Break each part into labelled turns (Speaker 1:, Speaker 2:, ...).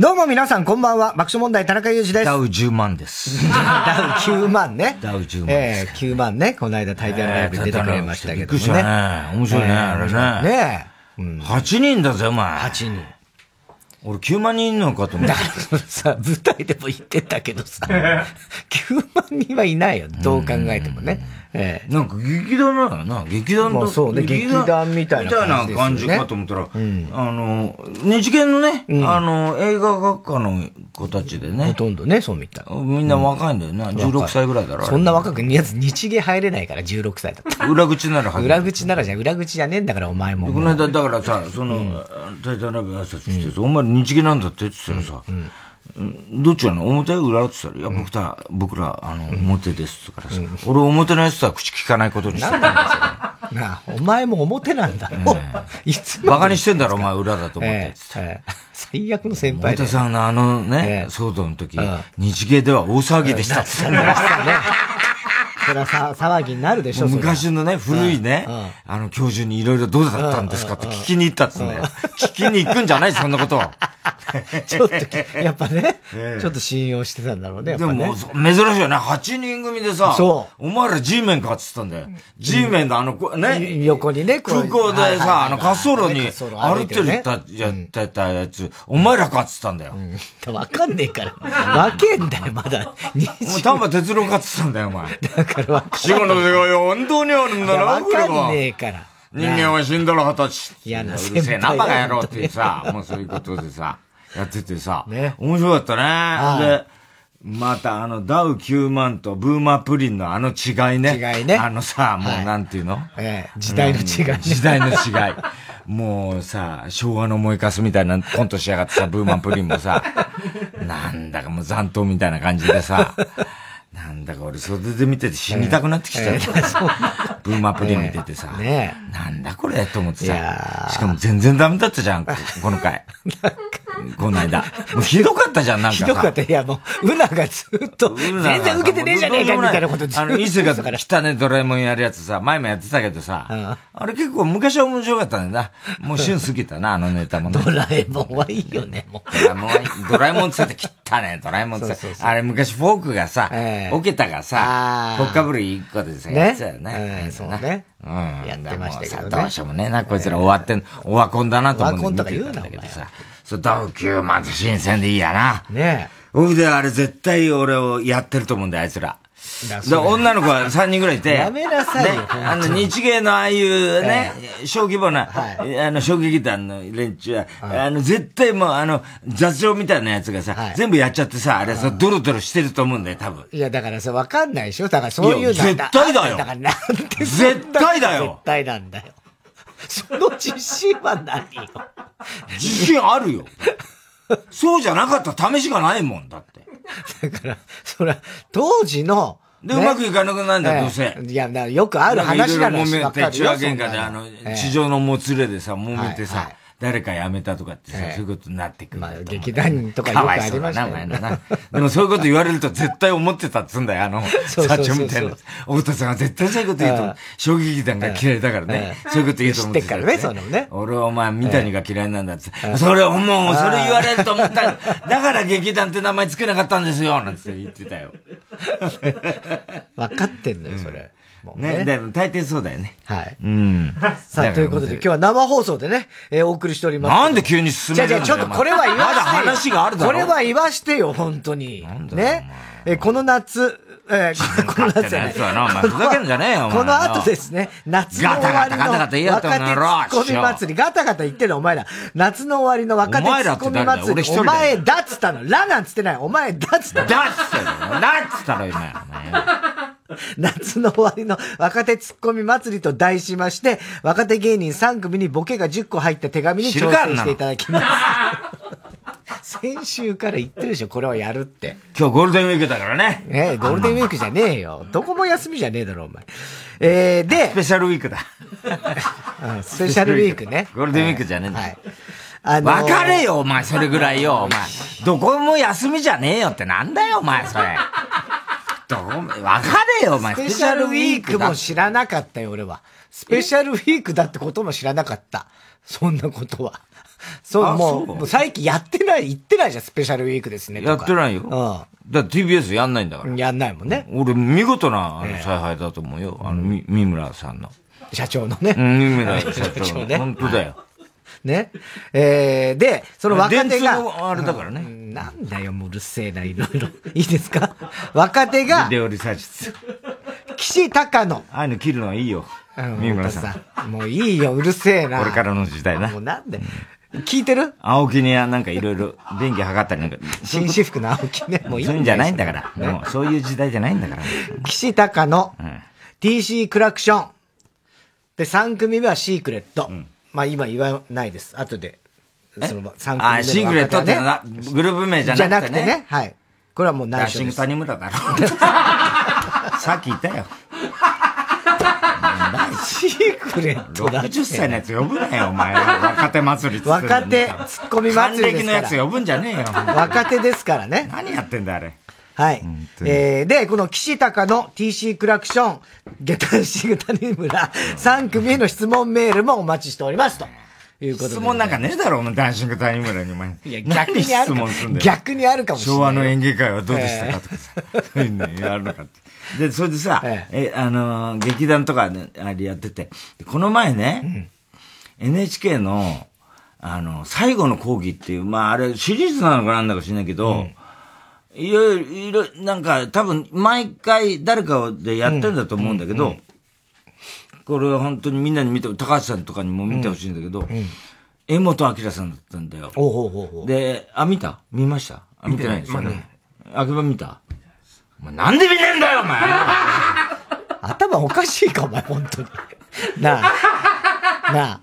Speaker 1: どうも皆さんこんばんは。爆笑問題田中裕二です。
Speaker 2: ダウ10万で す。
Speaker 1: ダウ9万ね。
Speaker 2: ダウ10万です
Speaker 1: ええ9万ね。この間対談ライブに出てくれましたけどもね。
Speaker 2: びっくりしたね面白いね
Speaker 1: ええ
Speaker 2: あれね
Speaker 1: ねえ。
Speaker 2: 8人だぜ、お前。
Speaker 1: 8人。
Speaker 2: 俺9万人いんのかと思った。
Speaker 1: さ、舞台でも言ってたけどさ、9万人はいないよ。どう考えてもね。ええ
Speaker 2: なんか劇団なのよな。劇団
Speaker 1: まあ
Speaker 2: と、
Speaker 1: そうね劇団みたいな感じですよね
Speaker 2: みたいな感じかと思ったら、あの、二次元のね、あの、映画学科の子たちで
Speaker 1: ほ
Speaker 2: ね、
Speaker 1: とんどね、そうみたい。
Speaker 2: みんな若いんだよな。16歳ぐらいだろ。
Speaker 1: そんな若くねえやつ、日芸入れないから、16歳だった。
Speaker 2: 裏口ならはず。
Speaker 1: 裏口ならじゃ、裏口じゃねえんだから、お前も。
Speaker 2: この間、だからさ、その、タイタンライブ挨拶してさ、お前日芸なんだってって言ったらさ、うんどっちなの表裏って言ったら、いや、僕ら、僕ら、あの、表ですって言うからさ、俺表のやつとは口聞かないことにしてたんだ
Speaker 1: なあ、お前も表なんだろ。いつ
Speaker 2: よ。バ
Speaker 1: も。
Speaker 2: カにしてんだろ、お前裏だと思って
Speaker 1: え
Speaker 2: っつって。
Speaker 1: えええ最悪の先輩
Speaker 2: 太
Speaker 1: で
Speaker 2: 田。さんのあの
Speaker 1: え
Speaker 2: ね
Speaker 1: え、
Speaker 2: 騒動の時
Speaker 1: ん、
Speaker 2: 日芸では大騒ぎでしたっつって。
Speaker 1: そりゃさ、騒ぎになるでしょ、そりゃ
Speaker 2: 昔のね、古いね
Speaker 1: うんうん、
Speaker 2: あの教授にいろいろどうだったんですかって聞きに行ったっつうんだよ。聞きに行くんじゃない、そんなこと。
Speaker 1: ちょっと、やっぱね、ちょっと信用してたんだろうね、やっ
Speaker 2: で
Speaker 1: ぱ
Speaker 2: も
Speaker 1: ね
Speaker 2: もう、。珍しいよね。8人組でさ、
Speaker 1: そ
Speaker 2: お前ら G メンかっつったんだよ。G メンのあの、こね、
Speaker 1: 横にね、こう
Speaker 2: 空港で
Speaker 1: はいはい
Speaker 2: さ、あの滑走路
Speaker 1: 滑
Speaker 2: に
Speaker 1: 走路歩
Speaker 2: 歩
Speaker 1: い
Speaker 2: い
Speaker 1: て
Speaker 2: て
Speaker 1: る
Speaker 2: る
Speaker 1: ね
Speaker 2: たやってたやつ、お前らかっつったんだよ。も
Speaker 1: わかんねえから。わけんだよ、まだ。
Speaker 2: う丹波哲郎かっつったんだよ、お前。
Speaker 1: だからわか
Speaker 2: 死後の世界は本当にあるん
Speaker 1: ん
Speaker 2: だな、これ
Speaker 1: かん
Speaker 2: は。
Speaker 1: ねえから。
Speaker 2: 人間は死んだら二十歳。
Speaker 1: 嫌な
Speaker 2: う
Speaker 1: 先輩
Speaker 2: るせえな、バカ野郎ってさ、もうそういうことでさ、やっててさ、
Speaker 1: ね
Speaker 2: 面白かったね。
Speaker 1: は
Speaker 2: で、またあの、ダウ9万とブーマープリンのあの違いね。
Speaker 1: 違いね
Speaker 2: あのさ、も
Speaker 1: はいう
Speaker 2: なんていうの、
Speaker 1: ええ時代の違いね
Speaker 2: うん時代の違い。もうさ、昭和の燃えかすみたいなコントしやがってさ、ブーマンプリンもさ、なんだかもう残党みたいな感じでさ、なんだか俺袖で見てて死にたくなってきちゃった。ブーマンプリン見ててさ、
Speaker 1: ね
Speaker 2: なんだこれと思って
Speaker 1: いや
Speaker 2: さ、しかも全然ダメだったじゃん、ここ の回。この間。もうひどかったじゃん、なんか
Speaker 1: ひ
Speaker 2: さ。
Speaker 1: どかった。いや、もう、うながずっと、全然受けてねえじゃねえか、みたいなことずっ
Speaker 2: あの、伊勢
Speaker 1: と
Speaker 2: が来たね、ドラえもんやるやつさ、前もやってたけどさ、あれ結構昔は面白かったんだよな。もう旬過ぎたな、あのネタもね。
Speaker 1: ドラえもんはいいよね、もう。
Speaker 2: ドラえもんドラえもんつって切ったね、ドラえもんつって
Speaker 1: そうそう。
Speaker 2: あれ昔フォークがさ
Speaker 1: ええ、
Speaker 2: オケタが
Speaker 1: あ
Speaker 2: さ、
Speaker 1: ー
Speaker 2: ポッカブル一個でさ、
Speaker 1: ね
Speaker 2: やってたよ
Speaker 1: ええ
Speaker 2: ね。
Speaker 1: そうね
Speaker 2: うん。
Speaker 1: やってましたけどね
Speaker 2: もうさどうしようもねえな、こいつら終わってん、オワコンだなと思って。
Speaker 1: オワコンとか言うな
Speaker 2: 見てたんだけどさ。そう、ダウ9万と新鮮でいいやな。
Speaker 1: ね
Speaker 2: 僕であれ絶対俺をやってると思うんだよ、あいつら。
Speaker 1: だ
Speaker 2: で女の子は3人ぐらいい て。
Speaker 1: やめなさいよ
Speaker 2: ね
Speaker 1: 本当に
Speaker 2: あの、日芸のああいうね、小規模な、
Speaker 1: は
Speaker 2: あの、小劇団の連中は、あの、絶対もう、あの、雑用みたいなやつがさ、
Speaker 1: はい
Speaker 2: 全部やっちゃってさ、あれさ、ドロドロしてると思うんだよ、多分。
Speaker 1: いや、だからさ、わかんないでしょだからそういうのはい
Speaker 2: や絶対だよ
Speaker 1: だからなん でそんな
Speaker 2: 絶対だよ
Speaker 1: 絶対なんだよ。その自信は何よ。
Speaker 2: 自信あるよ。そうじゃなかったら試しがないもんだって。
Speaker 1: だから、そら、当時の、
Speaker 2: で、
Speaker 1: ね
Speaker 2: うまくいかなくなるんだ
Speaker 1: え
Speaker 2: よ、
Speaker 1: え
Speaker 2: どうせ。
Speaker 1: いや、だからよくある話なの
Speaker 2: んかいろいろ
Speaker 1: わ
Speaker 2: 揉め
Speaker 1: かる
Speaker 2: て、中
Speaker 1: よ
Speaker 2: 和喧嘩で、あの、地。上のもつれでさ、揉めて
Speaker 1: はい
Speaker 2: さ
Speaker 1: はい、
Speaker 2: 誰か辞めたとかってさ、
Speaker 1: ええ
Speaker 2: そういうことになってくるん
Speaker 1: ま
Speaker 2: だ
Speaker 1: あ
Speaker 2: と思う。
Speaker 1: 劇団とかよく
Speaker 2: わい
Speaker 1: あ
Speaker 2: そ
Speaker 1: り
Speaker 2: う
Speaker 1: ま
Speaker 2: だ
Speaker 1: した
Speaker 2: な、
Speaker 1: けど
Speaker 2: お
Speaker 1: ね
Speaker 2: 前らな。でもそういうこと言われると絶対思ってたっつうんだよ、あの、
Speaker 1: そうそうそう
Speaker 2: 社長みたいな。太田さんが絶対そういうこと言うと思
Speaker 1: え
Speaker 2: う、衝撃団が嫌いだからね
Speaker 1: え、え
Speaker 2: そういうこと言うと思って
Speaker 1: 知ってっからねそういうのもね
Speaker 2: 俺はお前、三谷が嫌いなんだってさ、それ、もう、それ言われると思ったよだから劇団って名前つけなかったんですよ、なんて言ってたよ。
Speaker 1: わかってんのよ、それ。もう
Speaker 2: ね、。でも大抵そうだよね。
Speaker 1: はい。
Speaker 2: うん。
Speaker 1: さあ、ということで、今日は生放送でね、えーお送りしております。
Speaker 2: なんで急に進
Speaker 1: じゃ
Speaker 2: め
Speaker 1: あじ
Speaker 2: る
Speaker 1: ゃ
Speaker 2: ん
Speaker 1: あち
Speaker 2: だ
Speaker 1: ょっとこれは言わして
Speaker 2: まだ話があるだろ
Speaker 1: これは言わしてよ、本当に。ね。えーこの夏、 えーこの夏じゃない
Speaker 2: 勝手なやつはなお前ふざけんじゃねえよお前
Speaker 1: この後ですね、夏の終わりの
Speaker 2: ガタガタガタガタ言いやがって
Speaker 1: 若手
Speaker 2: お前ら
Speaker 1: ツッコミ祭り、ガタガタ言ってるのお前ら。夏の終わりの若手ツ
Speaker 2: お前ら
Speaker 1: ッ
Speaker 2: って
Speaker 1: コ
Speaker 2: 誰
Speaker 1: ミ
Speaker 2: だ
Speaker 1: 祭
Speaker 2: よ俺
Speaker 1: り
Speaker 2: 一、人だ
Speaker 1: お
Speaker 2: よ
Speaker 1: 前だっつったの。らなんつってない。お前だっつった
Speaker 2: だっ
Speaker 1: の。
Speaker 2: つったろ、だっつったろ、今。お前
Speaker 1: 夏の終わりの若手ツッコミ祭りと題しまして、若手芸人3組にボケが10個入った手紙に挑戦していただきます。先週から言ってるでしょ、これをやるって。
Speaker 2: 今日ゴールデンウィークだからね。
Speaker 1: ねえゴールデンウィークじゃねえよ。どこも休みじゃねえだろ、お前。えー、で
Speaker 2: ス、ペシャルウィークだ。
Speaker 1: うんスペシャルウィークね。
Speaker 2: ゴールデンウィークじゃねえんだ
Speaker 1: はい。あのー
Speaker 2: わかれよ、お 前、それぐらいよ、お前。どこも休みじゃねえよってなんだよ、お前、それ。どこも、わかれよ、お前。
Speaker 1: スペシャルウィークも知らなかったよ、俺は。スペシャルウィークだってことも知らなかった。そんなことは。そう、
Speaker 2: あ
Speaker 1: もう、
Speaker 2: そう
Speaker 1: もう最近やってない、言ってないじゃん、スペシャルウィークですねとか。
Speaker 2: やってないよ。だって TBS やんないんだか
Speaker 1: う
Speaker 2: ら。
Speaker 1: ん。やんないもんね。
Speaker 2: 俺、見事な、あの、采配だと思うよ。あの、み三村さんの。
Speaker 1: 社長のね。
Speaker 2: うん、三村社
Speaker 1: 社長
Speaker 2: 長
Speaker 1: ね
Speaker 2: の。本当だよ。
Speaker 1: ね。えー、で、その若
Speaker 2: 電
Speaker 1: 手
Speaker 2: 通
Speaker 1: が、
Speaker 2: のあれだからね。
Speaker 1: なんだよ、もううるせえな、いろいろ。 いいですか若手が
Speaker 2: ビ、デオリサーチ室。
Speaker 1: 岸高野。
Speaker 2: ああいうの切るのはいいよ。
Speaker 1: うん
Speaker 2: 三村さ
Speaker 1: 本
Speaker 2: ん。
Speaker 1: 当もういいよ、うるせえな。
Speaker 2: これからの時代な
Speaker 1: もう。なんで。聞いてる
Speaker 2: 青木にはなんかいろいろ電気測ったりなんか、そう
Speaker 1: 紳士服の青木 ね。もういい
Speaker 2: いうんじゃないんだから。
Speaker 1: ね
Speaker 2: もうそういう時代じゃないんだから。
Speaker 1: 岸高野、
Speaker 2: ん
Speaker 1: TC クラクション。で、3組目はシークレット。まあ今言わないです。後で。その3組目の若手は、
Speaker 2: ああ、シークレットってのはグループ名じ
Speaker 1: じゃ
Speaker 2: ゃ
Speaker 1: な
Speaker 2: な
Speaker 1: く
Speaker 2: く
Speaker 1: てね。
Speaker 2: てね。
Speaker 1: はい。これはもう
Speaker 2: ダッ
Speaker 1: 内緒
Speaker 2: シン
Speaker 1: で
Speaker 2: グ
Speaker 1: す。
Speaker 2: 谷村だろ。さっき言ったよ。
Speaker 1: シーク レットだって
Speaker 2: 60歳のやつ呼ぶなよ、お前。若手祭りっつってんのに
Speaker 1: 若手ツッコミ祭りです
Speaker 2: 還暦の
Speaker 1: から
Speaker 2: やつ呼ぶんじゃねえよ。
Speaker 1: 若手ですからね。
Speaker 2: 何やってんだ、あれ。
Speaker 1: はい
Speaker 2: 当。に
Speaker 1: えー、で、この岸高の TC クラクション、下段シグタニムラ、3組への質問メールもお待ちしております。ということで。
Speaker 2: 質問なんかねえだろ、お前、ダンシング谷村に、お前。
Speaker 1: いや、逆にあるか
Speaker 2: 何質問すんだよ。
Speaker 1: 逆にあるかもしれない。
Speaker 2: 昭和の演芸会はどうでしたかとかさ、 そういうのやるのかって。で、それでさ、
Speaker 1: え
Speaker 2: え、あのー劇団とかね、あれやってて、でこの前ね、NHK の、あの、最後の講義っていう、まああれシリーズなのかなんだか知んないけど、いろいろ、いろいろ、なんか多分毎回誰かでやってるんだと思うんだけど、これは本当にみんなに見て、高橋さんとかにも見てほしいんだけど、江本明さんだったんだよ。
Speaker 1: おうおうおうおう
Speaker 2: で、あ、見た見ましたあ見てないですよね。あけば見たお前なんで見ねえんだよ、お前
Speaker 1: 頭おかしいか、お前、本当に。なあ。なあ。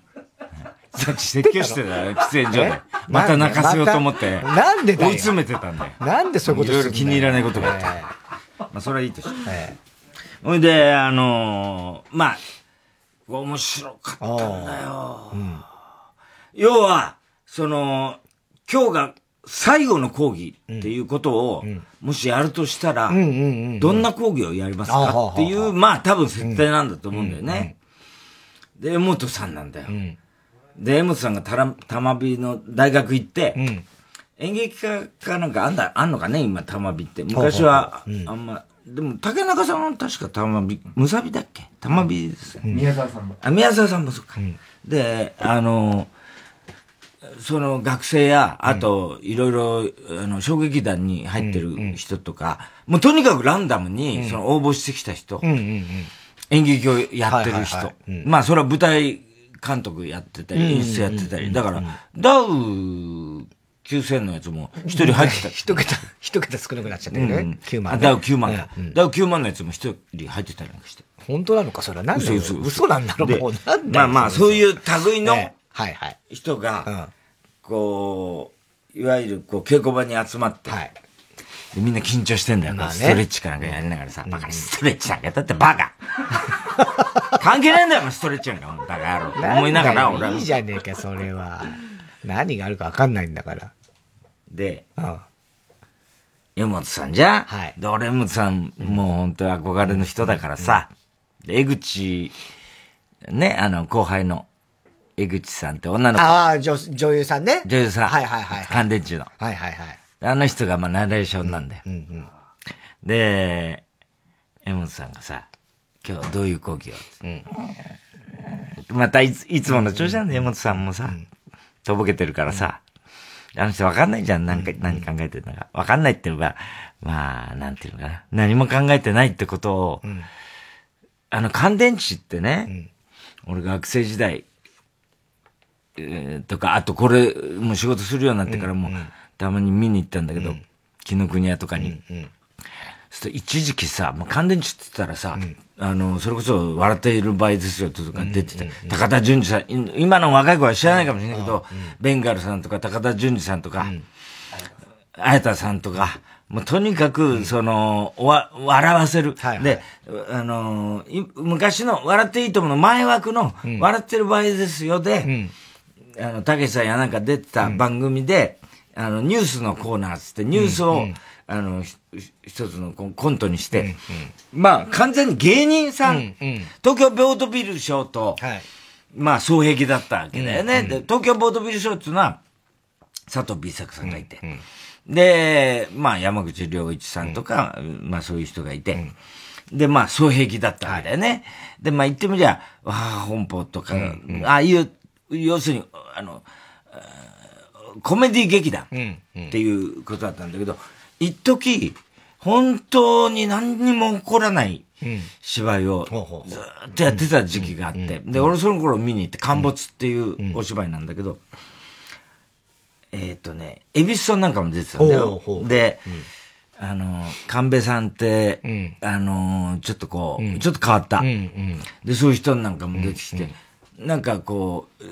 Speaker 2: さっき説教してたよ、喫煙所で。また泣かせようと思って。
Speaker 1: またなんでだよ
Speaker 2: 追い詰めてたんだよ。
Speaker 1: なんでそういうこと
Speaker 2: いろいろ
Speaker 1: す
Speaker 2: 気
Speaker 1: んだ
Speaker 2: に
Speaker 1: よ
Speaker 2: 入らないことがあった。まあ、それはいいとして。ほいで、あのーまあ、面白かったんだよ。要は、その、今日が最後の講義っていうことを、もしやるとしたら、どんな講義をやります
Speaker 1: あはあ
Speaker 2: か
Speaker 1: はあ
Speaker 2: っていう、まあ多分設定なんだと思うんだよね。で、江本さんなんだよ。で、江本さんがたら、たまびの大学行って、演劇科かなんかあんだ、あんのかね今、たまびって。昔は、あんま、でも、竹中さんは確かたまび、むさびだっけたまびですよね。
Speaker 3: 宮沢さんも。
Speaker 2: あ、宮沢さんもそうか。で、あの、その学生や、あと、いろいろ、あの、小劇団に入ってる人とか、もうとにかくランダムに、その応募してきた人、演劇をやってる人、
Speaker 1: はいは
Speaker 2: まあ、それは舞台監督やってたり、演出やってたり、だから、ダウ9000のやつも一人入ってた。
Speaker 1: 一桁、一桁少なくなっちゃったよね。9万
Speaker 2: あ
Speaker 1: ね。
Speaker 2: ダウ9万か
Speaker 1: う。ん
Speaker 2: ダウ9万のやつも一人入ってたりなんかして。
Speaker 1: 本当なのか、それは。なんだろう
Speaker 2: 嘘嘘嘘
Speaker 1: 嘘なんだろう、
Speaker 2: で
Speaker 1: もう。なんだ
Speaker 2: まあまあ、そう
Speaker 1: う
Speaker 2: いう類の、
Speaker 1: はいはい。
Speaker 2: 人
Speaker 1: うん
Speaker 2: が、こう、いわゆるこう稽古場に集まって、
Speaker 1: はい。
Speaker 2: でみんな緊張してんだよ、
Speaker 1: まあね
Speaker 2: ストレッチかなんかやりながらさ、バカにストレッチなんかやったってバカ関係ないんだよ、お前ストレッチなんか、バカ野郎って思いながら、
Speaker 1: ん
Speaker 2: 俺
Speaker 1: だよ
Speaker 2: はい
Speaker 1: い。じゃねえか、それは。何があるか分かんないんだから。
Speaker 2: で、
Speaker 1: うん。
Speaker 2: 江本さんじゃん、
Speaker 1: はい
Speaker 2: で、俺江本さん、もう本当に憧れの人だからさ、で江口、ね、あの、後輩の江口さんって女の子、
Speaker 1: ああ、女女優さんね。
Speaker 2: 女優さん、
Speaker 1: はいはいはい。はい
Speaker 2: 乾電池の。
Speaker 1: はいはい。
Speaker 2: あの人がまあナレーションなんだよ。で、エモンさんがさ、今日どういう講義を、またいついつもの調子なんだよ、エモンさんもさ、とぼけてるからさ、あの人わかんないじゃん、なんか、何考えてるのか。わかんないっていうのが、まあ、なんていうのかな。何も考えてないってことを、あの、乾電池ってね、俺学生時代、えーとか、あとこれ、もう仕事するようになってからも、たまに見に行ったんだけど、紀ノ国屋とかに。そして一時期さ、もう乾電池って言ったらさ、あの、それこそ、笑っている場合ですよとか出てて、高田純次さん、い今の若い子は知らないかもしれないけど、ベンガルさんとか高田純次さんとか、綾田さんとか、もうとにかく、その、おわ、笑わせる。
Speaker 1: はいはい
Speaker 2: で、あのい昔の、笑っていいともの前枠の、笑ってる場合ですよで、あの、たけしさんやなんか出てた番組で、あの、ニュースのコーナーっつって、ニュースを、あの、ひ一つのコンコントにして、まあ、完全に芸人さん、東京ボードビルショーと、まあ、双璧だったわけだよね。
Speaker 3: うんうん
Speaker 2: で東京ボードビルショーっていうのは、佐藤 B 作さんがいて、で、まあ、山口良一さんとか、まあ、そういう人がいて、で、まあ、双璧だったわけだよね。で、まあ、言ってみりゃ、わあ、本邦とか、ああいう、要するに、あの、あーコメディ劇団っていうことだったんだけど、一時、本当に何にも起こらない芝居をずーっとやってた時期があって、で、俺その頃見に行って、陥没っていうお芝居なんだけど、えっとね、エビスさんなんかも出てたんだよ
Speaker 3: ほうほ。う
Speaker 2: で、あの、神戸さんって、あの、ちょっとこう、ちょっと変わった。で、そういう人なんかも出てきて、なんかこう、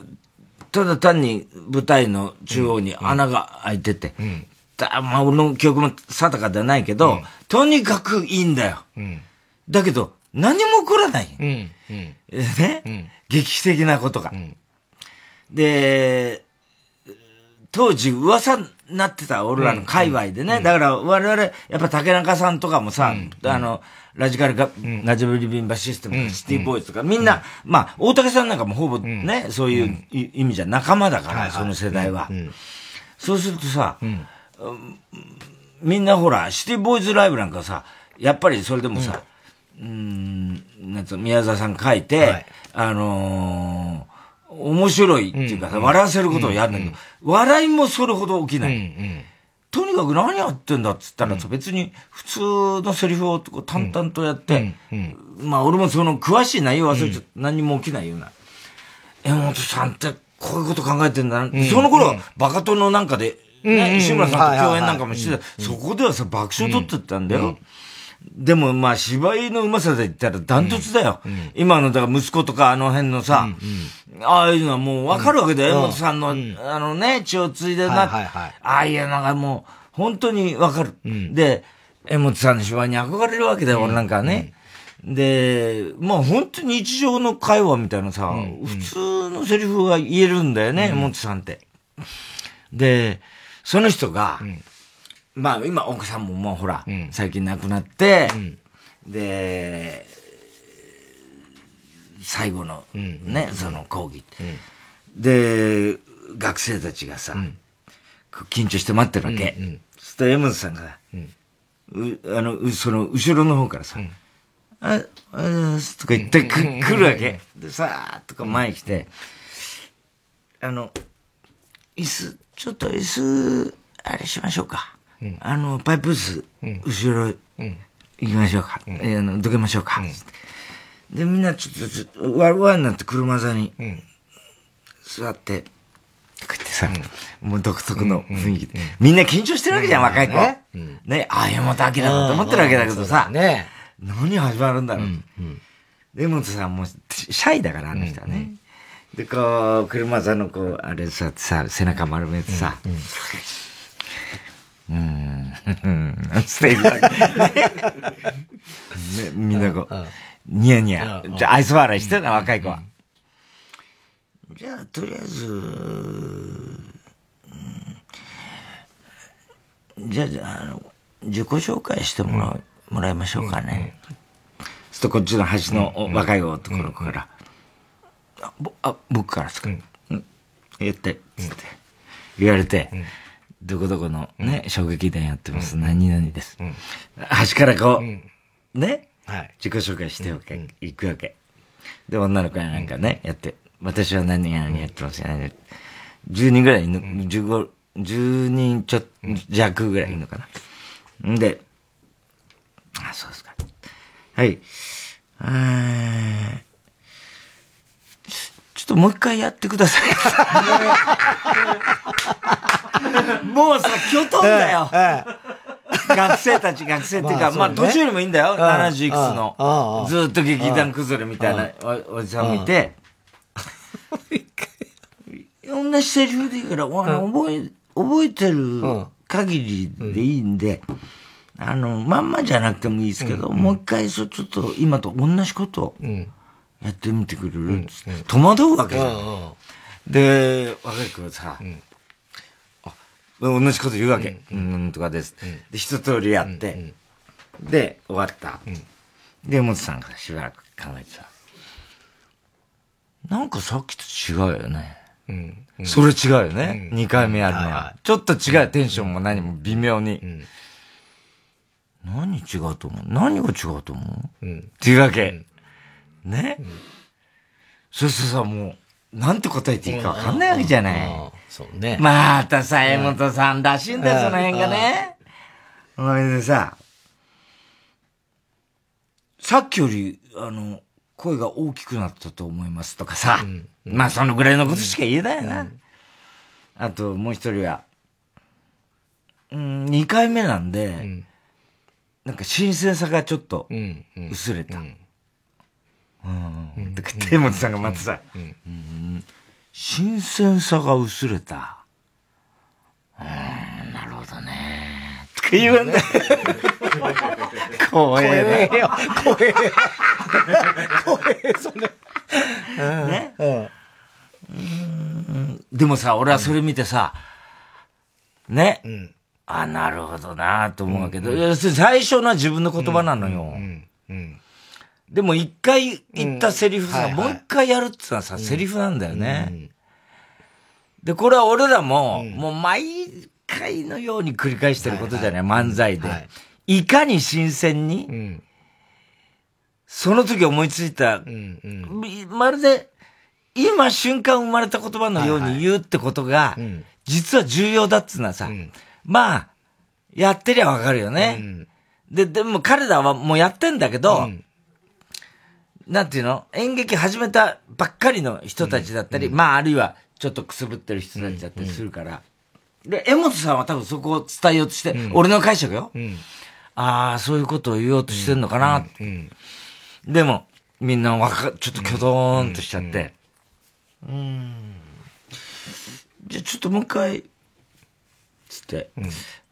Speaker 2: ただ単に舞台の中央に穴が開いてて、だまあ俺の記憶も定かではないけど、とにかくいいんだよ。だけど、何も起こらない。ね、劇的なことが。で、当時噂になってた、俺らの界隈でね。だから我々、やっぱ竹中さんとかもさ、あの、ラジカルが、ラジブリビンバシステムとか、シティボーイズとか、みんな、まあ、大竹さんなんかもほぼね、そういうい意味じゃ仲間だから、その世代は、そうするとさ、うんみんなほら、シティボーイズライブなんかさ、やっぱりそれでもさ、なんつうの宮沢さん書いて、あのー面白いっていうかさ、笑わせることをやるんだけど、笑いもそれほど起きない。とにかく何やってんだっつったら、別に普通のセリフをこう淡々とやって、まあ俺もその詳しい内容は忘れちゃって何も起きないような。山本さんってこういうこと考えてんだな。
Speaker 3: ん
Speaker 2: その頃は
Speaker 3: うん
Speaker 2: バカ殿なんかで、ね
Speaker 3: うん
Speaker 2: 西村さんと共演
Speaker 3: はいはいはい
Speaker 2: なんかもしてた。そこではさ、爆笑取ってったんだよ。でもまあ芝居のうまさで言ったらダントツだよ。今のだから息子とかあの辺のさ、ああいうのはもうわかるわけだよ。
Speaker 3: う
Speaker 2: 山
Speaker 3: ん
Speaker 2: 本さんの、あのね、血を継いでな、
Speaker 3: はいはいはい
Speaker 2: ああいうのがもう本当にわかる。で、江本さんの芝居に憧れるわけだよ、俺なんかはね。で、まあ本当に日常の会話みたいなさ、普通のセリフが言えるんだよね、江本さんって。で、その人が、まあ今奥さんももうほら、最近亡くなって、で、最後のね、その講義、で、学生たちがさ、緊張して待ってるわけ。そしたら江本さんが、うあの、うその、後ろの方からさ、あ、あーすとか言ってく、
Speaker 3: うん
Speaker 2: 来るわけ。で、さーっとか前に来て、あの、椅子、ちょっと椅子、あれしましょうか。あの、パイプ椅子、後ろ、行きましょうか。えーあの、どけましょうか。で、みんなちょっと、ちょっと、わ、わになって車座に、座って、こうやってさ、もう独特の雰囲気で、みんな緊張してるわけじゃん、若い子。ね、あ、山本明だと思ってるわけだけどさ、ね、何始まるんだろう。で、山本さんもう、シャイだから、あの人はね。で、こう、車座のこう、あれさ、さ、背中丸めてさ、うーん、 ステージだけ。ね、みんなこう、ニヤニヤ
Speaker 3: うん。
Speaker 2: じゃあ、愛想笑いしてた若い子は。じゃあ、とりあえず、うんじゃあじゃあ、あの、自己紹介してもら,、もらいましょうかね。ちょっとこっちの端のお若い男の子から、あぼあ僕からですか、うん言って、つって、言われて、どこどこのね、衝撃弾やってます、何々です。端からこう、ね、自己紹介しておけ、行くわけ。で、女の子やなんかね、やって、私は何々やってますよね。10人ぐらいいんの、15、10人ちょっと弱ぐらいいるのかな。んで、あ、そうですか。はい。あーちょっともう一回やってくだ さい。 もうさ、きょとんだよ。学生たち、学生っていう
Speaker 3: ま
Speaker 2: か、
Speaker 3: あそうね
Speaker 2: まあ、年よりもいいんだよ。
Speaker 3: うん
Speaker 2: 70いくつ
Speaker 3: うんう
Speaker 2: の
Speaker 3: ん。
Speaker 2: ずーっと劇団崩れみたいなおおじさんを見て、同じセリフでいいから、あの覚え、覚えてる限りでいいんで、あの、まんまじゃなくてもいいですけど、もう一回、そうちょっと今と同じことをやってみてくれるっつって戸惑うわけじゃん。で、若い子はさ、あ、同じこと言うわけ。うん、うんとかです。で、一通りやって、で、終わった。で、本さんがしばらく考えてた。なんかさっきと違うよね。うん。それ違うよね。二、回目やるのは。ちょっと違う、テンションも何も微妙に。何違うと思う何が違うと思う、うん、っていうわけ。ね、そうそうそう、もう、なんて答えていいかわかんないわけじゃない。
Speaker 1: そうね。
Speaker 2: またさ、江本さんらしいんだよ、その辺がね。お前でさ、さっきより、あの、声が大きくなったと思いますとかさ、まあそのぐらいのことしか言えないな。あと、もう一人は、うん、二回目なんで、なんか新鮮さがちょっと薄れた。うん。だから、手本さんがまたさ、新鮮さが薄れた。うん、なるほどね。とか言うんだよ。怖え
Speaker 1: よ。怖えよ。怖え、それ。
Speaker 2: ね。うん。でもさ、俺はそれ見てさ、ね。あ、なるほどなと思うけど、要するに最初のは自分の言葉なのよ。でも一回言ったセリフさ、もう一回やるってのはさ、セリフなんだよね。で、これは俺らも、もう毎回のように繰り返してることじゃない、漫才で。いかに新鮮に、その時思いついた、まるで、今瞬間生まれた言葉のように言うってことが、実は重要だっつうのはさ、まあ、やってりゃわかるよね。で、でも彼らはもうやってんだけど、なんていうの演劇始めたばっかりの人たちだったり、まああるいはちょっとくすぶってる人たちだったりするから、で、江本さんは多分そこを伝えようとして、俺の解釈よ。ああ、そういうことを言おうとしてんのかな。でも、みんなわか、ちょっときょどーんとしちゃって。うん。じゃあちょっともう一回、つって、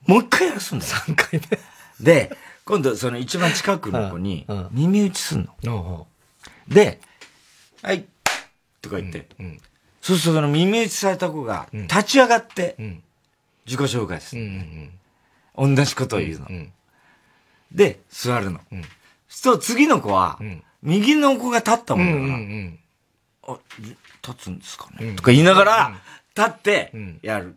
Speaker 2: もう一回やらすんだよ。
Speaker 1: 3回目。
Speaker 2: で、今度その一番近くの子に耳打ちすんの。で、はい、とか言って。そうするとその耳打ちされた子が立ち上がって、自己紹介する。同じことを言うの。で、座るの。そう、次の子は、右の子が立ったもんだから、あ、立つんですかね、とか言いながら、立ってやる、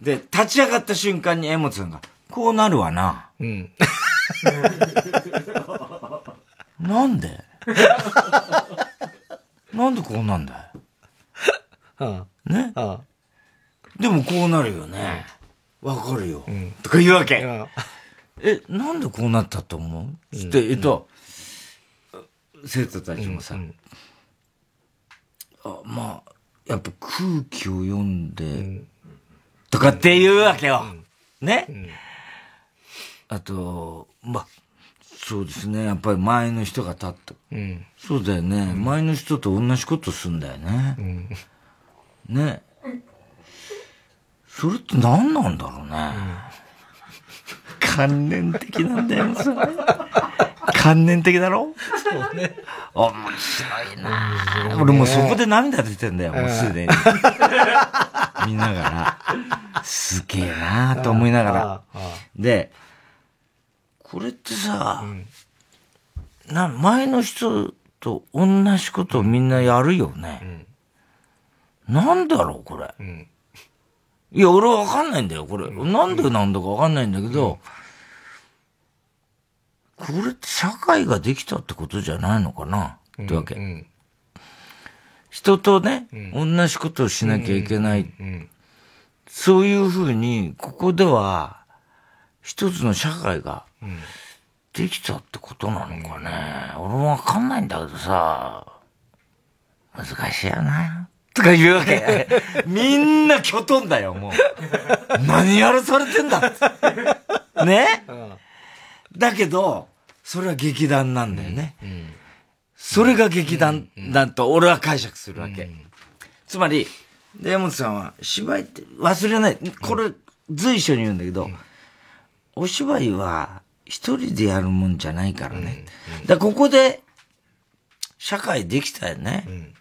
Speaker 2: で、立ち上がった瞬間に江本さんが、こうなるわな。うん。 なんでなんでこうなんだ よ。ねでもこうなるよね。わかるよ。とか言うわけ。え、なんでこうなったと思うって、えっと、生徒たちもさ、あまあ、やっぱ空気を読んで、とかっていうわけよ。ね、あと、まあ、そうですね。やっぱり前の人が立った。そうだよね、前の人と同じことすんだよね。ね。それって何なんだろうね。観念的なんだよ、それ。観念的だろそうね。面白いな、ね、俺もうそこで涙出てんだよ、もうすでに。見ながら。すげえなーと思いながら。で、これってさ、うん、な、前の人と同じことをみんなやるよね。うん、なんだろう、これ。うん、いや、俺わかんないんだよ、これ。うん、なんでなんだかわかんないんだけど、これって社会ができたってことじゃないのかなってわけ。うんうん、人とね、うん、同じことをしなきゃいけない。そういうふうに、ここでは、一つの社会が、できたってことなのかね。俺もわかんないんだけどさ、難しいよな。 とか言うわけ。 みんなきょとんだよ、もう。 何やらされてんだって。ね、だけど、それは劇団なんだよね。うんうん、それが劇団だと俺は解釈するわけ。うん、つまり、で、山本さんは芝居って忘れない。これ随所に言うんだけど、お芝居は一人でやるもんじゃないからね。だからここで社会できたよね。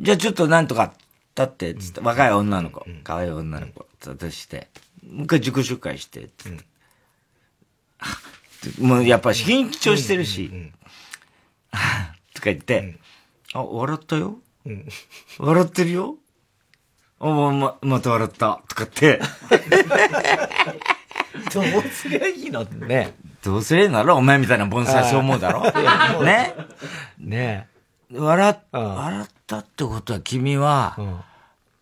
Speaker 2: じゃあちょっとなんとか立って、つって、若い女の子、可愛い女の子、として、もう一回自己紹介して、うん、 もうやっぱ緊張してるし、うんうんうん、 とか言って、うん、あ、笑ったよ、うん、笑ってるよあ、ま、また笑った。とかって。
Speaker 1: どうすりゃいいのってね。
Speaker 2: どうすりゃいいのろお前みたいな盆栽そう思うだろ ね。
Speaker 1: ね
Speaker 2: 笑、笑ったってことは君は、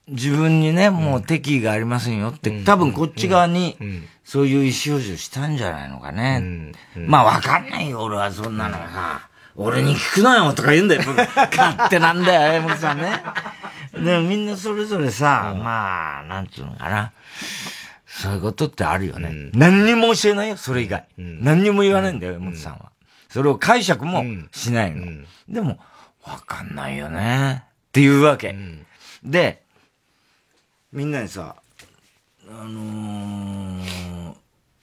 Speaker 2: 自分にね、もう敵意がありませんよって、うん、多分こっち側に、そういう意思表示をしたんじゃないのかね。うんうん、まあわかんないよ、俺はそんなのさ。俺に聞くなよとか言うんだよ、勝手なんだよ、山本さんね。でもみんなそれぞれさ、まあ、なんつうのかな。そういうことってあるよね。何にも教えないよ、それ以外。何にも言わないんだよ、山本さんは。それを解釈もしないの。でも、わかんないよね。っていうわけ。で、みんなにさ、あのー、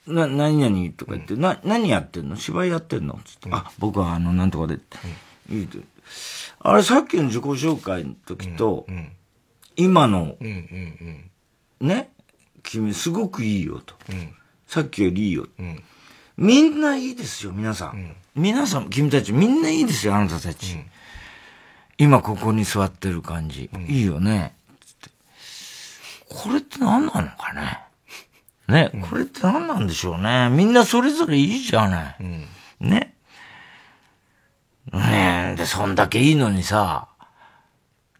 Speaker 2: な、何々とか言って、うん、な、何やってんの芝居やってんのつって、うん、あ、僕はあの、なんとかで、うん、いいと。あれ、さっきの自己紹介の時と、うんうん、今の、うんうんうん、ね、君すごくいいよと。さっきよりいいよ、みんないいですよ、皆さん。皆さん、君たちみんないいですよ、あなたたち。今ここに座ってる感じ。いいよね。これって何なのかね。ね、うん、これって何なんでしょうね。みんなそれぞれいいじゃない。うん、ね。ねえ、で、そんだけいいのにさ、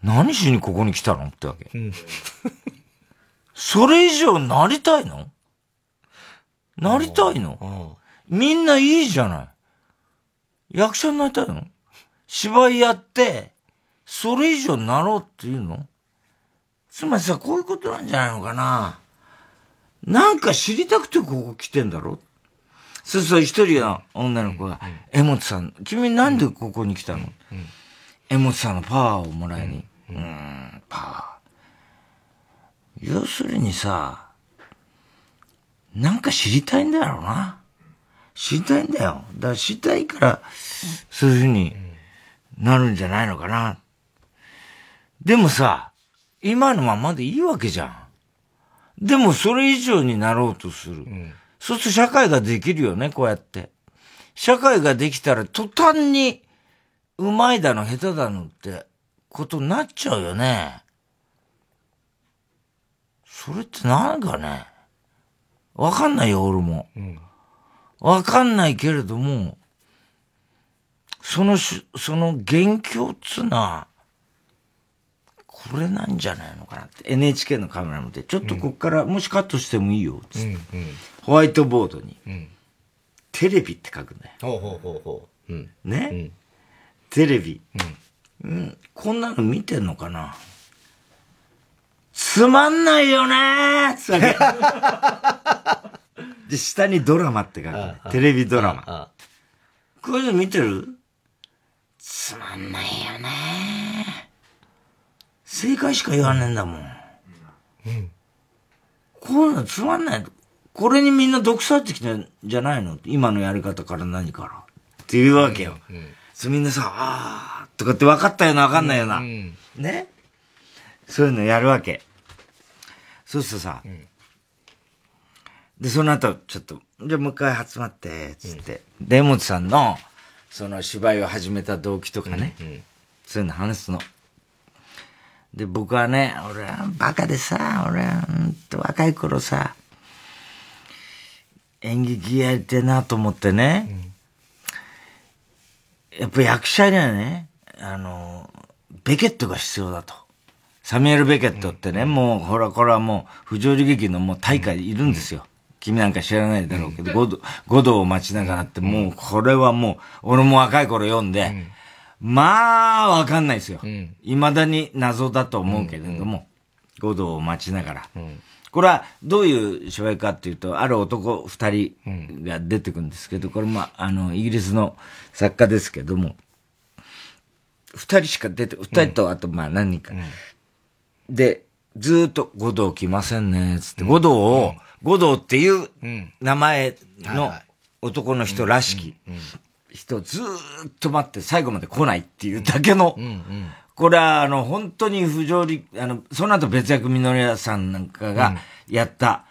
Speaker 2: 何しにここに来たのってわけ。うん、それ以上なりたいのなりたいのみんないいじゃない。役者になりたいの芝居やって、それ以上なろうっていうのつまりさ、こういうことなんじゃないのかな。なんか知りたくてここ来てんだろそうそう、一人の女の子が、江、う、本、んうん、さん、君なんでここに来たの江本、うんうん、さんのパワーをもらいに。うん、うーんパワー。要するにさ、なんか知りたいんだろうな。知りたいんだよ。だから知りたいから、そういうふうになるんじゃないのかな。でもさ、今のままでいいわけじゃん。でもそれ以上になろうとする。うん、そうすると社会ができるよね、こうやって。社会ができたら途端に、うまいだの、下手だのってことになっちゃうよね。それって何かね。わかんないよ、俺も。わ、うん、かんないけれども、そのし、その元凶っつな、これなんじゃないのかなって NHK のカメラ見てちょっとこっから、もしカットしてもいいよっつって、うんうん、ホワイトボードに、うん、テレビって書くね
Speaker 1: ほうほうほうほ
Speaker 2: う、うん、ね、うん、テレビ、うん、こんなの見てんのかなつまんないよねーつ ってで下にドラマって書く、ね、テレビドラマこういうの見てるつまんないよねー正解しか言わねえんだもん。うん。こういうのつまんない。これにみんな毒さってきたんじゃないの今のやり方から何から。っていうわけよ。うん、うん、そみんなさ、あーとかって分かったような分かんないような、うん、うん、ねそういうのやるわけ。そうするとさ、うん、で、その後、ちょっと、じゃあもう一回集まって、つって。うん、で、もさんの、その芝居を始めた動機とかね、うんうん、そういうの話すの。で、僕はね、俺はバカでさ、俺は、うんと若い頃さ、演劇やりてえなと思ってね、うん、やっぱ役者にはね、あの、ベケットが必要だと。サミュエル・ベケットってね、うん、もう、ほら、これはもう、不条理劇のもう大会いるんですよ。うん、君なんか知らないだろうけど、五、度、五度を待ちながらって、もう、これはもう、俺も若い頃読んで、まあ、わかんないですよ。い、う、ま、ん、だに謎だと思うけれども、五、うんうん、道を待ちながら、うん。これはどういう芝居かっていうと、ある男二人が出てくるんですけど、これも、あの、イギリスの作家ですけども、二人しか出て、二人とあとまあ何人か。で、ずっと五道来ませんね、つって、五道を、五道っていう名前の男の人らしき。人ずっと待って最後まで来ないっていうだけの、うんうん、これはあの本当に不条理、あの、その後別役みのりやさんなんかがやった、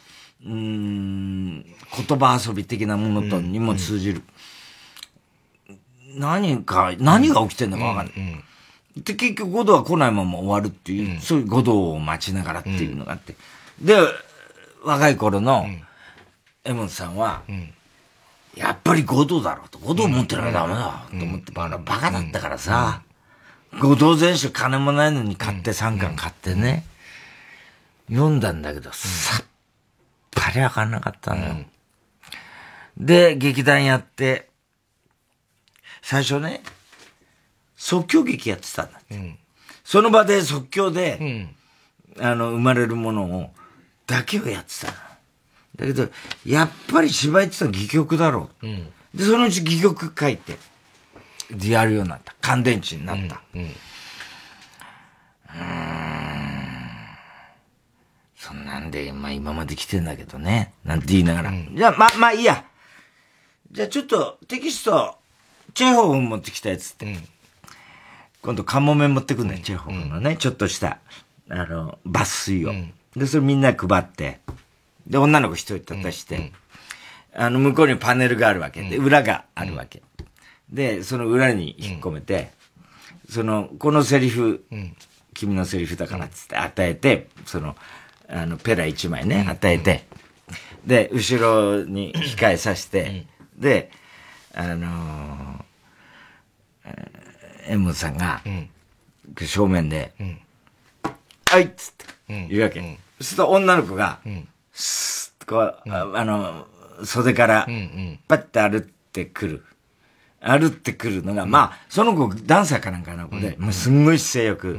Speaker 2: ううーん、言葉遊び的なものとにも通じる。何か、何が起きてんのかわかんない。で、結局5度は来ないまま終わるっていう、そういう5度を待ちながらっていうのがあって。で、若い頃の、エモンさんは、やっぱり5度だろうと。5度持ってなきゃダメだと思って、バカバカだったからさ、5度全書金もないのに買って3巻買ってね、読んだんだけど、さっぱりわかんなかったのよ。で、劇団やって、最初ね、即興劇やってたんだって。その場で即興で、あの、生まれるものを、だけをやってたの。だけど、やっぱり芝居ってのは戯曲だろう。で、そのうち戯曲書いて、でやるようになった。乾電池になった。うーんそんなんで、まあ今まで来てんだけどね。なんて言いながら。じゃあ、まあ、まあいいや。じゃあちょっとテキスト、チェーホフ持ってきたやつって。今度カモメ持ってくんだよ、チェーホフのね。ちょっとした、あの、抜粋を。で、それみんなに配って。で、女の子一人立たして、あの、向こうにパネルがあるわけ。で、裏があるわけ。で、その裏に引っ込めて、その、このセリフ、君のセリフだからっつって与えて、その、あの、ペラ一枚ね、与えて、で、後ろに控えさせて、で、あのーえー、M さんが、正面で、はいっつって言うわけ。そうすると女の子が、スーッとこう、ああの、袖から、パッて歩ってくる。歩ってくるのが、まあ、その子、ダンサーかなんかの子で、もうすんごい姿勢よく、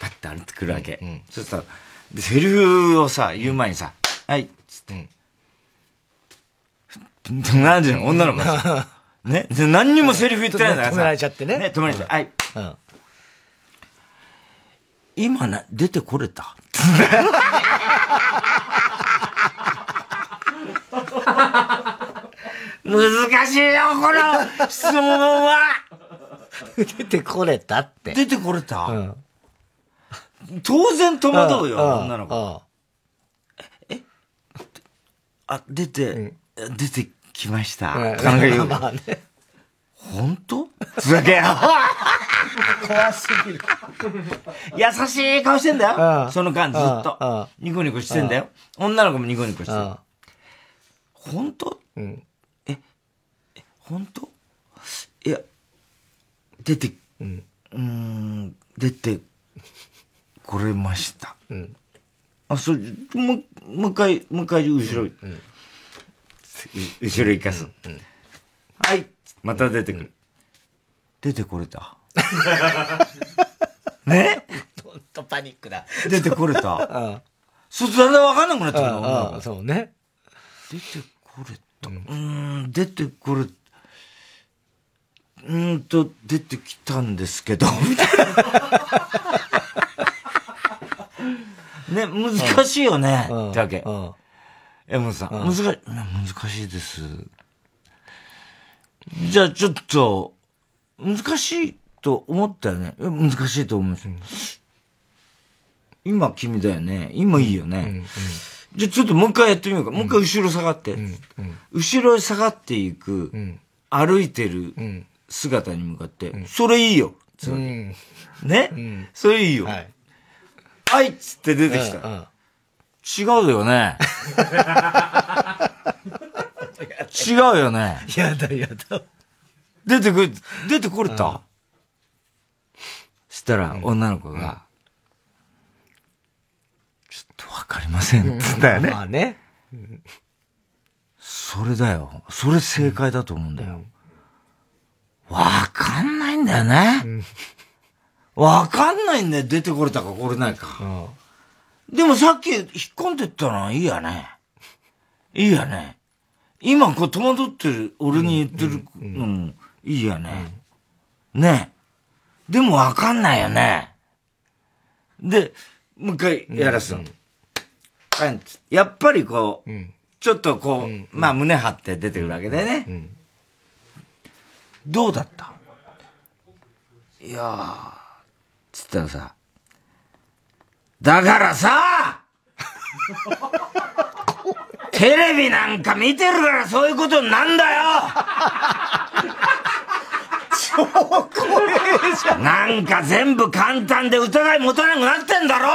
Speaker 2: パッて歩ってくるわけ。そうすると、でセリフをさ、言う前にさ、はいっつって。なんで女の子がさ、 ね、で何にもセリフ言ってないんだからさ。
Speaker 1: 止められちゃってね
Speaker 2: ね、止められちゃって。はい。
Speaker 1: うん。
Speaker 2: 今な、出てこれた。難しいよ、この質問は。
Speaker 1: 出てこれたって。
Speaker 2: 出てこれた。
Speaker 1: ん
Speaker 2: 当然戸惑うよ、
Speaker 1: ん
Speaker 2: 女の子。
Speaker 1: ん
Speaker 2: あ、出て、出てきました。
Speaker 1: うん
Speaker 2: とかなんか言 う
Speaker 1: まあね。
Speaker 2: 本当ふざけよ。
Speaker 1: 怖すぎる。
Speaker 2: 優しい顔してんだ
Speaker 1: う
Speaker 2: よ。
Speaker 1: ん
Speaker 2: その間ずっ
Speaker 1: う
Speaker 2: と
Speaker 1: ん。
Speaker 2: ニコニコしてんだよ。女の子もニコニコして
Speaker 1: う
Speaker 2: る。
Speaker 1: ん。
Speaker 2: 本当
Speaker 1: ん
Speaker 2: え、え本当いや、出て、うん、ん、出て、これました。あ、そう、もう、もう一回、もう一回後ろ、う後ろ行かす。はい。また出てくる。出てこれた。ね
Speaker 1: ほんとパニックだ。
Speaker 2: 出てこれ た。そう、だんだんわかんなくなってくるの女の子
Speaker 1: ああ、そうね。
Speaker 2: 出てこれた。うーん、出てこれ、うーんと、出てきたんで すけど、みたいな。ね、難しいよね、ってわけ
Speaker 1: う。ん。
Speaker 2: エモンさん、難しい、うん難しいです。じゃあちょっと、難しいと思ったよね。え難しいと思うんです今君だよね。今いいよね。じゃあちょっともう一回やってみようか。もう一回後ろ下がって。後ろへ下がっていく、歩いてる姿に向かって、それいいよ。つまり
Speaker 1: ん
Speaker 2: ね、それいいよ。
Speaker 1: は
Speaker 2: はいい。。っつって出てきた。
Speaker 1: うん。
Speaker 2: 違う よね。違うよね。
Speaker 1: やだやだ。
Speaker 2: 出てくれ、出てこれたしたら、女の子が、ちょっとわかりません。つったよね。
Speaker 1: まあね。
Speaker 2: それだよ。それ正解だと思うんだよ。わかんないんだよね。わかんないんだよ。出てこれたかこれないか。
Speaker 1: うん。
Speaker 2: でもさっき引っ込んでったのはいいやね。いいやね。今こう戸惑ってる、俺に言ってる、うん、いいやね。ねえ。でもわかんないよね。で、もう一回やらすの。はいやっぱりこう、ちょっとこう、まあ胸張って出てくるわけだよね。どうだったいやー、つったらさ、だからさテレビなんか見てるからそういうことになんだよ
Speaker 1: 超怖えじゃん。
Speaker 2: なんか全部簡単で疑い持たなくなってんだろ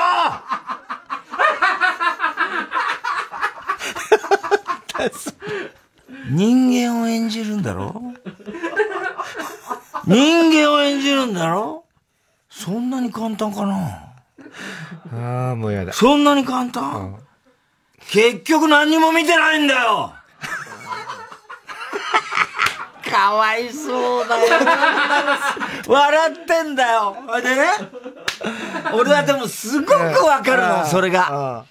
Speaker 2: 人間を演じるんだろ人間を演じるんだろそんなに簡単か
Speaker 1: なああ、もうやだ。
Speaker 2: そんなに簡単、結局何にも見てないんだよかわいそうだよ。笑ってんだよ。でね、俺はでもすごくわかるの、それが。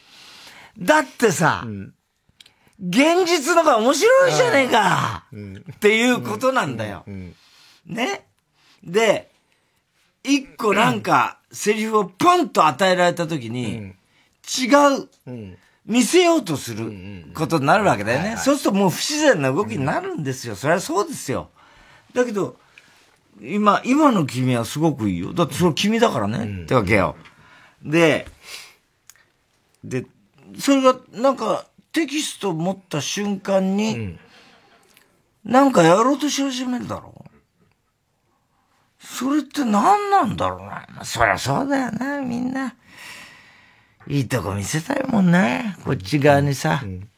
Speaker 2: だってさ、うん現実のが面白いじゃねえか、うん、っていうことなんだよ。うんうん、ねで、一個なんか、セリフをポンと与えられたときに、違う、見せようとすることになるわけだよね。そうするともう不自然な動きになるんですよ。そりゃそうですよ。だけど、今、今の君はすごくいいよ。だってそれ君だからね。ってわけよ。で、で、それがなんか、テキスト持った瞬間に、うん、なんかやろうとし始めるだろそれって何なんだろうな。そりゃそうだよな、みんな。いいとこ見せたいもんね。こっち側にさ、うん、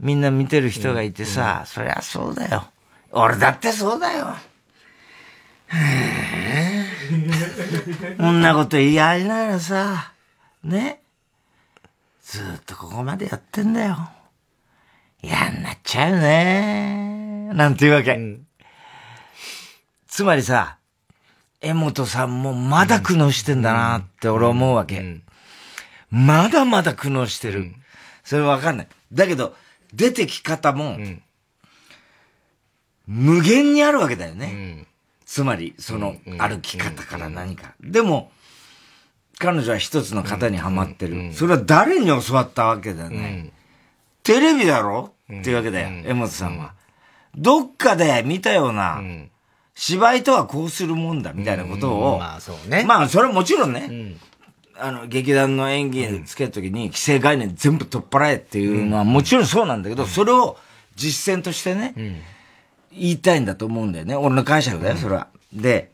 Speaker 2: みんな見てる人がいてさ、うん、そりゃそうだよ。俺だってそうだよ。 こんなこと言い合いながらさ、ね。ずっとここまでやってんだよ。嫌になっちゃうねなんていうわけ。うん、つまりさ、江本さんもまだ苦悩してんだなって俺思うわけ。うん、まだまだ苦悩してる。うん、それわかんない。だけど、出てき方も、無限にあるわけだよね。つまり、その歩き方から何か。でも、彼女は一つの型にはまってる。それは誰に教わったわけだよね。テレビだろっていうわけだよ、江本さんは。どっかで見たような、芝居とはこうするもんだ、みたいなことを。
Speaker 1: まあ、そうね。
Speaker 2: まあ、それはもちろんね。あの、劇団の演技につけるときに、規制概念全部取っ払えっていうのはもちろんそうなんだけど、それを実践としてね、言いたいんだと思うんだよね。俺の解釈だよ、それは。で、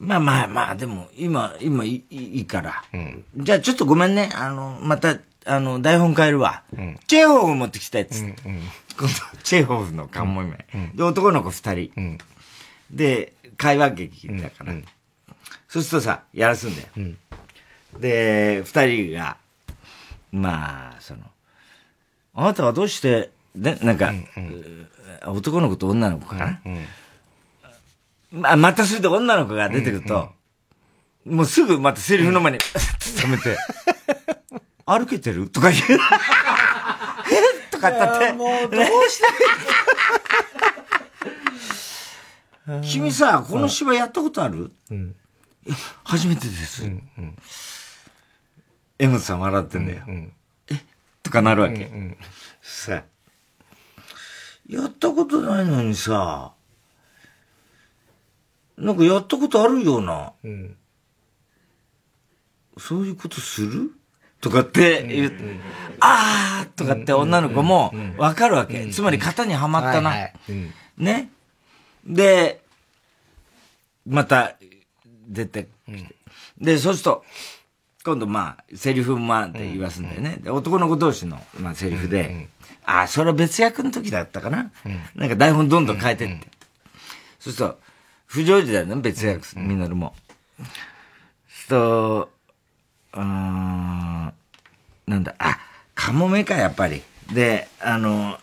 Speaker 2: まあまあまあ、でも、今、今いいから。うん、じゃあちょっとごめんね。あの、また、あの、台本変えるわ。うん、チェーホフ持ってきたやつ。うんうん、今度、チェーホフの看護名、うん、で、男の子二人、うん、で、会話劇だから。うん、そうするとさ、やらすんだよ。うん、で、二人が、まあ、その、あなたはどうして、ね、なんか、うんうん、男の子と女の子かな。うんうんまあ、またそれで女の子が出てくると、うんうん、もうすぐまたセリフの前に、うん 、止めて、歩けてるとか言う。えとか言ったって。
Speaker 1: もうどうして
Speaker 2: 君さ、この芝居やったことある、うん、初めてです。うんうん、M さん笑ってんだよ。うんうん、えとかなるわけ。うんうん、さやったことないのにさ、なんかやったことあるような。うん、そういうことするとかって言う、うんうん、あーとかって女の子もわかるわけ。つまり型にはまったな。ね。で、また出て、うん、で、そうすると、今度まあ、セリフまあって言わすんだよね。で男の子同士の、まあ、セリフで、うんうん、ああ、それは別役の時だったかな。うん、なんか台本どんどん変えてって。うんうん、そうすると、不条理だよね、別役、みんなでも。そう、うん、なんだ、あ、カモメか、やっぱり。で、あの、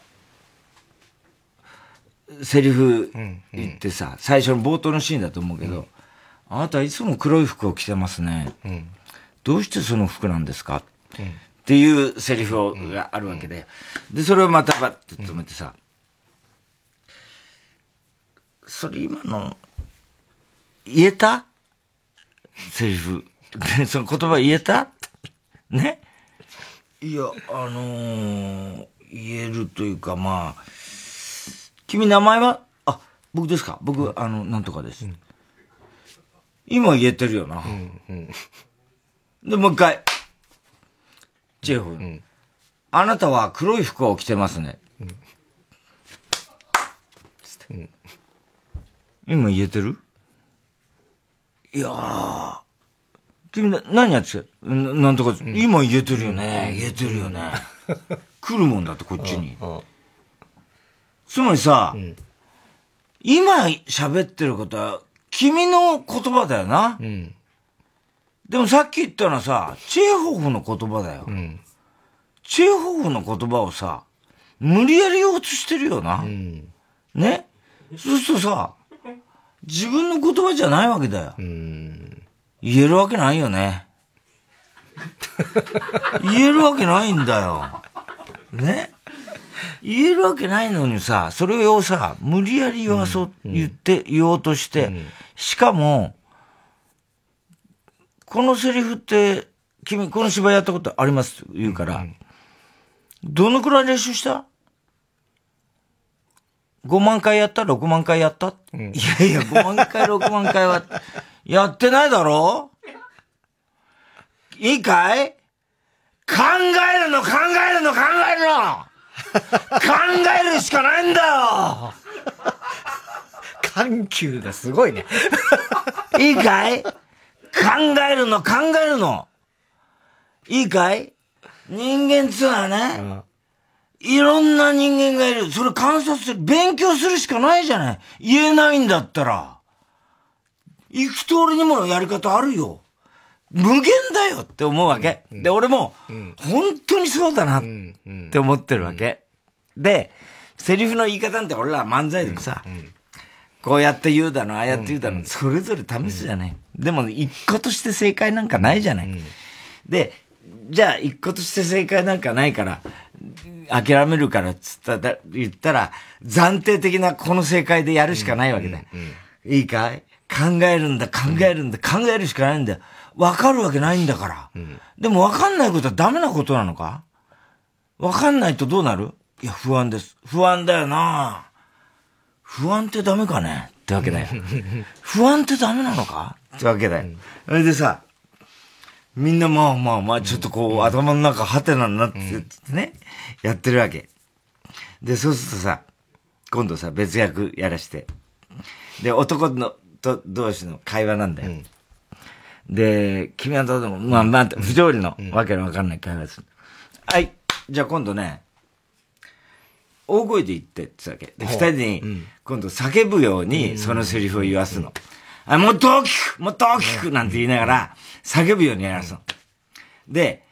Speaker 2: セリフ言ってさ、うんうん、最初の冒頭のシーンだと思うけど、うん、あなたいつも黒い服を着てますね。うん、どうしてその服なんですか、うん、っていうセリフをがあるわけで。で、それをまたバッと止めてさ、それ今の言えたセリフ。で、その言葉言えたねいや、あのー、言えるというか、まあ、君名前はあ、僕ですか僕、うん、あの、なんとかです。うん、今言えてるよな。うんうん、で、もう一回。ジェフ。うん、あなたは黒い服を着てますね。うん今言えてるいやー。君な、何やってななんとか、今言えてるよね。言えてるよね。来るもんだって、こっちに。つまりさ、今喋ってることは、君の言葉だよな。でもさっき言ったのはさ、チェーホフの言葉だよ。チェーホフの言葉をさ、無理やり用としてるよな。ねそうするとさ、自分の言葉じゃないわけだよ。言えるわけないよね。言えるわけないんだよ。ね言えるわけないのにさ、それをさ、無理やり言わそう、言って、言おうとして、しかも、このセリフって、君、この芝居やったことあります言うから、どのくらい練習した5万回やった ?6 万回やった、いやいや、5万回、6万回は、やってないだろいいかい考えるの、考えるの、考えるの考えるしかないんだよ
Speaker 1: 緩急がすごいね。
Speaker 2: いいかい考えるの、考えるの。いいかい人間っつうのはね、いろんな人間がいる。それ観察する、勉強するしかないじゃない。言えないんだったら。行く通りにもやり方あるよ。無限だよって思うわけ。で、俺も、本当にそうだなって思ってるわけ。で、セリフの言い方なんて俺ら漫才でもさ、こうやって言うだの、ああやって言うだの、それぞれ試すじゃない。でも、一個として正解なんかないじゃない。で、じゃあ、一個として正解なんかないから、諦めるからっつったら、言ったら、暫定的なこの正解でやるしかないわけだよ。いいかい考えるんだ、考えるんだ、考えるしかないんだよ。わかるわけないんだから。でもわかんないことはダメなことなのかわかんないとどうなるいや、不安です。不安だよな不安ってダメかねってわけだよ。不安ってダメなのかってわけだよ。それでさ、みんなまあまあまあ、ちょっとこう、頭の中ハテナになってってね、やってるわけ。で、そうするとさ、今度さ、別役やらして。で、男の、と、同士の会話なんだよ。で、君はどうでも、まあまあ、不条理の、わけのわかんない会話する。はい、じゃあ今度ね、大声で言ってってわけ。で、二人に、今度叫ぶように、そのセリフを言わすの。あ、もっと大きくもっと大きくなんて言いながら、叫ぶようにやらすの。で、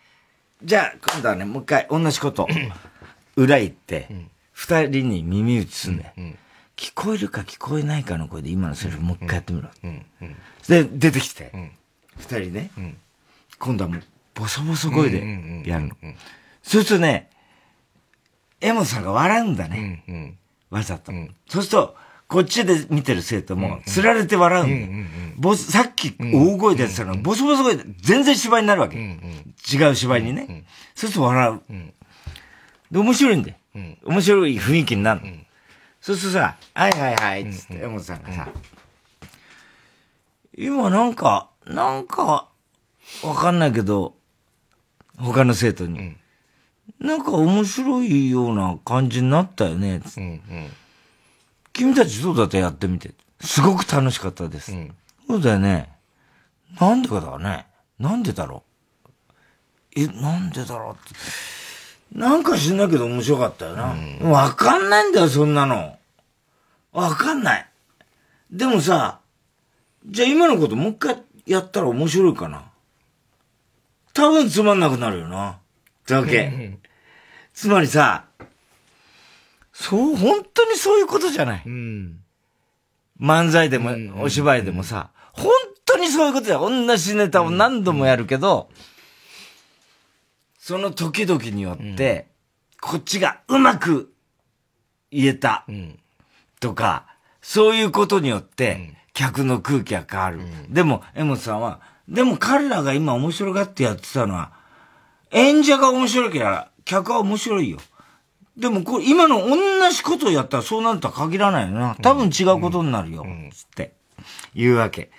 Speaker 2: じゃあ、今度はね、もう一回、同じこと、裏行って、二人に耳打ちすんだよ。聞こえるか聞こえないかの声で今のセリフもう一回やってみろ。で、出てきて、二人ね、今度はもう、ボソボソ声でやるの。そうするとね、エモさんが笑うんだね。わざと。そうすると、こっちで見てる生徒も、つられて笑うんだよ。ボス、さっき大声でやってたの、ボソボソ声で、全然芝居になるわけ。違う芝居にね。そうすると笑う。で、面白いんだよ。面白い雰囲気になるの。そうするとさ、はいはいはい、つって、エモさんがさ、今なんか、なんか、わかんないけど、他の生徒に、なんか面白いような感じになったよね、つって。君たちどうだったやってみて。すごく楽しかったです。そうだよね。なんでかだろうね。なんでだろう。え、なんでだろうって。なんか知んないけど面白かったよな。わ、かんないんだよ、そんなの。わかんない。でもさ、じゃあ今のこともう一回やったら面白いかな。多分つまんなくなるよな。ってわけ。つまりさ、そう、本当にそういうことじゃない。
Speaker 1: うん。
Speaker 2: 漫才でも、お芝居でもさ、本当にそういうことだよ。同じネタを何度もやるけど、その時々によって、こっちがうまく言えた
Speaker 1: ん
Speaker 2: とか、そういうことによって、客の空気が変わる。でも、江本さんは、でも彼らが今面白がってやってたのは、演者が面白ければ、客は面白いよ。でもこれ、今の同じことをやったらそうなるとは限らないよな。多分違うことになるよ。つって、言うわけ。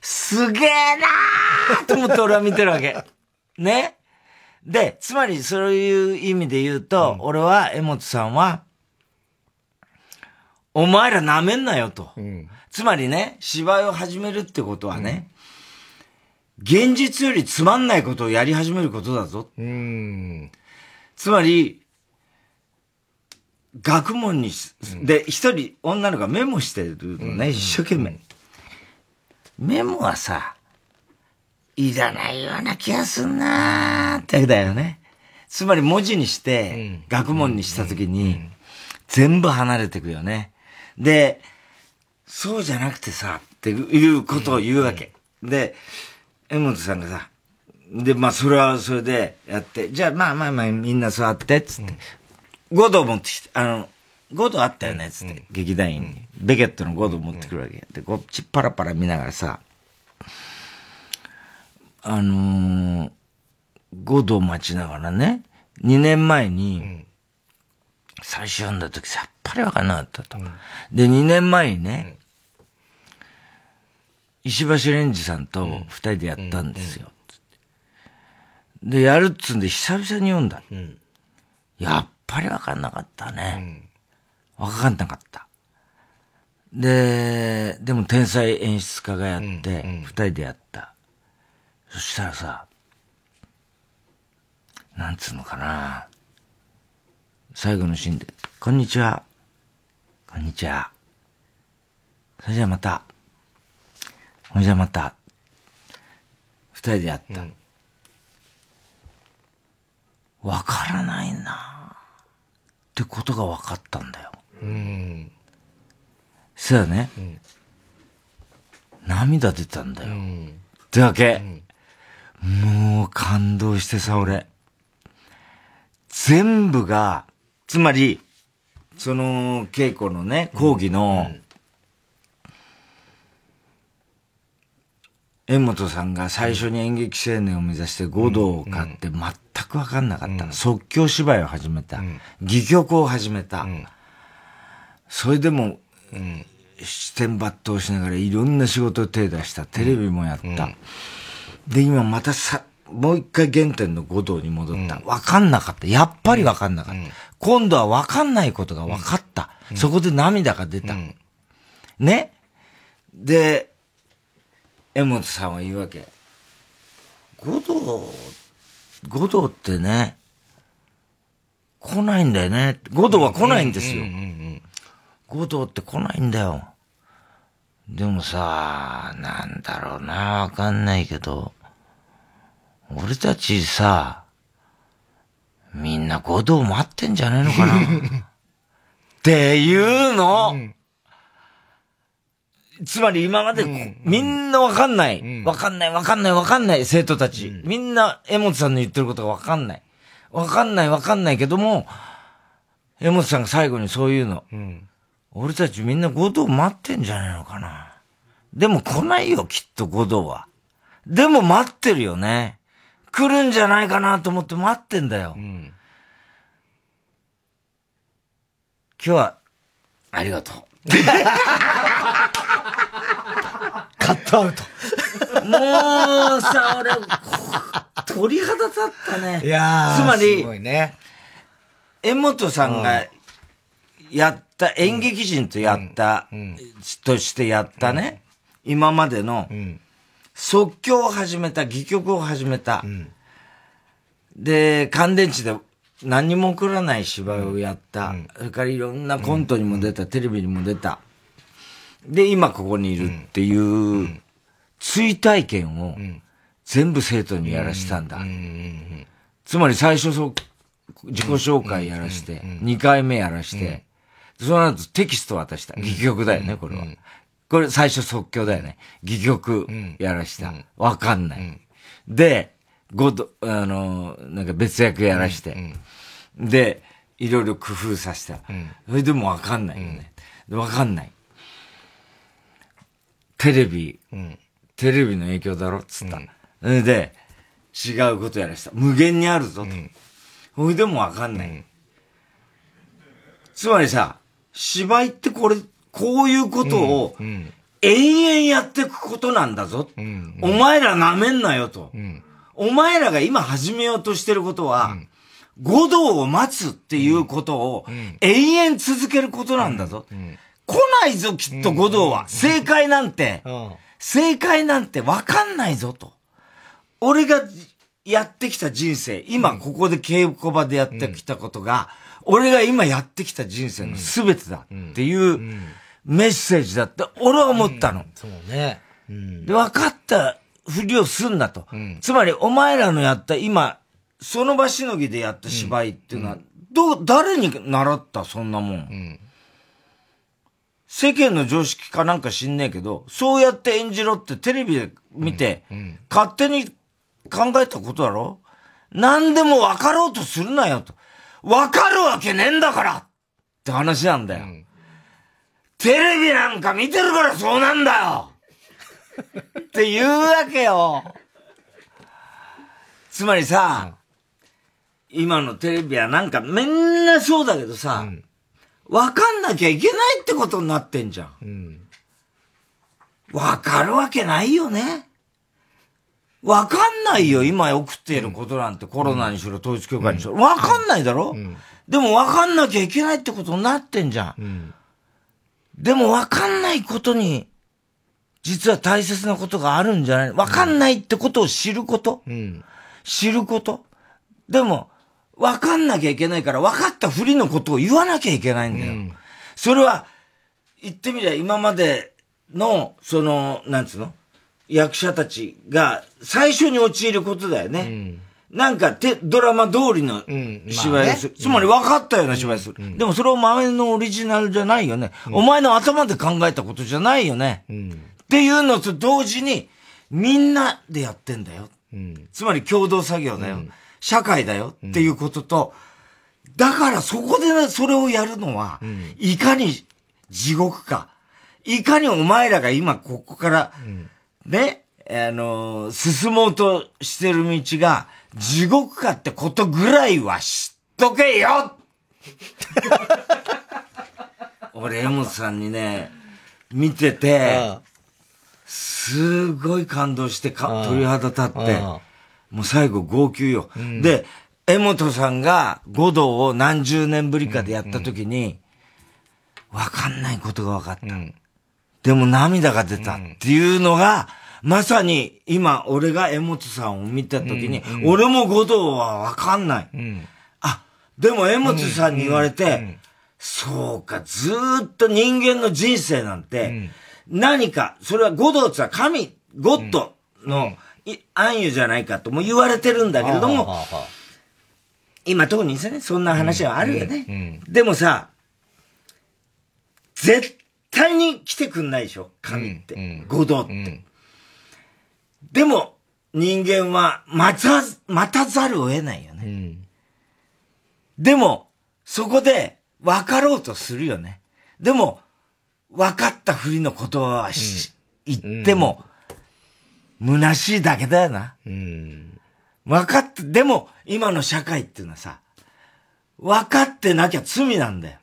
Speaker 2: すげえなーと思って俺は見てるわけ。ねで、つまりそういう意味で言うと、俺は、江本さんは、お前ら舐めんなよと。つまりね、芝居を始めるってことはね、現実よりつまんないことをやり始めることだぞ。つまり、学問にし、で、一人女の子がメモしてるのね、一生懸命。メモはさ、いらないような気がすんなーってだよね。つまり文字にして、学問にしたときに、全部離れていくよね。で、そうじゃなくてさ、っていうことを言うわけ。で、江本さんがさ、で、まあ、それはそれでやって、じゃあ、まあまあまあ、みんな座って、つって。ゴド持ってきて、あの、ゴドあったよね、つって、劇団員に。ベケットのゴド持ってくるわけ。で、こっちパラパラ見ながらさ、あのー、ゴド待ちながらね、2年前に、最初読んだ時さっぱりわかんなかったと。で、2年前にね、石橋蓮司さんと2人でやったんですよ。つってで、やるっつうんで久々に読んだ。やっぱりわかんなかったね。わ、かんなかった。で、でも天才演出家がやって、二、人でやった。そしたらさ、なんつうのかな。最後のシーンで、こんにちは。こんにちは。それじゃあまた。それじゃあまた。二人でやった。わからないなってことが分かったんだよ。
Speaker 3: うん。
Speaker 2: そうだね。涙出たんだよ。ってわけ。もう感動してさ、俺。全部が、つまり、その稽古のね、講義の、江本さんが最初に演劇青年を目指して合同を買って全くわかんなかった、即興芝居を始めた。戯曲を始めた。それでも、視点抜刀しながらいろんな仕事を手出した。テレビもやった。で、今またさ、もう一回原点の五道に戻った。わ、かんなかった。やっぱりわかんなかった。今度はわかんないことがわかった。そこで涙が出た。ねで、江本さんは言うわけ。五道、五道ってね、来ないんだよね。五道は来ないんですよ。五道って来ないんだよ。でもさ、なんだろうな、わかんないけど、俺たちさ、みんな五道待ってんじゃねえのかな っていうの、つまり今までこ、みんなわかんない。わ、かんない、わかんない、わかんない、生徒たち。みんな、江本さんの言ってることがわかんない。わかんない、わかんないけども、江本さんが最後にそういうの。俺たちみんな五道待ってんじゃねえのかな。でも来ないよ、きっと五道は。でも待ってるよね。来るんじゃないかなと思って待ってんだよ。今日は、ありがとう。
Speaker 1: カットアウト。
Speaker 2: もうさ、俺、鳥肌立ったね。
Speaker 1: いやー
Speaker 2: つまり
Speaker 1: すごいね。
Speaker 2: 江本さんがやった、演劇人とやった、としてやったね、今までの、即興を始めた、戯曲を始めた、で、乾電池で何にも起こらない芝居をやった、それからいろんなコントにも出た、テレビにも出た、で、今ここにいるっていう、追体験を全部生徒にやらしたんだ。つまり最初そう、自己紹介やらして、2回目やらして、その後テキスト渡した。戯曲だよね、これは。これ最初即興だよね。戯曲やらした。わかんない。で、ごと、あの、なんか別役やらして。で、いろいろ工夫させた。それでもわかんないよね。でわかんない。テレビ、テレビの影響だろっつった。それで、違うことやらした。無限にあるぞと。ほいでもわかんない。つまりさ、芝居ってこれ、こういうことを、延々やっていくことなんだぞ。お前ら舐めんなよと。お前らが今始めようとしてることは、五道を待つっていうことを永遠続けることなんだぞ。来ないぞ、きっと五道は。正解なんて、正解なんてわかんないぞと。俺がやってきた人生、今ここで稽古場でやってきたことが、俺が今やってきた人生の全てだっていうメッセージだって俺は思ったの。
Speaker 1: そうね。
Speaker 2: で、分かったふりをすんなと。つまり、お前らのやった今、その場しのぎでやった芝居っていうのは、ど、誰に習ったそんなもん。世間の常識かなんか知んねえけど、そうやって演じろってテレビで見て、勝手に考えたことだろ何でも分かろうとするなよと。分かるわけねえんだからって話なんだよ。テレビなんか見てるからそうなんだよって言うわけよ。つまりさ、今のテレビはなんかみんなそうだけどさ、わ、かんなきゃいけないってことになってんじゃん。わ、かるわけないよね。わかんないよ、今送っていることなんて、コロナにしろ、統一教会にしろ。わかんないだろ、でもわかんなきゃいけないってことになってんじゃん。でもわかんないことに、実は大切なことがあるんじゃないわかんないってことを知ること、知ることでも、わかんなきゃいけないから、分かったふりのことを言わなきゃいけないんだよ。それは、言ってみりゃ今までの、その、なんつうの役者たちが最初に陥ることだよね。なんか、て、ドラマ通りの芝居をする。つまり分かったような芝居をする。でもそれを前のオリジナルじゃないよね。お前の頭で考えたことじゃないよね。っていうのと同時に、みんなでやってんだよ。つまり共同作業だよ。社会だよっていうことと、だからそこでねそれをやるのは、いかに地獄か、いかにお前らが今ここから、ね、あのー進もうとしてる道が地獄かってことぐらいは知っとけよ俺、山本さんにね、見てて、すごい感動してか、鳥肌立って、
Speaker 1: あ
Speaker 2: もう最後号泣よ。で、江本さんが五道を何十年ぶりかでやった時に、わ、かんないことが分かった。でも涙が出たっていうのが、まさに今俺が江本さんを見た時に、
Speaker 3: うんうん
Speaker 2: 俺も五道はわかんない。
Speaker 3: うん。
Speaker 2: でも江本さんに言われて、そうか、ずーっと人間の人生なんて、何か、それは五道つは神、ゴッドの、い暗喩じゃないかとも言われてるんだけれども、今特にね、そんな話はあるよね。でもさ、絶対に来てくんないでしょ神って。五道って。でも、人間は待たず、待たざるを得ないよね。でも、そこで分かろうとするよね。でも、分かったふりの言葉はし、言っても、虚しいだけだよな。分かって、でも、今の社会っていうのはさ、分かってなきゃ罪なんだよ。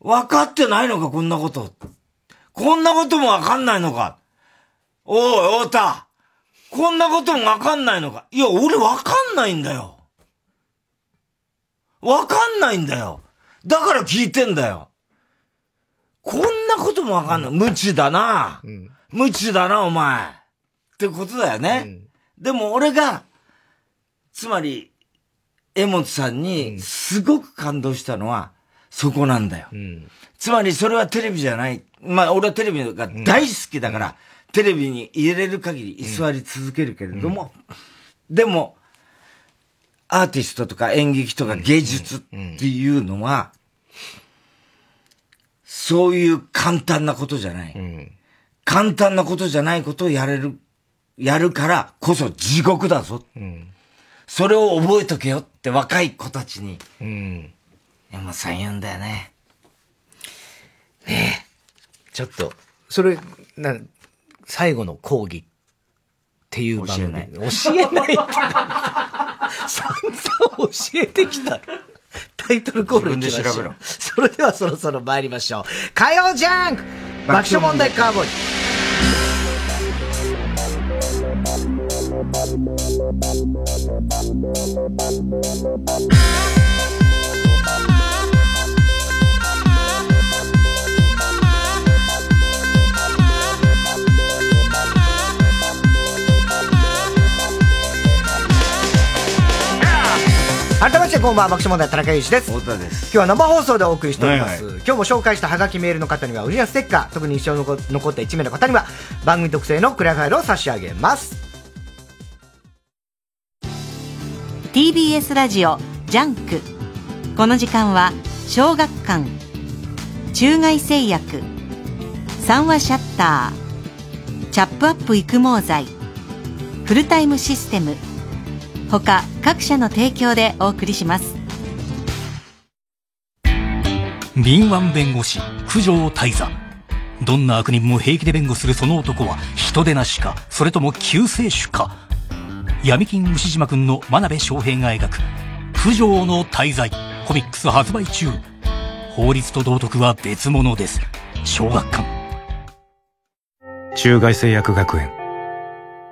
Speaker 2: 分かってないのか、こんなこと。こんなことも分かんないのか。おい、太田。こんなことも分かんないのか。いや、俺分かんないんだよ。分かんないんだよ。だから聞いてんだよ。こんなことも分かんない。無知だな。無知だな、お前。ってことだよね。でも俺が、つまり、江本さんにすごく感動したのは、そこなんだよ。つまりそれはテレビじゃない。まあ俺はテレビが大好きだから、テレビに入れる限り居座り続けるけれども、でも、アーティストとか演劇とか芸術っていうのは、そういう簡単なことじゃない。簡単なことじゃないことをやれる、やるからこそ地獄だぞ。それを覚えとけよって若い子たちに、山本さん言うんだよね。
Speaker 1: ちょっと、それ、な、最後の講義っていう番組。教えない。って。散々教えてきた。タイトルコールいきましょう
Speaker 2: 自分で調べろ
Speaker 1: それではそろそろ参りましょう。火曜ジャンク爆笑問題カーボーイ。改めましてこんばんは爆笑問題田中裕二です
Speaker 2: 太田です
Speaker 1: 今日は生放送でお送りしております、
Speaker 2: はい
Speaker 1: 今日も紹介したハガキメールの方には売りやステッカー特に一生残残った1名の方には番組特製のクレアファイルを差し上げます
Speaker 3: TBS ラジオジャンクこの時間は小学館中外製薬三話シャッターチャップアップ育毛剤フルタイムシステム他各社の提供でお送りします
Speaker 4: 敏腕弁護士九条泰山どんな悪人も平気で弁護するその男は人でなしかそれとも救世主か闇金牛島くんの真鍋翔平が描く九条の滞在コミックス発売中法律と道徳は別物です小学館
Speaker 5: 中外製薬学園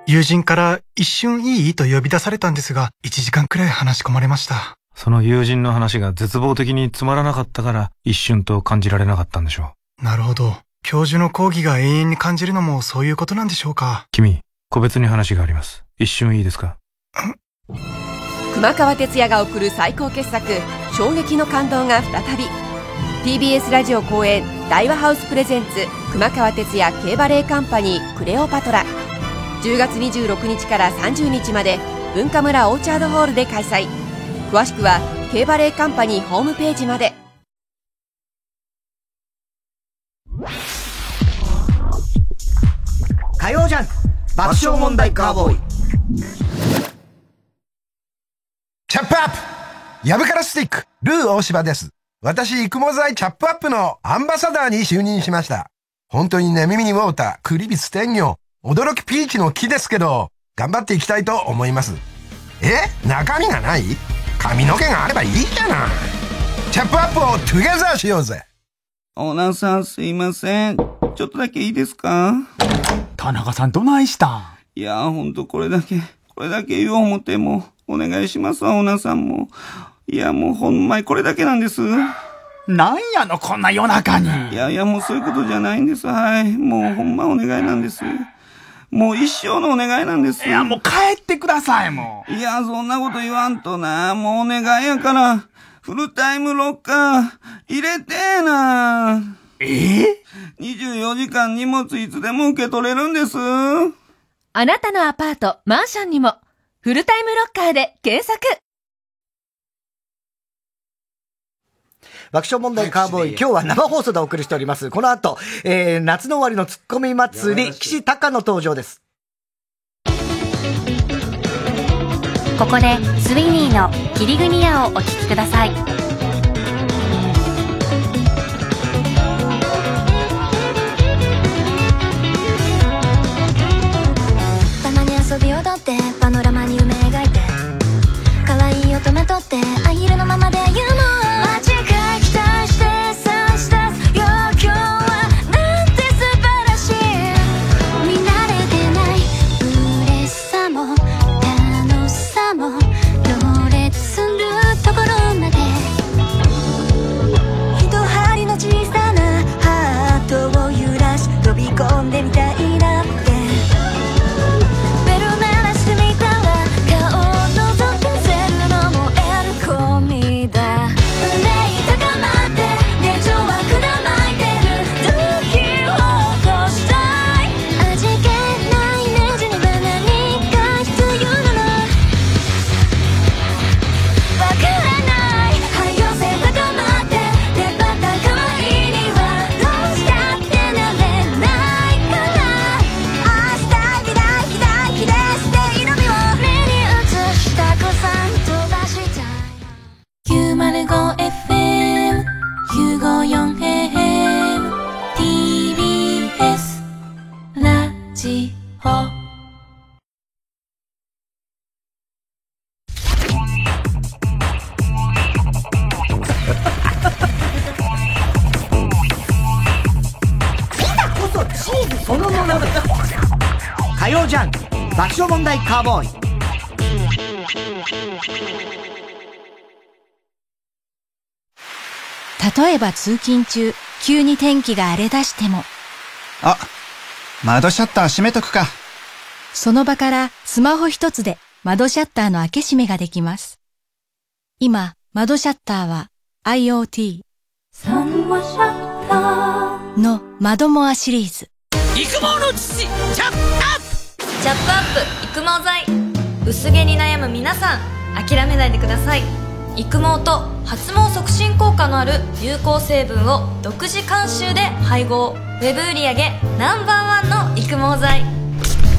Speaker 6: 友人から一瞬いいと呼び出されたんですが、1時間くらい話し込まれました。
Speaker 5: その友人の話が絶望的につまらなかったから一瞬と感じられなかったんでしょう
Speaker 6: なるほど。教授の講義が永遠に感じるのもそういうことなんでしょうか。
Speaker 5: 君個別に話があります一瞬いいですか
Speaker 7: 熊川哲也が送る最高傑作「衝撃の感動」が再び TBS ラジオ公演「大和ハウスプレゼンツ熊川哲也 K バレエカンパニークレオパトラ」10月26日から30日まで文化村オーチャードホールで開催詳しくは K バレエカンパニーホームページまで
Speaker 1: 火曜ジャンク爆笑問題カーボーイ
Speaker 8: チャップアップヤブカラスティックルー大柴です。私、育毛剤チャップアップのアンバサダーに就任しました。本当にね、耳にウォーター、クリビス天魚、驚きピーチの木ですけど、頑張っていきたいと思います。え中身がない髪の毛があればいいじゃない。チャップアップをトゥゲザーしようぜ
Speaker 9: オーナーさんすいません。ちょっとだけいいですか
Speaker 10: 田中さんどないした
Speaker 9: いやーほんとこれだけ、これだけ言おう思ても、お願いしますわ、オーナーさんも。いや、もうほんまにこれだけなんです。
Speaker 10: なんやの、こんな夜中に。
Speaker 9: いやいや、もうそういうことじゃないんです。はい。もうほんまお願いなんです。もう一生のお願いなんです。いや、もう帰ってください、もう。いや、そんなこと言わんとな。もうお願いやから、フルタイムロッカー、入れてえな。え ?24 時間荷物いつでも受け取れるんです。
Speaker 11: あなたのアパート、マンションにも、フルタイムロッカーで検索
Speaker 1: 爆笑問題カーボーイ、今日は生放送でお送りしております。この後、えー、夏の終わりのツッコミ祭り、岸隆の登場です。
Speaker 12: ここでスウィニーの「キリグニア」をお聴きください
Speaker 13: たまに遊び踊ってパノラマに夢描いて可愛い乙女とってアヒルのままで言うの間違い期待して差し出すよ今日はなんて素晴らしい見慣れてない嬉しさも楽しさも行列するところまで
Speaker 14: 一針の小さなハートを揺らし飛び込んでみたいなって
Speaker 13: ベル鳴らしてみたら顔を覗かせるのもエルコミだ胸高まって熱情はくだまいてる時を起こしたい味気ないネジには何か必要なのわからない汎用性高まって出バった可愛いにはどうしたってなれないから明日ひだひだひだして色味を目に映した子さん飛ばしたい
Speaker 15: 905FM 954AM TBS ラジオ
Speaker 1: 今こそチーズそのものだ。火曜ジャンク、爆笑問題カーボーイ。
Speaker 16: 例えば通勤中、急に天気が荒れ出しても、
Speaker 4: あ、窓シャッター閉めとくか。
Speaker 16: その場からスマホ一つで窓シャッターの開け閉めができます。今、窓シャッターは IoT の窓モアシリーズ。
Speaker 17: 育毛の父チャップアップチャップアップ育毛剤薄毛に悩む皆さん諦めないでください育毛と発毛促進効果のある有効成分を独自監修で配合ウェブ売上ナンバーワンの育毛剤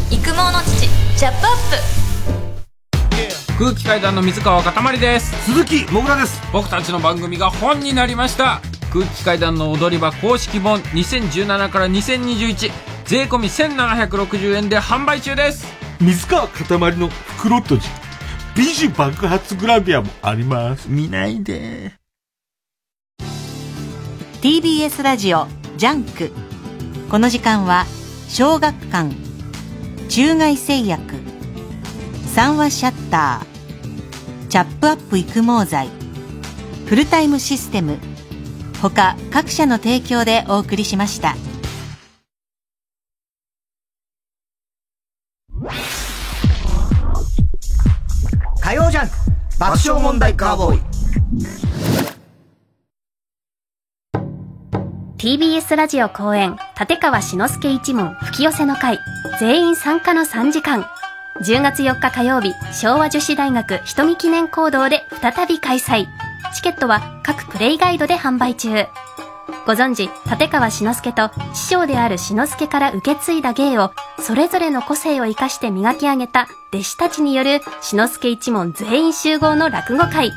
Speaker 17: 育毛の父チャップアッ
Speaker 18: 空気階段の水川かたまりです鈴木もぐらです僕たちの番組が本になりました空気階段の踊り場公式本2017から2021税込み1760円で販売中です
Speaker 19: 水川かたまりの袋とじ美女爆発グラビアもあります見ないで
Speaker 3: TBS ラジオジャンクこの時間は小学館中外製薬三話シャッターチャップアップ育毛剤フルタイムシステム他各社の提供でお送りしました。
Speaker 1: 火曜ジャンク爆笑問題カーボーイ
Speaker 12: TBS ラジオ公演立川志の輔一門吹き寄せの会全員参加の3時間10月4日火曜日昭和女子大学瞳記念講堂で再び開催チケットは各プレイガイドで販売中ご存知立川志の輔と師匠である志の輔から受け継いだ芸をそれぞれの個性を生かして磨き上げた弟子たちによる志の輔一門全員集合の落語会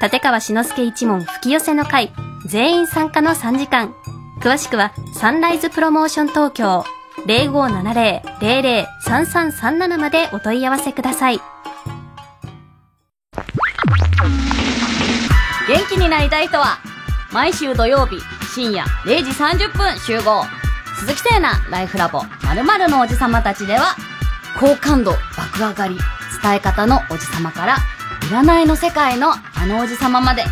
Speaker 12: 立川志の輔一門吹き寄せの会全員参加の3時間詳しくはサンライズプロモーション東京0570-003337までお問い合わせください
Speaker 20: 元気になりたい人は毎週土曜日深夜0時30分集合鈴木聖奈ライフラボ〇〇のおじさまたちでは好感度爆上がり伝え方のおじさまから占いの世界のあのおじさままで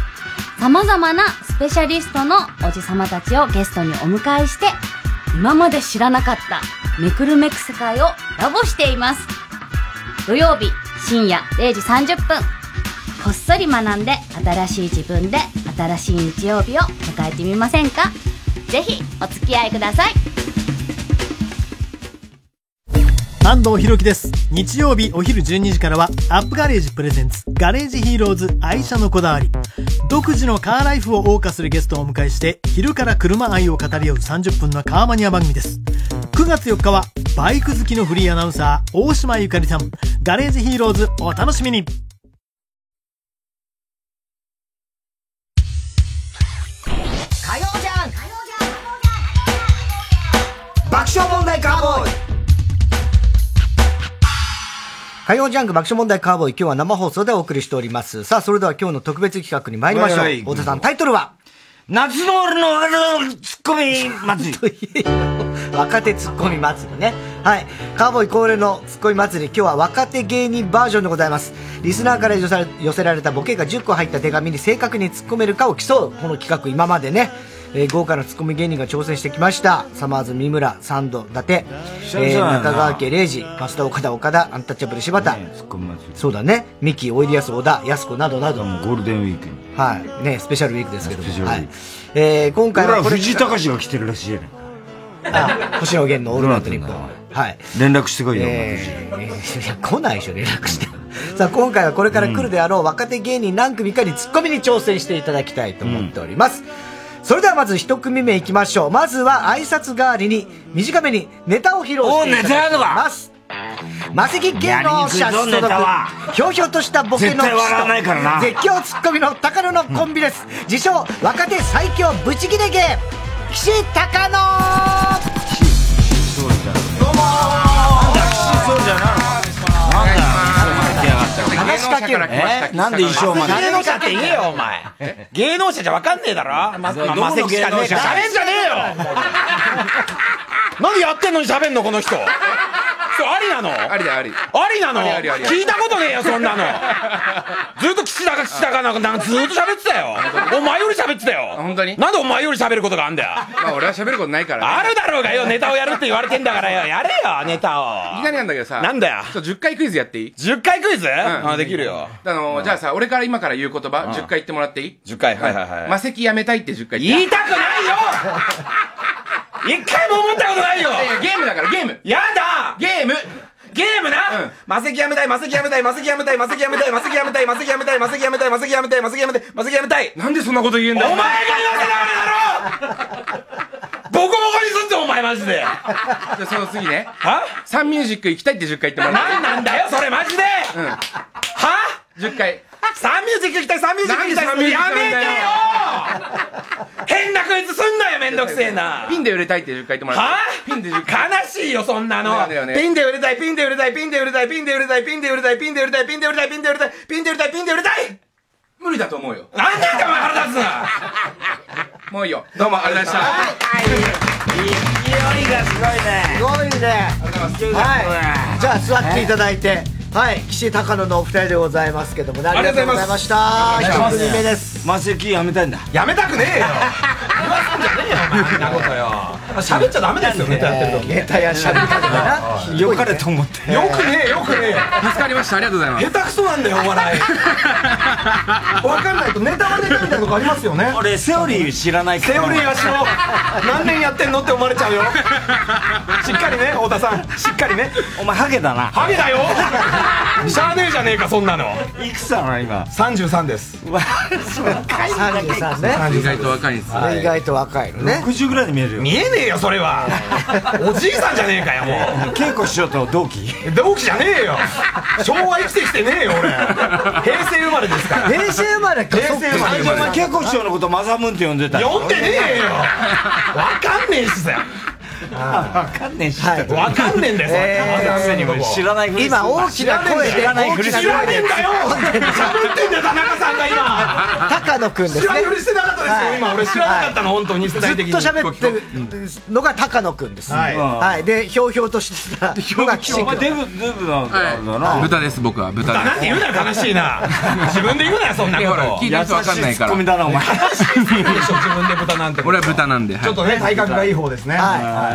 Speaker 20: 様々なスペシャリストのおじさまたちをゲストにお迎えして今まで知らなかっためくるめく世界をラボしています土曜日深夜0時30分こっそり学んで新しい自分で新しい日曜日を迎えてみませんかぜひお付き合いください
Speaker 21: 安藤博樹です日曜日お昼12時からはアップガレージプレゼンツガレージヒーローズ愛車のこだわり独自のカーライフを謳歌するゲストをお迎えして昼から車愛を語り合う30分のカーマニア番組です9月4日はバイク好きのフリーアナウンサー大島ゆかりさんガレージヒーローズお楽しみに
Speaker 1: 火曜ジャン爆笑問題カーボーイ火曜ジャンク爆笑問題カーボーイ今日は生放送でお送りしておりますさあそれでは今日の特別企画に参りましょう、
Speaker 2: はいはい
Speaker 1: 太田さんタイトルは夏の俺のあのツッコミ祭り若手ツッコミ祭りねはいカーボーイ恒例のツッコミ祭り今日は若手芸人バージョンでございますリスナーから寄せられ寄せられたボケが10個入った手紙に正確に突っ込めるかを競うこの企画今までね、えー豪華なツッコミ芸人が挑戦してきましたサマーズ三村サンド伊達、え
Speaker 2: 久々
Speaker 1: ー
Speaker 2: やな
Speaker 1: 中川家礼二パスタ岡田岡田アンタッチャブル柴田、そうだね。ミキ、おいでやす、小田、やす子などなど。ゴールデンウィークに。はい。ね、スペシャルウィークですけども。
Speaker 2: スペシャルウ
Speaker 1: は
Speaker 2: ィー
Speaker 1: い
Speaker 2: ク。
Speaker 1: えー、今
Speaker 2: 今回
Speaker 1: 回
Speaker 2: は
Speaker 1: は。
Speaker 2: 藤井隆が来てるらしいやね
Speaker 1: あ、星野源のオールナイトニッポン。はい。
Speaker 2: 連絡してこいよ、
Speaker 1: えー、いや来ないでしょ、連絡して。さあ、今回はこれから来るであろう若手芸人何組かにツッコミに挑戦していただきたいと思っております。それではまず一組目いきましょう。まずは挨拶代わりに、短めにネタを披露していただきます。
Speaker 2: おーネタやるわ
Speaker 1: マセキ芸能者所
Speaker 2: やりにくいぞネタは
Speaker 1: 属ひょうひょうとしたボケの
Speaker 2: 絶対笑わないからな
Speaker 1: 絶叫ツッコミの高野のコンビです、自称若手最強ブチギレ芸岸高野
Speaker 2: そうじゃな
Speaker 22: 話しかける
Speaker 2: えなんで衣装まで
Speaker 22: 芸能者って言えよ、お前。芸能者じゃわかんねえだろま、
Speaker 2: どこ
Speaker 22: ま、
Speaker 2: の
Speaker 22: マセキしかねえか
Speaker 2: 芸能
Speaker 22: ら。
Speaker 2: 者
Speaker 22: 喋んじゃねえよなんでやってんのに喋んの、この人。ありなのありだあり。ありなの
Speaker 6: ありありあり
Speaker 22: 聞いたことねえよ、そんなの。ずっと岸田か岸田かなんか、なんかずっと喋ってたよ。お前より喋ってたよ。本当になんでお前より喋ることがあんだよ。
Speaker 6: まあ俺は喋ることないから、
Speaker 22: あるだろうがよ、ネタをやるって言われてんだからよ。やれよ、ネタを。
Speaker 6: いきなりなんだけどさ。
Speaker 22: なんだよ。
Speaker 6: ちょっと10回クイズやっていい
Speaker 22: ?10 回クイズ
Speaker 6: うん
Speaker 22: あできるよ。
Speaker 6: あの
Speaker 22: うん
Speaker 6: じゃあさ、俺から今から言う言葉、
Speaker 22: うん
Speaker 6: 10回言ってもらっていい
Speaker 22: ?10 回、はいはいはい。
Speaker 6: 魔石やめたいって10回
Speaker 22: 言いたくないよ 一回も思ったことないよ
Speaker 6: いやいやゲームだからゲーム
Speaker 22: やだ
Speaker 6: ゲーム
Speaker 22: ゲームなマセキやめたい、マセキやめたい、マセキやめたい、マセキやめたい、マセキやめたい、マセキやめたい、マセキやめたい、マセキやめたい、マセキやめたい、マセキやめたい。
Speaker 6: なんでそんなこと言うんだよ
Speaker 22: お前が言わせられだろボコボコにすんぞ、お前マジで。
Speaker 6: じゃあその次ね
Speaker 22: は
Speaker 6: サンミュージック行きたいって10回言ってもらっていい
Speaker 22: 何なんだよ、それマジで
Speaker 6: うん
Speaker 22: は
Speaker 6: 10回
Speaker 22: サンミュージック行きたい、サンミュージック行きたい。
Speaker 6: なんでサンミュージ
Speaker 22: や
Speaker 6: ック
Speaker 22: めてよ変なクイズすん なよ、めんどくせえな。
Speaker 6: ピンで売れたいって10回言ってもらっていい
Speaker 22: はピンで悲しいよそんなの
Speaker 6: だよね
Speaker 22: ピンで売れたいピンで売れたいピンで売れたいピンで売れたいピンで売れたいピンで売れたいピンで売れたいピンで売れたいピンで売れたいピンで売れたい
Speaker 6: 無理だと思うよ
Speaker 22: なんなんだお前腹立つな
Speaker 6: もういいよどうもありがとうございました
Speaker 1: 勢いがすごいねすごいねはいじゃあ座っていただいてはい岸高野のお二人でございますけどもねありがとうございました
Speaker 2: ありがとうご
Speaker 1: 一
Speaker 2: ざいます
Speaker 1: 組目です
Speaker 2: マセキやめたいんだ。
Speaker 22: やめたくねえよなことよ喋っちゃダメですよネタやってる時
Speaker 1: ネタやしゃべった
Speaker 2: な。よかれと思って。
Speaker 22: よくねえよくねえよ
Speaker 6: 助かりましたありがとうございます
Speaker 22: 下手くそなんだよお笑い分かんないとネタはネタみたいなとこありますよね
Speaker 2: 俺、セオリー知らないから。
Speaker 22: セオリー足の何年やってんのって思われちゃ うよしっかりね太田さんしっかりね
Speaker 2: お前、ハゲだな。
Speaker 22: ハゲだよしゃあねえじゃねえかそんなの
Speaker 2: いくつなの今。
Speaker 22: 33です
Speaker 1: 33ね
Speaker 6: 意外と若いんです
Speaker 1: あれ意外と若いのね
Speaker 2: 60ぐらいに見えるよ。
Speaker 22: 見えねえよそれはおじいさんじゃねえかよも
Speaker 2: 稽古しようと同期。
Speaker 22: う同期じゃねえよ昭和生きてきてねえよ俺平成生まれですから
Speaker 1: 平成生まれか
Speaker 22: 平成生まれ
Speaker 2: お前、稽古師匠のことマザムーンって呼んでた。
Speaker 22: 読んでねえよわかんねえしさ
Speaker 2: わかんねえし。
Speaker 1: はい
Speaker 22: わかんねえんだよそれ
Speaker 2: 知らないふりする
Speaker 1: 今大きな声で
Speaker 2: 知らないふり
Speaker 1: 大き
Speaker 2: す
Speaker 1: な声
Speaker 2: る
Speaker 22: 知らねえんだよ喋ってんだよ田中さんが今
Speaker 1: 高野くんですね
Speaker 22: 知らんよりしてなかったですよ、
Speaker 1: はい
Speaker 22: 今俺知らなかったの、本当に世
Speaker 1: ず
Speaker 22: 代
Speaker 1: っと
Speaker 22: 的に
Speaker 1: 喋ってるのが高野くんです、
Speaker 22: は
Speaker 1: はいいでひょうひょうとしてたのが岸君
Speaker 2: お前、デブ、デブなんだな。
Speaker 6: 豚です僕は豚
Speaker 22: なんて
Speaker 6: で
Speaker 22: 言うなよ悲しいな 自分で言うなよそんな
Speaker 6: すい
Speaker 22: こ
Speaker 6: や
Speaker 22: と
Speaker 6: ほら聞いてる人わかんない
Speaker 2: ツ
Speaker 6: か
Speaker 2: ッコミ
Speaker 6: ら
Speaker 2: だな、 お前。
Speaker 22: 悲しいでしょ自分で豚なんて
Speaker 6: 俺は豚なんで、はい、
Speaker 22: ちょっとね体格がいい方ですね
Speaker 1: は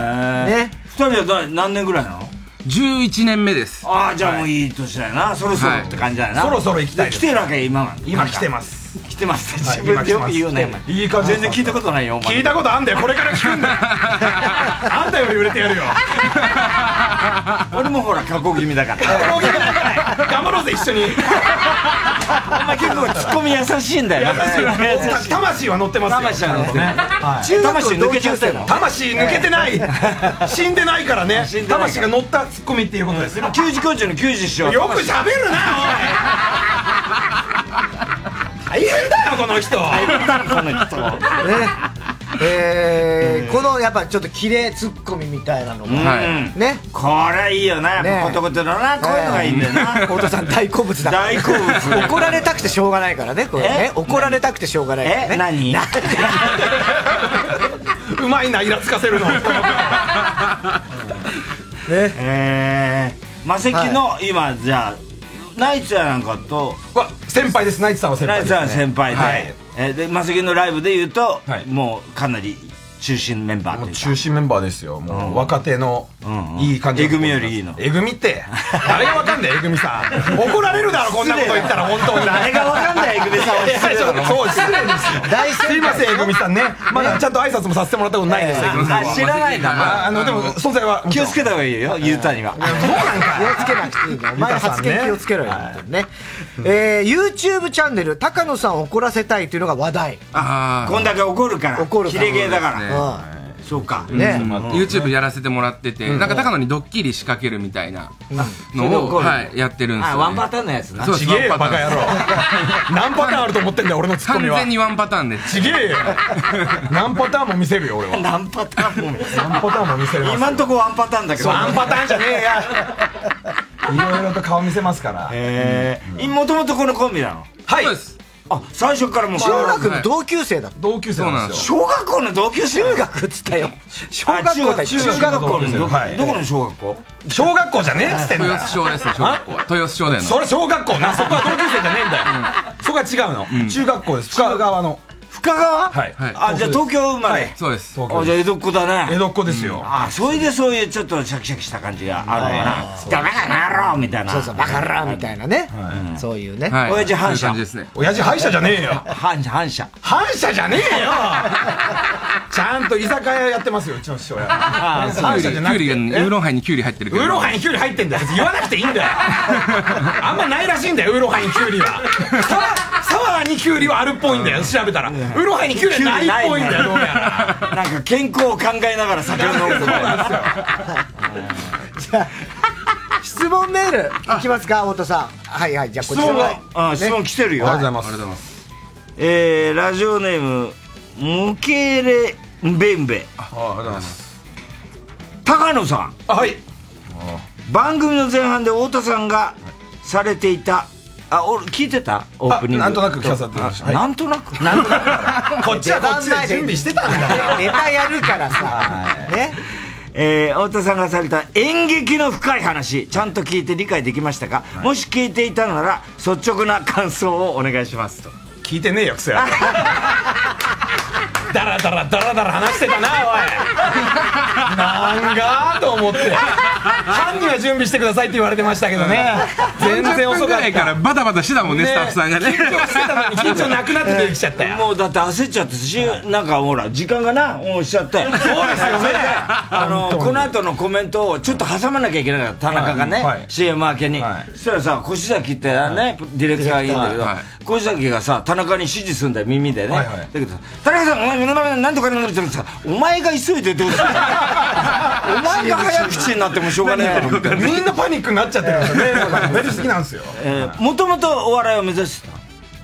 Speaker 1: いね
Speaker 2: 二人は何年ぐらいなの
Speaker 6: 11年目です
Speaker 2: ああじゃあもういい年だよな、そろそろって感じだよな、
Speaker 22: はいそろそろ行きたいで
Speaker 2: 来
Speaker 22: す
Speaker 2: てるわけ今は
Speaker 22: 今来てます
Speaker 2: 来てます
Speaker 22: はい
Speaker 2: 自分でよく言うね
Speaker 22: 今来てます
Speaker 2: お前いいか全然聞いたことないよお前
Speaker 22: 聞いたことあんだよこれから聞くんだよ あんたより売れてやるよ
Speaker 2: 俺もほら過去気味だから
Speaker 22: 大きくならない頑張ろうぜ一緒に
Speaker 2: お前結構ツッコミ優しいんだよ
Speaker 22: 優しい魂は乗ってますよ
Speaker 2: 魂は乗ってる
Speaker 22: はい
Speaker 2: 中学魂抜けちゃったよな
Speaker 22: 魂抜け てない死んでないからね
Speaker 2: 死んでないから
Speaker 22: 魂が乗ったツッコミっていうことですよ
Speaker 2: 球児教授の球児師匠
Speaker 22: よく喋るなおい大変だよこの人
Speaker 2: こ の人
Speaker 1: ねえーこのやっぱちょっとキレツッコミみたいなのも、
Speaker 6: はい
Speaker 2: うん
Speaker 1: ね
Speaker 2: これいいよなやっ
Speaker 1: ね
Speaker 2: ぱコトコトだなこういうのがいいん だよな
Speaker 1: 太田さん大好物だから
Speaker 2: 大好物
Speaker 1: 怒られたくてしょうがないからねこれね
Speaker 2: え
Speaker 1: 怒られたくてしょうがないから
Speaker 2: え
Speaker 1: ね
Speaker 2: 何
Speaker 22: うまいなイラつかせるの
Speaker 1: ね
Speaker 2: えーマセキの今じゃあナイツやなんかと
Speaker 22: わ先輩ですナイツさんは先
Speaker 2: ナイ
Speaker 22: 輩で
Speaker 2: ツ
Speaker 13: すね
Speaker 2: は先輩で、
Speaker 22: はい
Speaker 2: えーでマセキのライブで言うと、
Speaker 22: はい
Speaker 2: もうかなり中心メンバーというか
Speaker 22: 中心メンバーですよもう若手の
Speaker 2: んうん
Speaker 22: いい感じの
Speaker 2: えぐみよりいいの
Speaker 22: えぐみって誰がわかんだよえぐみさん怒られるだろこんなこと言ったら本当に
Speaker 2: 誰がわかんないエグベさんを
Speaker 22: いやちょっとそう失礼ですよ
Speaker 1: 大先
Speaker 22: す
Speaker 1: 輩
Speaker 22: いませんえぐみさんねまだちゃんと挨拶もさせてもらったことないですえぐみさん
Speaker 2: あ知らないな、まあ
Speaker 22: ああのでも存在は
Speaker 2: 気をつけた方がいいよゆうたには
Speaker 1: 気をつけなくていいのお前発言気をつけろよ、本当にね、えー、YouTube チャンネル高野さんを怒らせたいというのが話題
Speaker 6: あ
Speaker 2: こんだけ怒るから
Speaker 1: 怒る
Speaker 2: キ
Speaker 1: から
Speaker 2: レゲーだから、
Speaker 6: ね
Speaker 2: そうか、
Speaker 1: うんね、
Speaker 6: あ YouTube やらせてもらってて、なんか高野にドッキリ仕掛けるみたいな
Speaker 2: それ
Speaker 6: の
Speaker 2: を
Speaker 6: を、
Speaker 2: こう
Speaker 6: はい、やってるんですよ、
Speaker 2: あ
Speaker 6: ね、
Speaker 2: ワンパターンのやつな
Speaker 6: そうです
Speaker 22: ちげえよ
Speaker 6: ワン
Speaker 22: バ
Speaker 6: パタ
Speaker 22: カ
Speaker 6: ーン
Speaker 22: 野郎 何パターンあると思ってんだよ俺のツッコミ
Speaker 6: 完
Speaker 22: は
Speaker 6: 全にワンパターンです
Speaker 22: ちげえ よ何パターンも見せるよ俺は
Speaker 2: 何パターンも
Speaker 22: 何パターンも見せる
Speaker 2: 今んとこワンパターンだけど
Speaker 22: ワンパターンじゃねえやいろいろと顔見せますから
Speaker 2: えーもともとこのコンビなの
Speaker 22: はい
Speaker 6: そうです
Speaker 2: あ、最初からもう。
Speaker 1: 中学の同級生だった。
Speaker 2: 同級
Speaker 1: 生なんですよ
Speaker 2: 小学校の同級生中学って言ったよ。小
Speaker 1: 学校
Speaker 2: 中学中学校のど
Speaker 1: はい
Speaker 2: どこの小学校
Speaker 22: 小学校じゃねえっつってんだよ
Speaker 2: 豊洲小ですよ小学校は
Speaker 22: あ
Speaker 2: 豊洲小だよな
Speaker 22: それ小学校なそこは同級生じゃねえんだよ、そこは違うの、中学校です深川の
Speaker 2: 深川
Speaker 22: はい
Speaker 2: あ、じゃあ東京生まれ。
Speaker 22: そうです
Speaker 2: あ、じゃあ江戸っ子だね。
Speaker 22: 江戸っ子ですよ。
Speaker 2: あ、それでそういうちょっとシャキシャキした感じがあるのかな。ダメかな、野郎みたいな。
Speaker 1: そうそう、バカラーみたいなね。そういうね。
Speaker 2: はい親父反射。
Speaker 22: 親父反射じゃねえよ
Speaker 2: 反射、反射。
Speaker 22: 反社じゃね えよちゃんと居酒屋やってますようちの師匠や
Speaker 6: あー
Speaker 22: 反社じゃなく
Speaker 6: キ
Speaker 22: て
Speaker 6: ュウリがウーロンハイにキュウリ入ってるけ
Speaker 22: ウ
Speaker 6: ど
Speaker 22: ーロンハイにキュウリ入ってんだよ別に言わなくていいんだよあんまないらしいんだよウーロンハイにキュウリはサワーにキュウリはあるっぽいんだよ調べたらウーロンハイにキュウリはないっぽいんだよどうやら
Speaker 2: ら。なんか健康を考えながら酒を飲むみたいな。
Speaker 1: 質問メールいきますか、太田さん。はいはい、じゃあこち
Speaker 2: 質
Speaker 1: ら
Speaker 2: 問
Speaker 1: は
Speaker 2: が、あ質問来てるよ。
Speaker 1: はい
Speaker 2: ありがとうございます。えー、ラジオネーム、モケレベンベ。あ、ありがとうございます。高野さん。
Speaker 22: はい。
Speaker 2: 番組の前半で太田さんがされていた、あ、俺聞いてたオープニング。
Speaker 22: あなんとなく聞かさってました
Speaker 2: あなんとなくなんとなく。
Speaker 22: こっちはこっちで準備してたんだよ
Speaker 1: ネタやるからさ。ね。
Speaker 2: えー、太田さんがされた演劇の深い話ちゃんと聞いて理解できましたか、もし聞いていたなら率直な感想をお願いしますと
Speaker 22: 聞いてねえよク ソやダラダラダラダラ話してたなおいなんがと思って犯人は準備してくださいって言われてましたけどね全然遅かっ
Speaker 6: 30分ぐらいか
Speaker 22: た
Speaker 6: らバタバタしてたもんねスタッフさんがね
Speaker 22: 緊張してたのに緊張なくなって出てきちゃったよ
Speaker 2: もうだって焦っちゃってしなんかほら時間がなもうしちゃってそうですよねあのこの後のコメントをちょっと挟まなきゃいけなかった田中がね、
Speaker 22: はい
Speaker 2: CM 明けに、そしたらさ越崎ってね、ディレクターがいいんだけど、越崎がさ田中に指示するんだよ耳でね、だけどさ田中さんお前目の前で何とかになるって言ったらさお前が急いでどうす るお前が早口になってもしょうがない
Speaker 22: みんなパニックになっちゃってるんですよねだからめっちゃ好きなん ですよ
Speaker 2: もともとお笑いを目指して
Speaker 22: た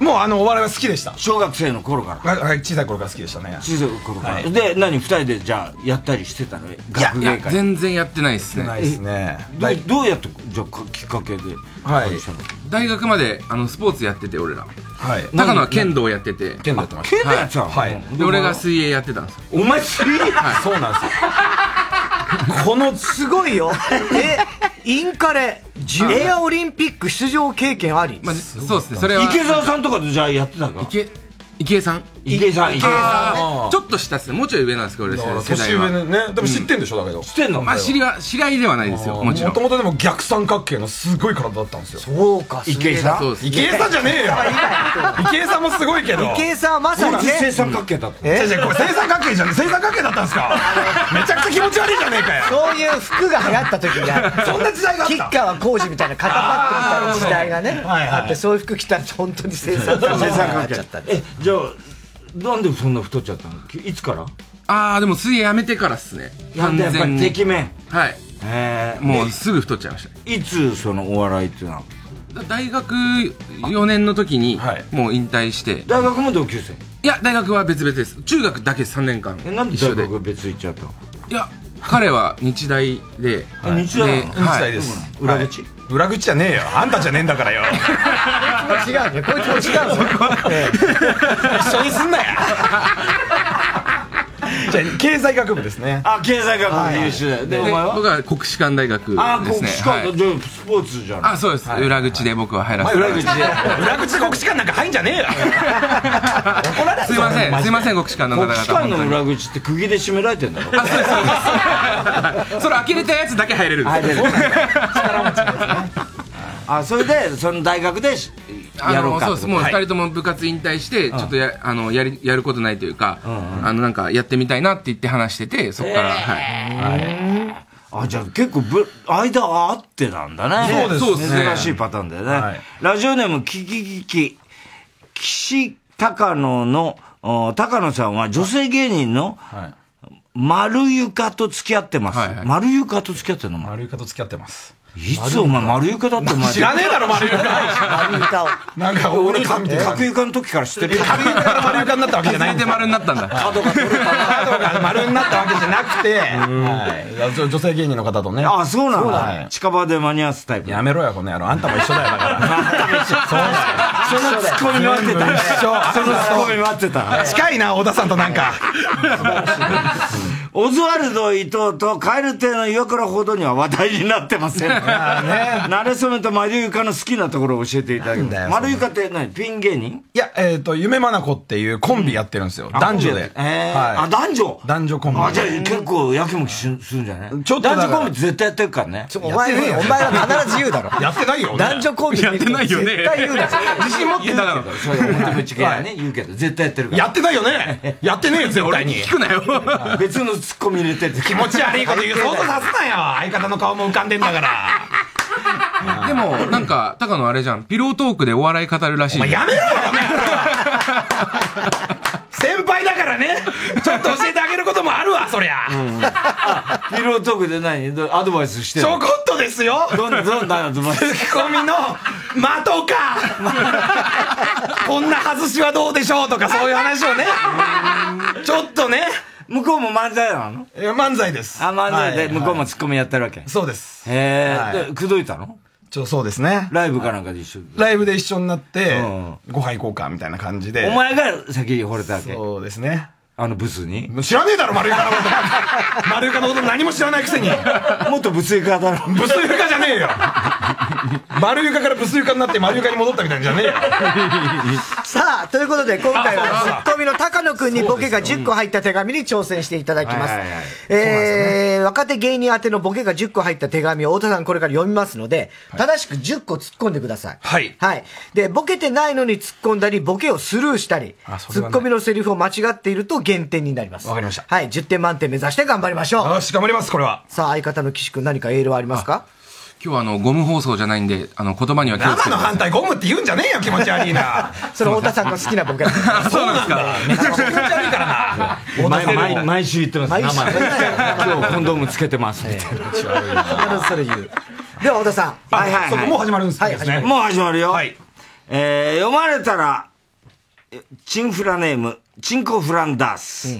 Speaker 22: もうあのお笑いは好きでした
Speaker 2: 小学生の頃から
Speaker 22: はい小さい頃から好きでしたね
Speaker 2: 小さい頃からで何二人でじゃあやったりしてたの学
Speaker 22: いや
Speaker 2: 芸会
Speaker 22: 全
Speaker 6: 然やってないですね
Speaker 22: ないですね
Speaker 2: どうどうやってじゃあかきっかけで
Speaker 22: はい
Speaker 6: 大学まであのスポーツやってて俺ら
Speaker 22: はい
Speaker 6: 高野は剣道やってて
Speaker 2: 剣道やってました剣道やってたの
Speaker 6: はいで俺が水泳やってたんですよ
Speaker 2: お前水泳
Speaker 22: そうなんですよ
Speaker 1: この、すごいよ。え、インカレ、ジュニアオリンピック出場経験あり。ま
Speaker 6: そうですねそれは
Speaker 2: 池澤さんとかでじゃあやってたの
Speaker 6: 池池江さん
Speaker 2: 池江さん池江
Speaker 6: あ
Speaker 2: さ
Speaker 6: ーちょっと下っすねもうちょい上なんですけど俺世代は
Speaker 22: 年上のねでも知ってんでしょだけど知
Speaker 2: ってんの
Speaker 6: まあ知りは知り合いではないですよも
Speaker 22: も
Speaker 6: ちろん
Speaker 22: ともとでも逆三角形のすごい体だったんですよ
Speaker 1: そうか
Speaker 22: 池江さ
Speaker 6: そうんです
Speaker 22: 池江さんじゃねえよ 池江さんもすごいけど
Speaker 1: 池江さんはまさにね
Speaker 2: 正三角形だった
Speaker 22: 違う違うこれ正三角形じゃね正三角形だったんですかめちゃくちゃ気持ち悪いじゃねえかよ
Speaker 1: そういう服が流行った時が
Speaker 22: そんな時代があった
Speaker 1: 吉川浩司みたいな肩パックみたいな時代がね
Speaker 2: あーはいはい
Speaker 1: あってそういう服着たら本当に生 産
Speaker 2: ん正三
Speaker 1: なっ
Speaker 2: 角
Speaker 1: ちゃ
Speaker 2: 形
Speaker 1: ったね
Speaker 2: えじゃあなんでそんな太っちゃったのきいつから
Speaker 6: ああでも水泳やめてからっすね
Speaker 2: や
Speaker 6: 完
Speaker 2: んだやっぱ
Speaker 6: 全
Speaker 2: り
Speaker 6: に
Speaker 2: てきめん
Speaker 6: はい
Speaker 2: えー
Speaker 6: もう
Speaker 2: です
Speaker 6: ぐ太っちゃいました
Speaker 2: いつそのお笑いっていうのは
Speaker 6: だ大学4年の時にもう引退して
Speaker 2: 大学も同級生
Speaker 6: いや大学は別々です中学だけ3年間
Speaker 2: えなんで
Speaker 6: 一緒
Speaker 2: 大
Speaker 6: で
Speaker 2: 学別行っちゃったの
Speaker 6: いや彼は日大で
Speaker 22: はい
Speaker 2: 日大なの
Speaker 6: はい
Speaker 22: 日大です裏口裏口じゃねえよあんたじゃねえん だからよ
Speaker 1: 違うねこいつも違うぞ
Speaker 22: 一緒にすんなよじゃあ経済学部ですね
Speaker 2: あ経済学部優秀だよ
Speaker 6: で
Speaker 2: でお前は
Speaker 6: 僕は国士舘大学ですね
Speaker 2: あ国士
Speaker 6: はい
Speaker 2: 舘じゃあスポーツじゃない
Speaker 6: あそうです、裏口で僕は入らせても
Speaker 22: 裏
Speaker 6: らい
Speaker 22: 口
Speaker 6: まし
Speaker 22: で
Speaker 6: た
Speaker 22: 裏口で国士舘なんか入んじゃねえよ怒られ
Speaker 6: すいませんすいません国士舘の方々
Speaker 2: 国士舘の裏口って釘で締められてんだろ
Speaker 6: それ開けれたやつだけ入れるんですよ
Speaker 2: あそれでその大学でし
Speaker 6: あ
Speaker 2: やろう
Speaker 6: の
Speaker 2: か
Speaker 6: そうですもう
Speaker 2: は
Speaker 6: 2
Speaker 2: い
Speaker 6: 人とも部活引退して、ちょっとやあのやりやることないというか、あのなんかやってみたいなって言って話しててそこから、
Speaker 2: あじゃあ結構ぶ間はあってなんだね
Speaker 22: ねそうですね
Speaker 2: 珍しいパターンだよね、ラジオネームキキキキ岸高野のお高野さんは女性芸人の丸床と付き合ってます、丸床と付き合ってるの丸
Speaker 22: 床と付き合ってます
Speaker 2: いつお前丸床だってお前。
Speaker 22: 知らねえだろ丸床 丸床を
Speaker 2: なんか俺、角床の時から知ってるよ。角床から丸床になったわけじゃない。で丸になったんだ。 角が取れた角が丸になったわけじゃなくて。
Speaker 22: はいいや女女性芸人の方とね
Speaker 2: あ、そうなん
Speaker 22: だ
Speaker 2: だ。近場で間に合わすタイプ。
Speaker 22: やめろよこの野郎あんたも一緒だよだから
Speaker 2: そのツッコミ待って た。そのツッコミ待ってた。
Speaker 22: 近いな小田さんとなんか
Speaker 2: オズワルド伊藤と蛙亭の岩倉ほどには話題になってません。なれそめと丸床の好きなところを教えていただきます。丸床って何ピン芸人
Speaker 22: いやえっと夢まなこっていうコンビやってるんですよ男女で
Speaker 2: あ、男女
Speaker 22: 男女コンビ
Speaker 2: あ、じゃあ結構やきもきするんじゃない
Speaker 22: ちょっとだから
Speaker 2: 男女コンビって絶対やってるからね。
Speaker 1: お前ね、お前は必ず言うだろ。
Speaker 22: やってないよ
Speaker 1: 男女コンビ
Speaker 2: やってないよね
Speaker 1: 絶対言うだろ。
Speaker 2: 自信持ってたから。そういう表口系はね、言うけど、絶対やってるから。
Speaker 22: やってないよねやってねえよ絶対に
Speaker 2: 聞くなよ。 別のツッコミ入れてて。
Speaker 22: 気持ち悪いこと言うそうとさすなよ相方の顔も浮かんでんだから
Speaker 6: でも、なんか、高野あれじゃん。ピロートークでお笑い語るらしい。お前やめろ
Speaker 22: 先輩だからねちょっと教えてあげることもあるわそりゃ
Speaker 2: ピロートークで何どアドバイスして
Speaker 22: ち
Speaker 2: る
Speaker 22: ょ こっとですよ
Speaker 2: どんどんなアドバイス
Speaker 22: ツッコミの的 かこんな外しはどうでしょうとかそういう話をねちょっとね
Speaker 2: 向こうも漫才なの
Speaker 22: いや漫才です
Speaker 2: あ、漫才
Speaker 22: は
Speaker 2: で
Speaker 22: い
Speaker 2: 向こうもツッコミやってるわけ。
Speaker 22: そうです。
Speaker 2: へ
Speaker 22: は
Speaker 2: え。で、口説いたの
Speaker 22: ちょそうですね
Speaker 2: ライブかなんかで一緒に
Speaker 22: ライブで一緒になって、ご飯行こうかみたいな感じで
Speaker 2: お前が先に惚れたわけ。
Speaker 22: そうですね。
Speaker 2: あのブスに。
Speaker 22: 知らねえだろ丸床の こと丸床のこと何も知らないくせに
Speaker 2: もっと物理家だろ
Speaker 22: 物理家じゃねえよ丸床から物理家になって丸床に戻ったみたいなんじゃねえよ
Speaker 1: さあ、ということで、今回はツッコミの高野くんにボケが10個入った手紙に挑戦していただきます
Speaker 2: はいはいはい。
Speaker 1: えー、若手芸人宛てのボケが10個入った手紙を太田さんこれから読みますので、正しく10個突っ込んでください。
Speaker 22: はい。
Speaker 1: はい。で、ボケてないのに突っ込んだり、ボケをスルーしたり、
Speaker 22: それ
Speaker 1: ツッ
Speaker 22: はない
Speaker 1: コミのセリフを間違っていると減点になります。
Speaker 22: わかりました
Speaker 1: はい。10点満点目指して頑張りましょう。よ
Speaker 22: し、頑張ります、これは。
Speaker 1: さあ、相方の岸君何かエールはありますか
Speaker 6: 今日はあの、ゴム放送じゃないんで、あの、言葉には気をつけ
Speaker 1: 生
Speaker 6: て。
Speaker 1: の
Speaker 22: 反対ゴムって言うんじゃねえよ気持ち悪いな
Speaker 1: それ太田さんの好きな ボケ
Speaker 6: そうなんですか
Speaker 22: めちゃくちゃ気持ち悪いから
Speaker 2: 毎毎毎週言ってます。
Speaker 1: 毎週
Speaker 2: 生で
Speaker 1: 言ってないよ
Speaker 2: 今日コンドームつけてます。みたいな。
Speaker 1: 必ずそれ言う。では、太田さん。
Speaker 2: はいはいはい
Speaker 1: そこもう始
Speaker 22: まるんです
Speaker 1: ね。はい、始まります
Speaker 2: もう始まるよ。えー読まれたら、えチンフラネーム、チンコフランダー ス。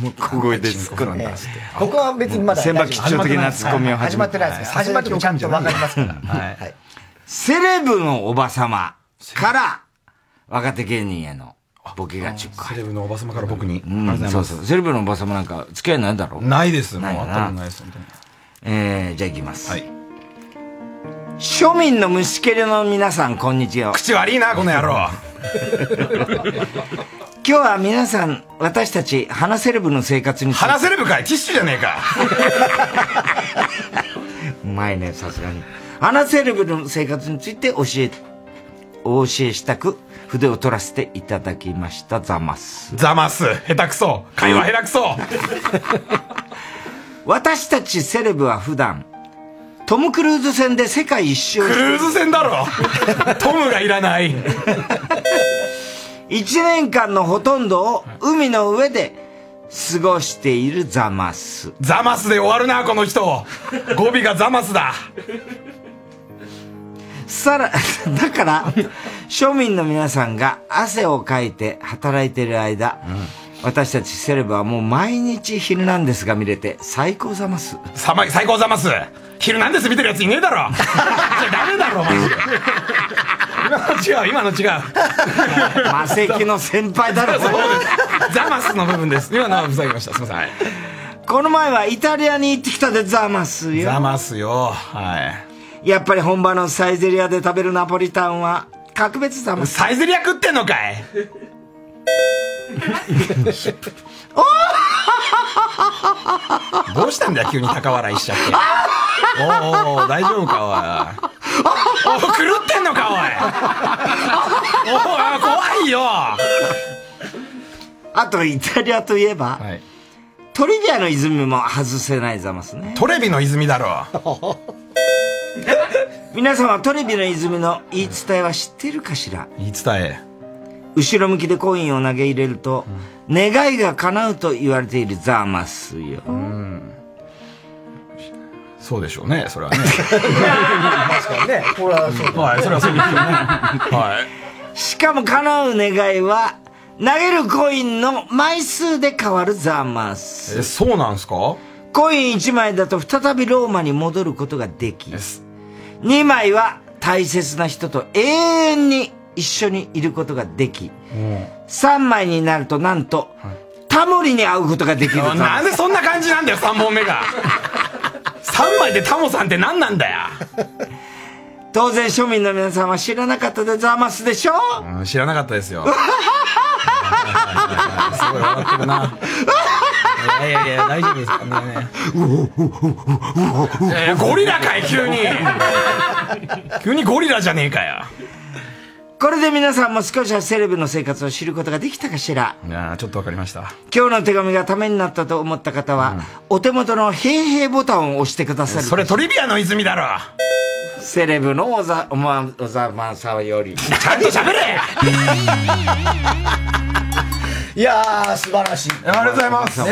Speaker 2: もう小声で突っ込んだ。
Speaker 1: ここは別にまだ
Speaker 2: 先輩吉祥的なツッコミを
Speaker 1: 始まってないですから始まってもちゃんとわかりますから。
Speaker 2: はい。セレブのおばさまから、若手芸人へのボケが10個。セ
Speaker 22: レブのおばさまから僕に。
Speaker 2: うん、そうそう。セレブのおばさまなんか付き合いないだろ
Speaker 22: ないですもう
Speaker 2: ないよ
Speaker 22: 会ったことないです本
Speaker 2: えー、じゃあ行きます。庶民の虫けりの皆さん、こんにちは。
Speaker 22: 口悪いなこの野郎
Speaker 2: 今日は皆さん、私たち、花セレブの生活について
Speaker 22: 鼻セレブかいティッシュじゃねえか
Speaker 2: うまいね、さすがに。花セレブの生活について教え、お教えしたく、筆を取らせていただきました、ざます。
Speaker 22: ざます下手くそ会話下手くそ
Speaker 2: 私たちセレブは普段、トム・クルーズ船で世界一周
Speaker 22: クルーズ船だろトムがい らない
Speaker 2: 1年間のほとんどを海の上で過ごしているザマス。
Speaker 22: ザマスで終わるなこの人語尾がザマスだ
Speaker 2: さら、 だから、庶民の皆さんが汗をかいて働いている間、私たちセレブはもう毎日昼なんですが見れて最高ザマス。
Speaker 22: さま最高ザマス昼なんです見てるやついねえだろじゃダメだろマジで今の違う今の違う
Speaker 2: 魔石の先輩だろ
Speaker 22: そうですザマスの部分です今のはふざけましたすいませんはい
Speaker 2: この前はイタリアに行ってきたでザマスよ。
Speaker 22: ザマスよはい
Speaker 2: やっぱり本場のサイゼリアで食べるナポリタンは格別ザマス。
Speaker 22: サイゼリア食ってんのかいどうしたんだよ急に高笑いしちゃっておーおー大丈夫かおいおい狂ってんのかおいおいおい怖いよ
Speaker 2: あとイタリアといえば、トリビアの泉も外せないざますね。
Speaker 22: トレビの泉だろ
Speaker 2: 皆さんはトレビの泉の言い伝えは知っているかしら
Speaker 22: 言い伝え
Speaker 2: 後ろ向きでコインを投げ入れると、願いが叶うと言われているざますよ。
Speaker 22: そうでしょうね、それはね。
Speaker 1: 確かにね。これはそうだね
Speaker 22: はい、それはそうですよね。はい。
Speaker 2: しかも叶う願いは、投げるコインの枚数で変わるざます。
Speaker 22: え、そうなんすか
Speaker 2: コイン1枚だと再びローマに戻ることができ、2枚は大切な人と永遠に一緒にいることができ、3枚になるとなんと、タモリに会うことができる
Speaker 22: あなんでそんな感じなんだよ、3本目が。3枚でタモさんって何なんだよ。
Speaker 2: 当然庶民の皆さんは知らなかったでざますでしょ
Speaker 22: うん知らなかったですよ。 すごい笑ってるな。いやいやいや、大丈夫ですかね。いやいやゴリラかい、急に。 急にゴリラじゃねえかよ。
Speaker 2: これで皆さんも少しはセレブの生活を知ることができたかしら
Speaker 22: いやーちょっとわかりました。
Speaker 2: 今日の手紙がためになったと思った方は、お手元の「平平」ボタンを押してくださる
Speaker 22: それトリビアの泉だろ
Speaker 2: セレブのおざおまおざまさよりち
Speaker 22: ゃんと喋れ
Speaker 1: いやー素晴らしい
Speaker 22: ありがとうございます
Speaker 2: ね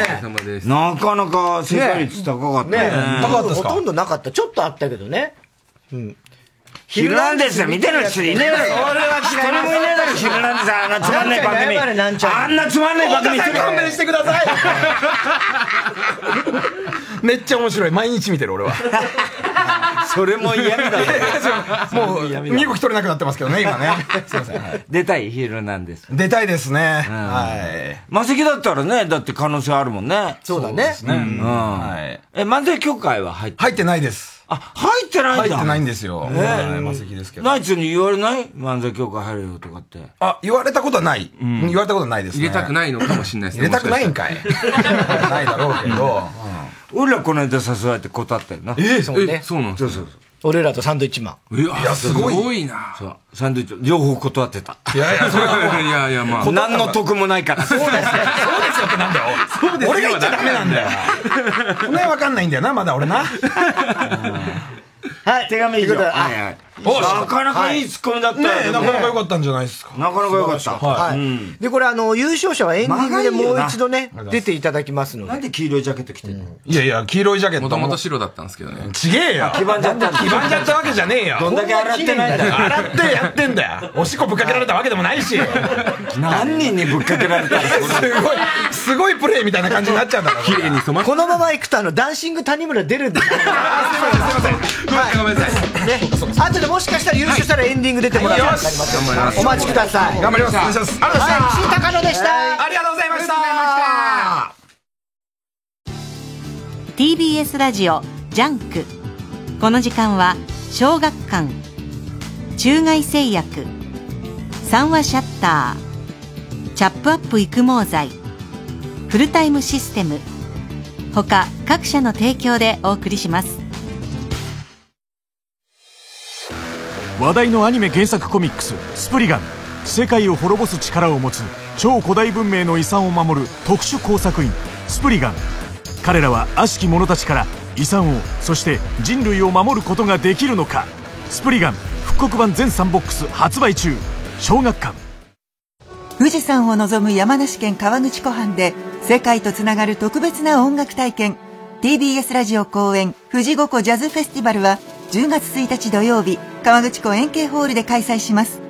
Speaker 2: なかなか正解率高かったね
Speaker 1: ね
Speaker 2: 高かったっす
Speaker 1: ほ
Speaker 2: か
Speaker 1: とんどなかったちょっとあったけどねうん
Speaker 2: ヒルナンデス見てる人いねえだろ
Speaker 1: 俺は
Speaker 2: 一人もいねえだろヒルナンデスあんなつまんねえ番組
Speaker 1: なんちゃんに謝れなんちゃん
Speaker 2: あんなつまんねえ番組
Speaker 22: 太田さん勘弁してくださいめっちゃ面白い。毎日見てる、俺は。
Speaker 2: それも嫌だ
Speaker 22: もう、身動き取れなくなってますけどね、今ね。 すいません。
Speaker 2: 出たいヒルナンデス
Speaker 22: 出たいですね。はい。
Speaker 2: マセキだったらね、だって可能性あるもんね。そうだね。
Speaker 22: ね
Speaker 2: うん。え、漫才協会は入って
Speaker 22: 入ってないです。
Speaker 2: あ、入ってないんだ
Speaker 22: 入ってないんですよ。
Speaker 2: ね
Speaker 22: はいマセキですけど。
Speaker 2: ナイツに言われない漫才協会入れよとかって。
Speaker 22: あ、言われたことはない。言われたことはないですね。
Speaker 2: 入れたくない
Speaker 23: のかもしれないです
Speaker 22: 入れたくないんかい。ないだろうけど。
Speaker 2: 俺らこの間誘われて断ったよな。
Speaker 1: えそうねえ
Speaker 2: そうなんそうそう
Speaker 1: 俺らとサンドイッチマン
Speaker 2: いやすごいすごいなそう。サンドイッチ、両方断ってた。
Speaker 22: いやいや、それは。
Speaker 23: いやいや、まあ。
Speaker 2: 何の得もないから。そうです
Speaker 22: そうですよってなんだよ。俺が言っちゃダメなんだよ。 この辺わかんないんだよな、まだ俺な。
Speaker 1: はい、手紙いくだ。
Speaker 2: はいはいなかなかいいツッコミだったよ
Speaker 22: ねえ、
Speaker 2: でもね
Speaker 22: なかなか良かったんじゃないですか。
Speaker 2: なかなか良かった。
Speaker 1: はい、で、これ、あの、優勝者はエンディングで
Speaker 2: 長い
Speaker 1: も
Speaker 2: よ
Speaker 1: う
Speaker 2: な
Speaker 1: 一度ね、出ていただきますので。
Speaker 2: なんで黄色いジャケット着てんの
Speaker 22: いやいや、黄色いジャケット。
Speaker 23: もともと白だったんですけどね。
Speaker 22: ちげえよ。
Speaker 2: 黄ばんじゃったんだ
Speaker 22: 黄ばんじゃったわけじゃねえよ。
Speaker 2: どんだけ洗ってないんだよ
Speaker 22: 洗ってやってんだ よ。おしっこぶっかけられたわけでもないし。
Speaker 2: 何人にぶっかけられたんです
Speaker 22: ごい、すごいプレイみたいな感じになっちゃうんだから。綺麗に染
Speaker 1: このまま行くと、あの、ダンシング谷村出るんで。
Speaker 22: はい、ごめんなさい。
Speaker 1: ね。あとでもしかしたら優勝したらエンディング出てもらうようになりますよ。お待ちください。
Speaker 22: 頑張ります。お願いします。ありがとうございました。
Speaker 1: はい、岸井高野でした。
Speaker 22: ありがとうございました。
Speaker 3: TBS ラジオジャンクこの時間は小学館中外製薬三話シャッターチャップアップ育毛剤フルタイムシステム他各社の提供でお送りします
Speaker 24: 話題のアニメ原作コミックス「スプリガン」世界を滅ぼす力を持つ超古代文明の遺産を守る特殊工作員スプリガン彼らは悪しき者たちから遺産をそして人類を守ることができるのか「スプリガン」復刻版全3ボックス発売中小学館
Speaker 25: 富士山を望む山梨県川口湖畔で世界とつながる特別な音楽体験 TBS ラジオ公演富士五湖ジャズフェスティバルは10月1日土曜日川口湖円形ホールで開催します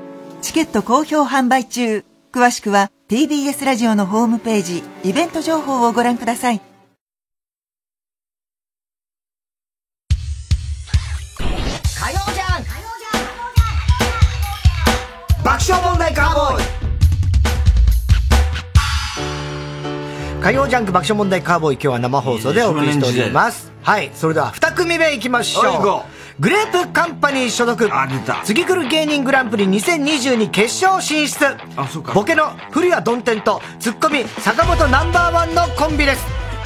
Speaker 25: チケット好評販売中詳しくは TBS ラジオのホームページイベント情報をご覧くださ い
Speaker 10: 火曜じゃん
Speaker 1: 爆笑問題カーボーイ火曜ジャンク爆笑問題カーボーイ今日は生放送でお送りしておりますはいそれでは2組目いきまし
Speaker 2: はい行
Speaker 1: ょ
Speaker 2: こ
Speaker 1: うグレープカンパニー所属次くる芸人グランプリ2022決勝進出あそうかボケの古谷ドンテンとツッコミ坂本ナンバーワンのコンビです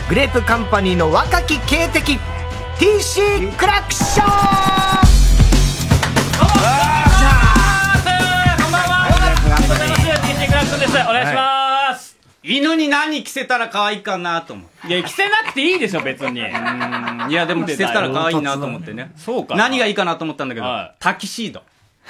Speaker 1: グレープカンパニーの若き警笛 TC クラクション
Speaker 5: ティーチクラクションです。お願いします。犬に何着せたら可愛いかなと思って。いや、着せなくていいでしょ、別に。いや、でも着せたら可愛いなと思ってね。そうか。何がいいかなと思ったんだけど、タキシード。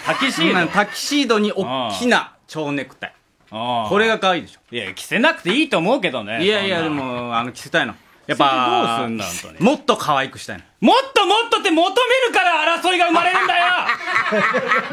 Speaker 5: タキ
Speaker 18: シード
Speaker 5: タキシードに大きな蝶ネクタイ。これが可愛いでしょ。いや、着せなくていいと思うけどねいやいや、でも、あの、着せたいの。やっぱ
Speaker 22: それどう
Speaker 5: すんだもっと可愛くしたいのもっともっとって求めるから争いが生まれるんだよ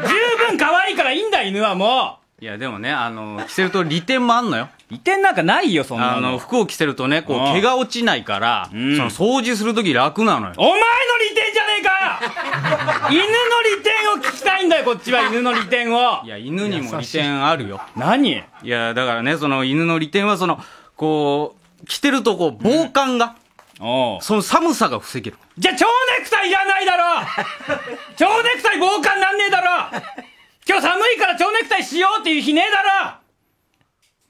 Speaker 5: 十分可愛いからいいんだ犬はもういやでもねあの着せると利点もあんのよ利点なんかないよそん
Speaker 22: なの
Speaker 5: あの服を着せるとねこう
Speaker 22: うん
Speaker 5: 毛が落ちないから、その掃除するとき楽なのよお前の利点じゃねえか犬の利点を聞きたいんだよこっちは犬の利点をいや犬にも利点あるよ何いやだからねその犬の利点はそのこう着てるとこう防寒が、その寒さが防げるじゃあ蝶ネクタイいらないだろ蝶ネクタイ防寒なんねえだろ今日寒いから蝶ネクタイしようっていう日ねえだ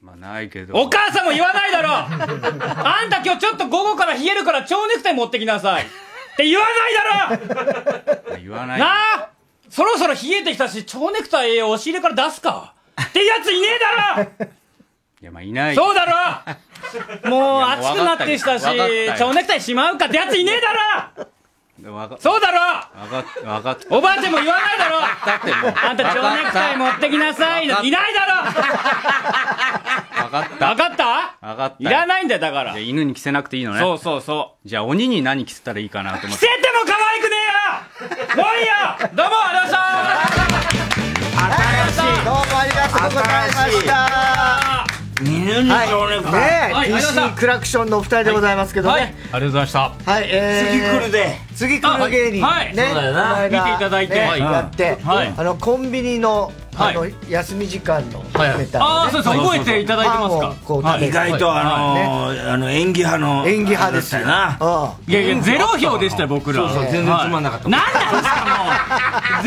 Speaker 22: まあないけど
Speaker 5: ろお母さんも言わない だろあんた今日ちょっと午後から冷えるから蝶ネクタイ持ってきなさいって言わないだ
Speaker 22: 言わ
Speaker 5: ろ
Speaker 22: ない
Speaker 5: なあそろそろ冷えてきたし蝶ネクタイ押し入れから出すかってやついねえだろ
Speaker 22: いやまあいない
Speaker 5: そうだ ろもう
Speaker 22: いやもう
Speaker 5: 暑くなってきたし
Speaker 22: わかったよ
Speaker 5: 蝶ネクタイしまうかってやついねえだろ
Speaker 22: わか
Speaker 5: そうだろ
Speaker 22: わかっわかっ
Speaker 5: おばあちゃんも言わないだろ
Speaker 22: だってもう
Speaker 5: あんた蝶ネクタイ持ってきなさいい
Speaker 22: わか
Speaker 5: な
Speaker 22: った
Speaker 5: いだ
Speaker 22: わかっ
Speaker 5: ろわかった
Speaker 22: たわかった
Speaker 5: いらないんだよだから
Speaker 22: じゃあ犬に着せなくていいのね
Speaker 5: そう
Speaker 22: そうそうじゃあ鬼に何着せたらいいかなと思っ
Speaker 5: 着せ
Speaker 22: て
Speaker 5: ても可愛くねえよもういいよどうもありがとうございました
Speaker 1: どうもありがとうございました。
Speaker 10: 犬に蝶ネクタイ
Speaker 1: はい、ねえ、
Speaker 10: はい
Speaker 1: TC クラクションのお二人でございますけどね。
Speaker 18: ありがとうございました。
Speaker 1: はい、えー、
Speaker 10: 次来るで
Speaker 1: 次来る芸人、
Speaker 10: あはいはい
Speaker 1: ね
Speaker 10: そうだよな
Speaker 1: この間
Speaker 10: 見ていただいて
Speaker 1: ね
Speaker 10: はい
Speaker 1: やって、
Speaker 10: はい
Speaker 1: あのコンビニのあの、休み時間のネタをね、
Speaker 10: あーそうです覚えていただいてますか
Speaker 1: パンをこう食べて
Speaker 10: 意外とあの
Speaker 1: ね
Speaker 10: ーあの演技派の
Speaker 1: 演技派ですよ
Speaker 10: だったよ
Speaker 1: うんいやいやゼロ票でしたよ
Speaker 18: 僕ら
Speaker 10: そうそう全然つまんなかった
Speaker 18: なんなんですかもう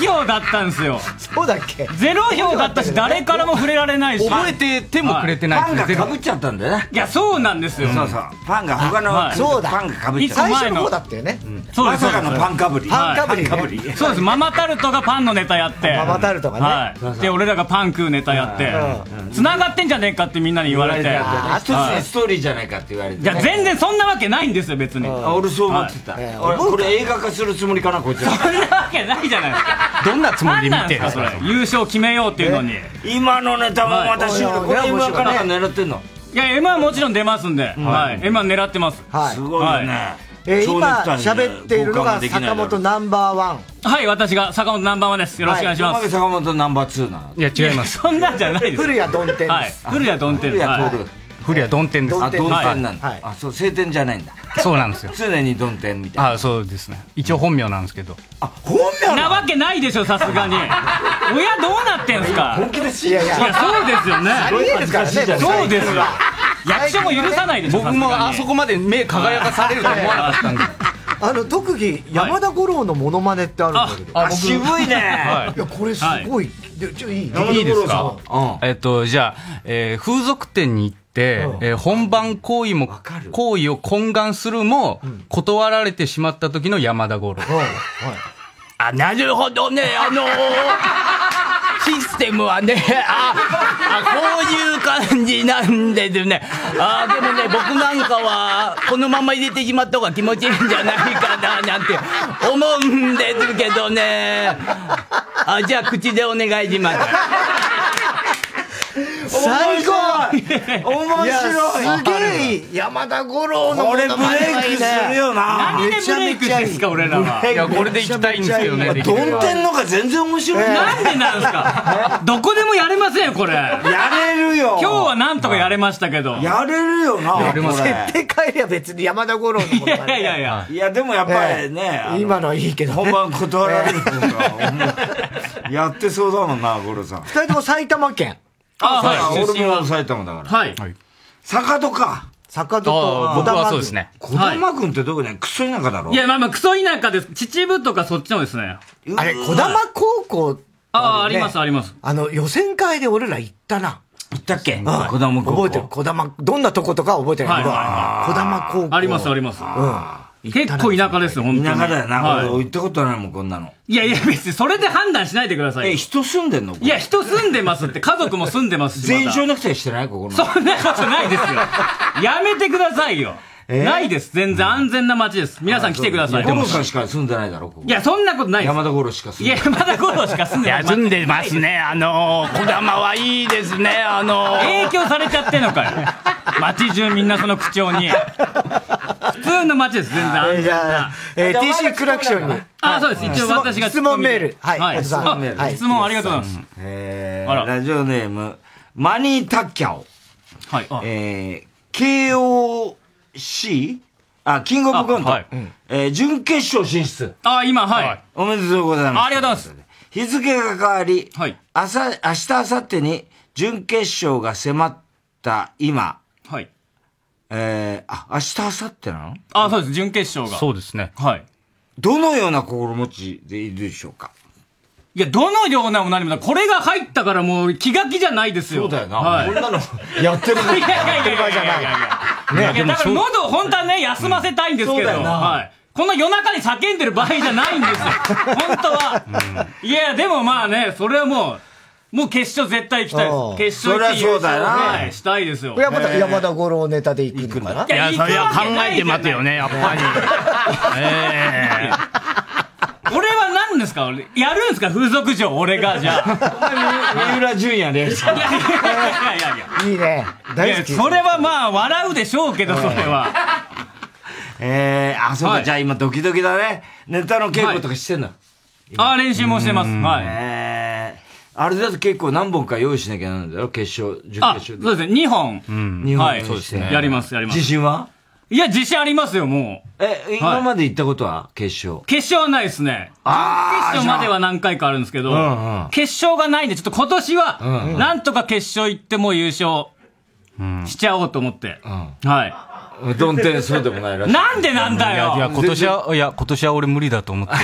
Speaker 18: ゼロ票だったんですよ
Speaker 1: そうだっけ
Speaker 18: ゼロ票だったし誰からも触れられないし
Speaker 10: 覚え
Speaker 18: て
Speaker 10: 手もくれてないですねゼロ
Speaker 18: っちゃったんだよねいやそうなんですよ
Speaker 10: そうそうパンが他の
Speaker 18: はい
Speaker 10: そうだパンがかぶっちゃった
Speaker 18: いつ前
Speaker 10: 最初の方だ
Speaker 1: ったよね
Speaker 18: そうです
Speaker 10: まさかのパンかぶり
Speaker 18: はい
Speaker 10: パンかぶりね
Speaker 18: パンそうですママタルトがパンのネタやって
Speaker 10: ママタルトがね
Speaker 18: はい、で俺らがパン食うネタやって繋がってんじゃねえかってみんなに言われて
Speaker 2: あと
Speaker 18: は
Speaker 2: ね
Speaker 18: い
Speaker 2: ストーリーじゃないかって言われて
Speaker 18: いや全然そんなわけないんですよ別に俺
Speaker 10: そう思ってた俺これ映画化するつもりかなこいつら
Speaker 18: わけないじゃないですかどんなつもりで見てそれ優勝決めようっていうのに
Speaker 10: 今のネタもまたシュールこれ今からが狙ってんの
Speaker 18: いや M はもちろん出ますんで、はい、M は狙ってます、
Speaker 1: はい、
Speaker 18: す
Speaker 10: ごいよね
Speaker 1: えー、今喋っているのが坂本ナンバーワン
Speaker 18: はい私が坂本ナンバーワンですよろしくお願いします、
Speaker 10: 坂本ナンバーツーなの
Speaker 18: いや違いますそんなんじゃないです
Speaker 1: 古谷曇天です
Speaker 18: はい古谷曇天
Speaker 10: 古谷
Speaker 18: はい
Speaker 10: 徹
Speaker 18: 古谷曇天
Speaker 10: あ
Speaker 18: ど
Speaker 10: 曇天なんだあそう晴天じゃないんだ
Speaker 18: そうなんですよ
Speaker 10: 常に曇天みたい
Speaker 18: あそうですね一応本名なんですけど
Speaker 10: 本名
Speaker 18: なわけないでしょさすが に親どうなってんすか本気で
Speaker 1: いやいや
Speaker 18: そうですよね
Speaker 1: ありえですからね
Speaker 18: そうですよ役
Speaker 1: 最近
Speaker 18: 所
Speaker 1: は
Speaker 18: も許さないでしょ
Speaker 1: 僕も
Speaker 18: さすが
Speaker 1: あ
Speaker 18: に
Speaker 1: そこまで目輝かされると思わなかったんであの特技山田五郎のモノマネってあるんだけど、
Speaker 18: ああ僕はい
Speaker 1: いやこれすごい、でちょいい
Speaker 18: いいですか、えっと、じゃあ、えー風俗店に行って、えー本番行為も、行為を懇願するも、断られてしまった時の山田五郎。あ、なるほどね、あ のーシステムはね、あ、あ、こういう感じなんですね。あ、でもね、僕なんかは、このまま入れてしまった方が気持ちいいんじゃないかな、なんて思うんですけどね。あ、じゃあ、口でお願いします。
Speaker 1: 最後
Speaker 10: 面白い
Speaker 1: やすげえいい山田五郎の
Speaker 10: これブレ
Speaker 1: モノマネ
Speaker 10: イクするよな
Speaker 1: めちゃめちゃいい
Speaker 18: ですか俺らはいやこれで行きたいんですけどね
Speaker 10: 曇天のが全然面白い
Speaker 18: なんでなんで すかどこでもやれませんよこれや
Speaker 10: れるよ
Speaker 18: 今日はなんとかやれましたけど
Speaker 10: やれるよな
Speaker 18: やれますね
Speaker 1: 絶対帰りゃ別に山田五郎のモノマネ
Speaker 18: いやいやいや
Speaker 10: いやでもやっぱりね、
Speaker 1: ええ今のはいいけど、ね、
Speaker 10: 本番断られるとか、やってそうだもんな五郎さん
Speaker 1: 二人とも埼玉県
Speaker 10: あはい
Speaker 1: 出身は
Speaker 10: 俺も埼玉だから
Speaker 18: はい
Speaker 10: 坂戸か
Speaker 1: 坂
Speaker 18: 戸とあー僕はそうですね
Speaker 10: 小玉君ってどこねクソ田舎だろ
Speaker 18: いやまあまあクソ田舎です秩父とかそっちのですね
Speaker 1: あれ児玉高校って
Speaker 18: あああ
Speaker 1: る
Speaker 18: り
Speaker 1: よね
Speaker 18: ますあります
Speaker 1: あの予選会で俺ら行ったな
Speaker 10: 行ったっけ
Speaker 1: 児玉覚えてる児玉どんなとことか覚えてるけど児玉高校
Speaker 18: ありますあります結構田舎ですよ本当に
Speaker 10: 田舎だよな、
Speaker 18: はい
Speaker 10: 俺行ったことないもんこんなの
Speaker 18: いやいや別にそれで判断しないでくださいえ
Speaker 10: 人住んでんの
Speaker 18: いや人住んでますって家族も住んでますし
Speaker 10: 全員
Speaker 18: まだ
Speaker 10: 小学生してないここの
Speaker 18: そんなことないですよ。やめてくださいよ。
Speaker 10: えー
Speaker 18: ないです。全然安全な街です。皆さん来てください。
Speaker 10: 五郎さんしか住んでないだろここ
Speaker 18: いや、そんなことないです。
Speaker 10: 山田五郎しか住ん
Speaker 18: い
Speaker 10: で
Speaker 18: や
Speaker 10: ない、
Speaker 18: まだ五郎しか住んでない。住んでますね。あのー、小玉はいいですね。あの影響されちゃってんのかよ。街中みんなその口調に。普通の街です、全然安全な。
Speaker 1: えー TC クラクションに。
Speaker 18: あ、そうです。一応私が
Speaker 1: 質問メール。はい。
Speaker 18: はい
Speaker 1: お父さん
Speaker 18: あ質問ありがとうございます。
Speaker 2: えーラジオネーム、マニータッキャオ。
Speaker 18: はい。
Speaker 2: えー、KOC? あ、キングオブコント。えー準決勝進出。
Speaker 18: あ、今、はい。
Speaker 2: おめでとうございます。
Speaker 18: ありがとうござい
Speaker 2: ます。日付が変わり、朝、明日、明後日に準決勝が迫った今、
Speaker 18: はい。
Speaker 2: えー、あ、明日、明後日なの
Speaker 18: あ、そうです。準決勝が。
Speaker 2: そう
Speaker 18: ですね。はい。
Speaker 2: どのような心持ちでいるでしょうか
Speaker 18: いや、どのようなも何もないこれが入ったからもう気が気じゃないですよ。そうだよな。はい、
Speaker 10: こんなの
Speaker 18: やって
Speaker 10: る
Speaker 18: いやいやいやいやいやいやいや。
Speaker 10: ね
Speaker 18: いや、だから
Speaker 10: でもそう
Speaker 18: 喉を本当はね、休ませたいんです
Speaker 10: そ
Speaker 18: け
Speaker 10: う
Speaker 18: ど。
Speaker 10: だよな
Speaker 18: はい。こんな夜中に叫んでる場合じゃないんですよ。本当は。いや、でもまあね、それはもう、もう決勝絶対行きたい
Speaker 1: うん
Speaker 18: です。決勝行き
Speaker 1: そりゃそうだよな
Speaker 18: ね、したいですよ。
Speaker 1: 山田、山田五郎ネタで行くのかない
Speaker 18: やいや行くわけないじゃないいやそれは考えて
Speaker 1: 待てよね、やっぱり。
Speaker 18: 俺は何ですか俺やるんですか風俗嬢、俺が、じゃあ。
Speaker 2: 三浦純也で。
Speaker 18: いやいやいやいや。
Speaker 1: いいね。
Speaker 2: 大好き
Speaker 18: いやそれはまあ、笑うでしょうけど、それは。
Speaker 2: えー、あ、そうか、
Speaker 18: はい
Speaker 2: じゃあ今ドキドキだね。ネタの稽古とかしてんの、
Speaker 18: あ、練習もしてます。はい。
Speaker 2: えー、あれだと結構何本か用意しなきゃなんだよ、決勝、準決
Speaker 18: あ、
Speaker 2: 勝
Speaker 18: そうですね、2本。
Speaker 2: 日本
Speaker 18: はい、
Speaker 2: そうですね
Speaker 18: やります、やります。
Speaker 2: 自信
Speaker 18: はいや、自信ありますよ、もう。
Speaker 2: え今まで行ったことは決勝。
Speaker 18: 決勝はないですね。
Speaker 2: あ
Speaker 18: 決勝までは何回かあるんですけど、
Speaker 2: うんうん
Speaker 18: 決勝がないんで、ちょっと今年は、
Speaker 2: うんうん
Speaker 18: なんとか決勝行ってもう優勝しちゃおうと思って。はい。
Speaker 2: どん天そうでもないらしい
Speaker 18: なんでなんだよ
Speaker 5: いや、今年は、いや、今年は俺無理だと思って。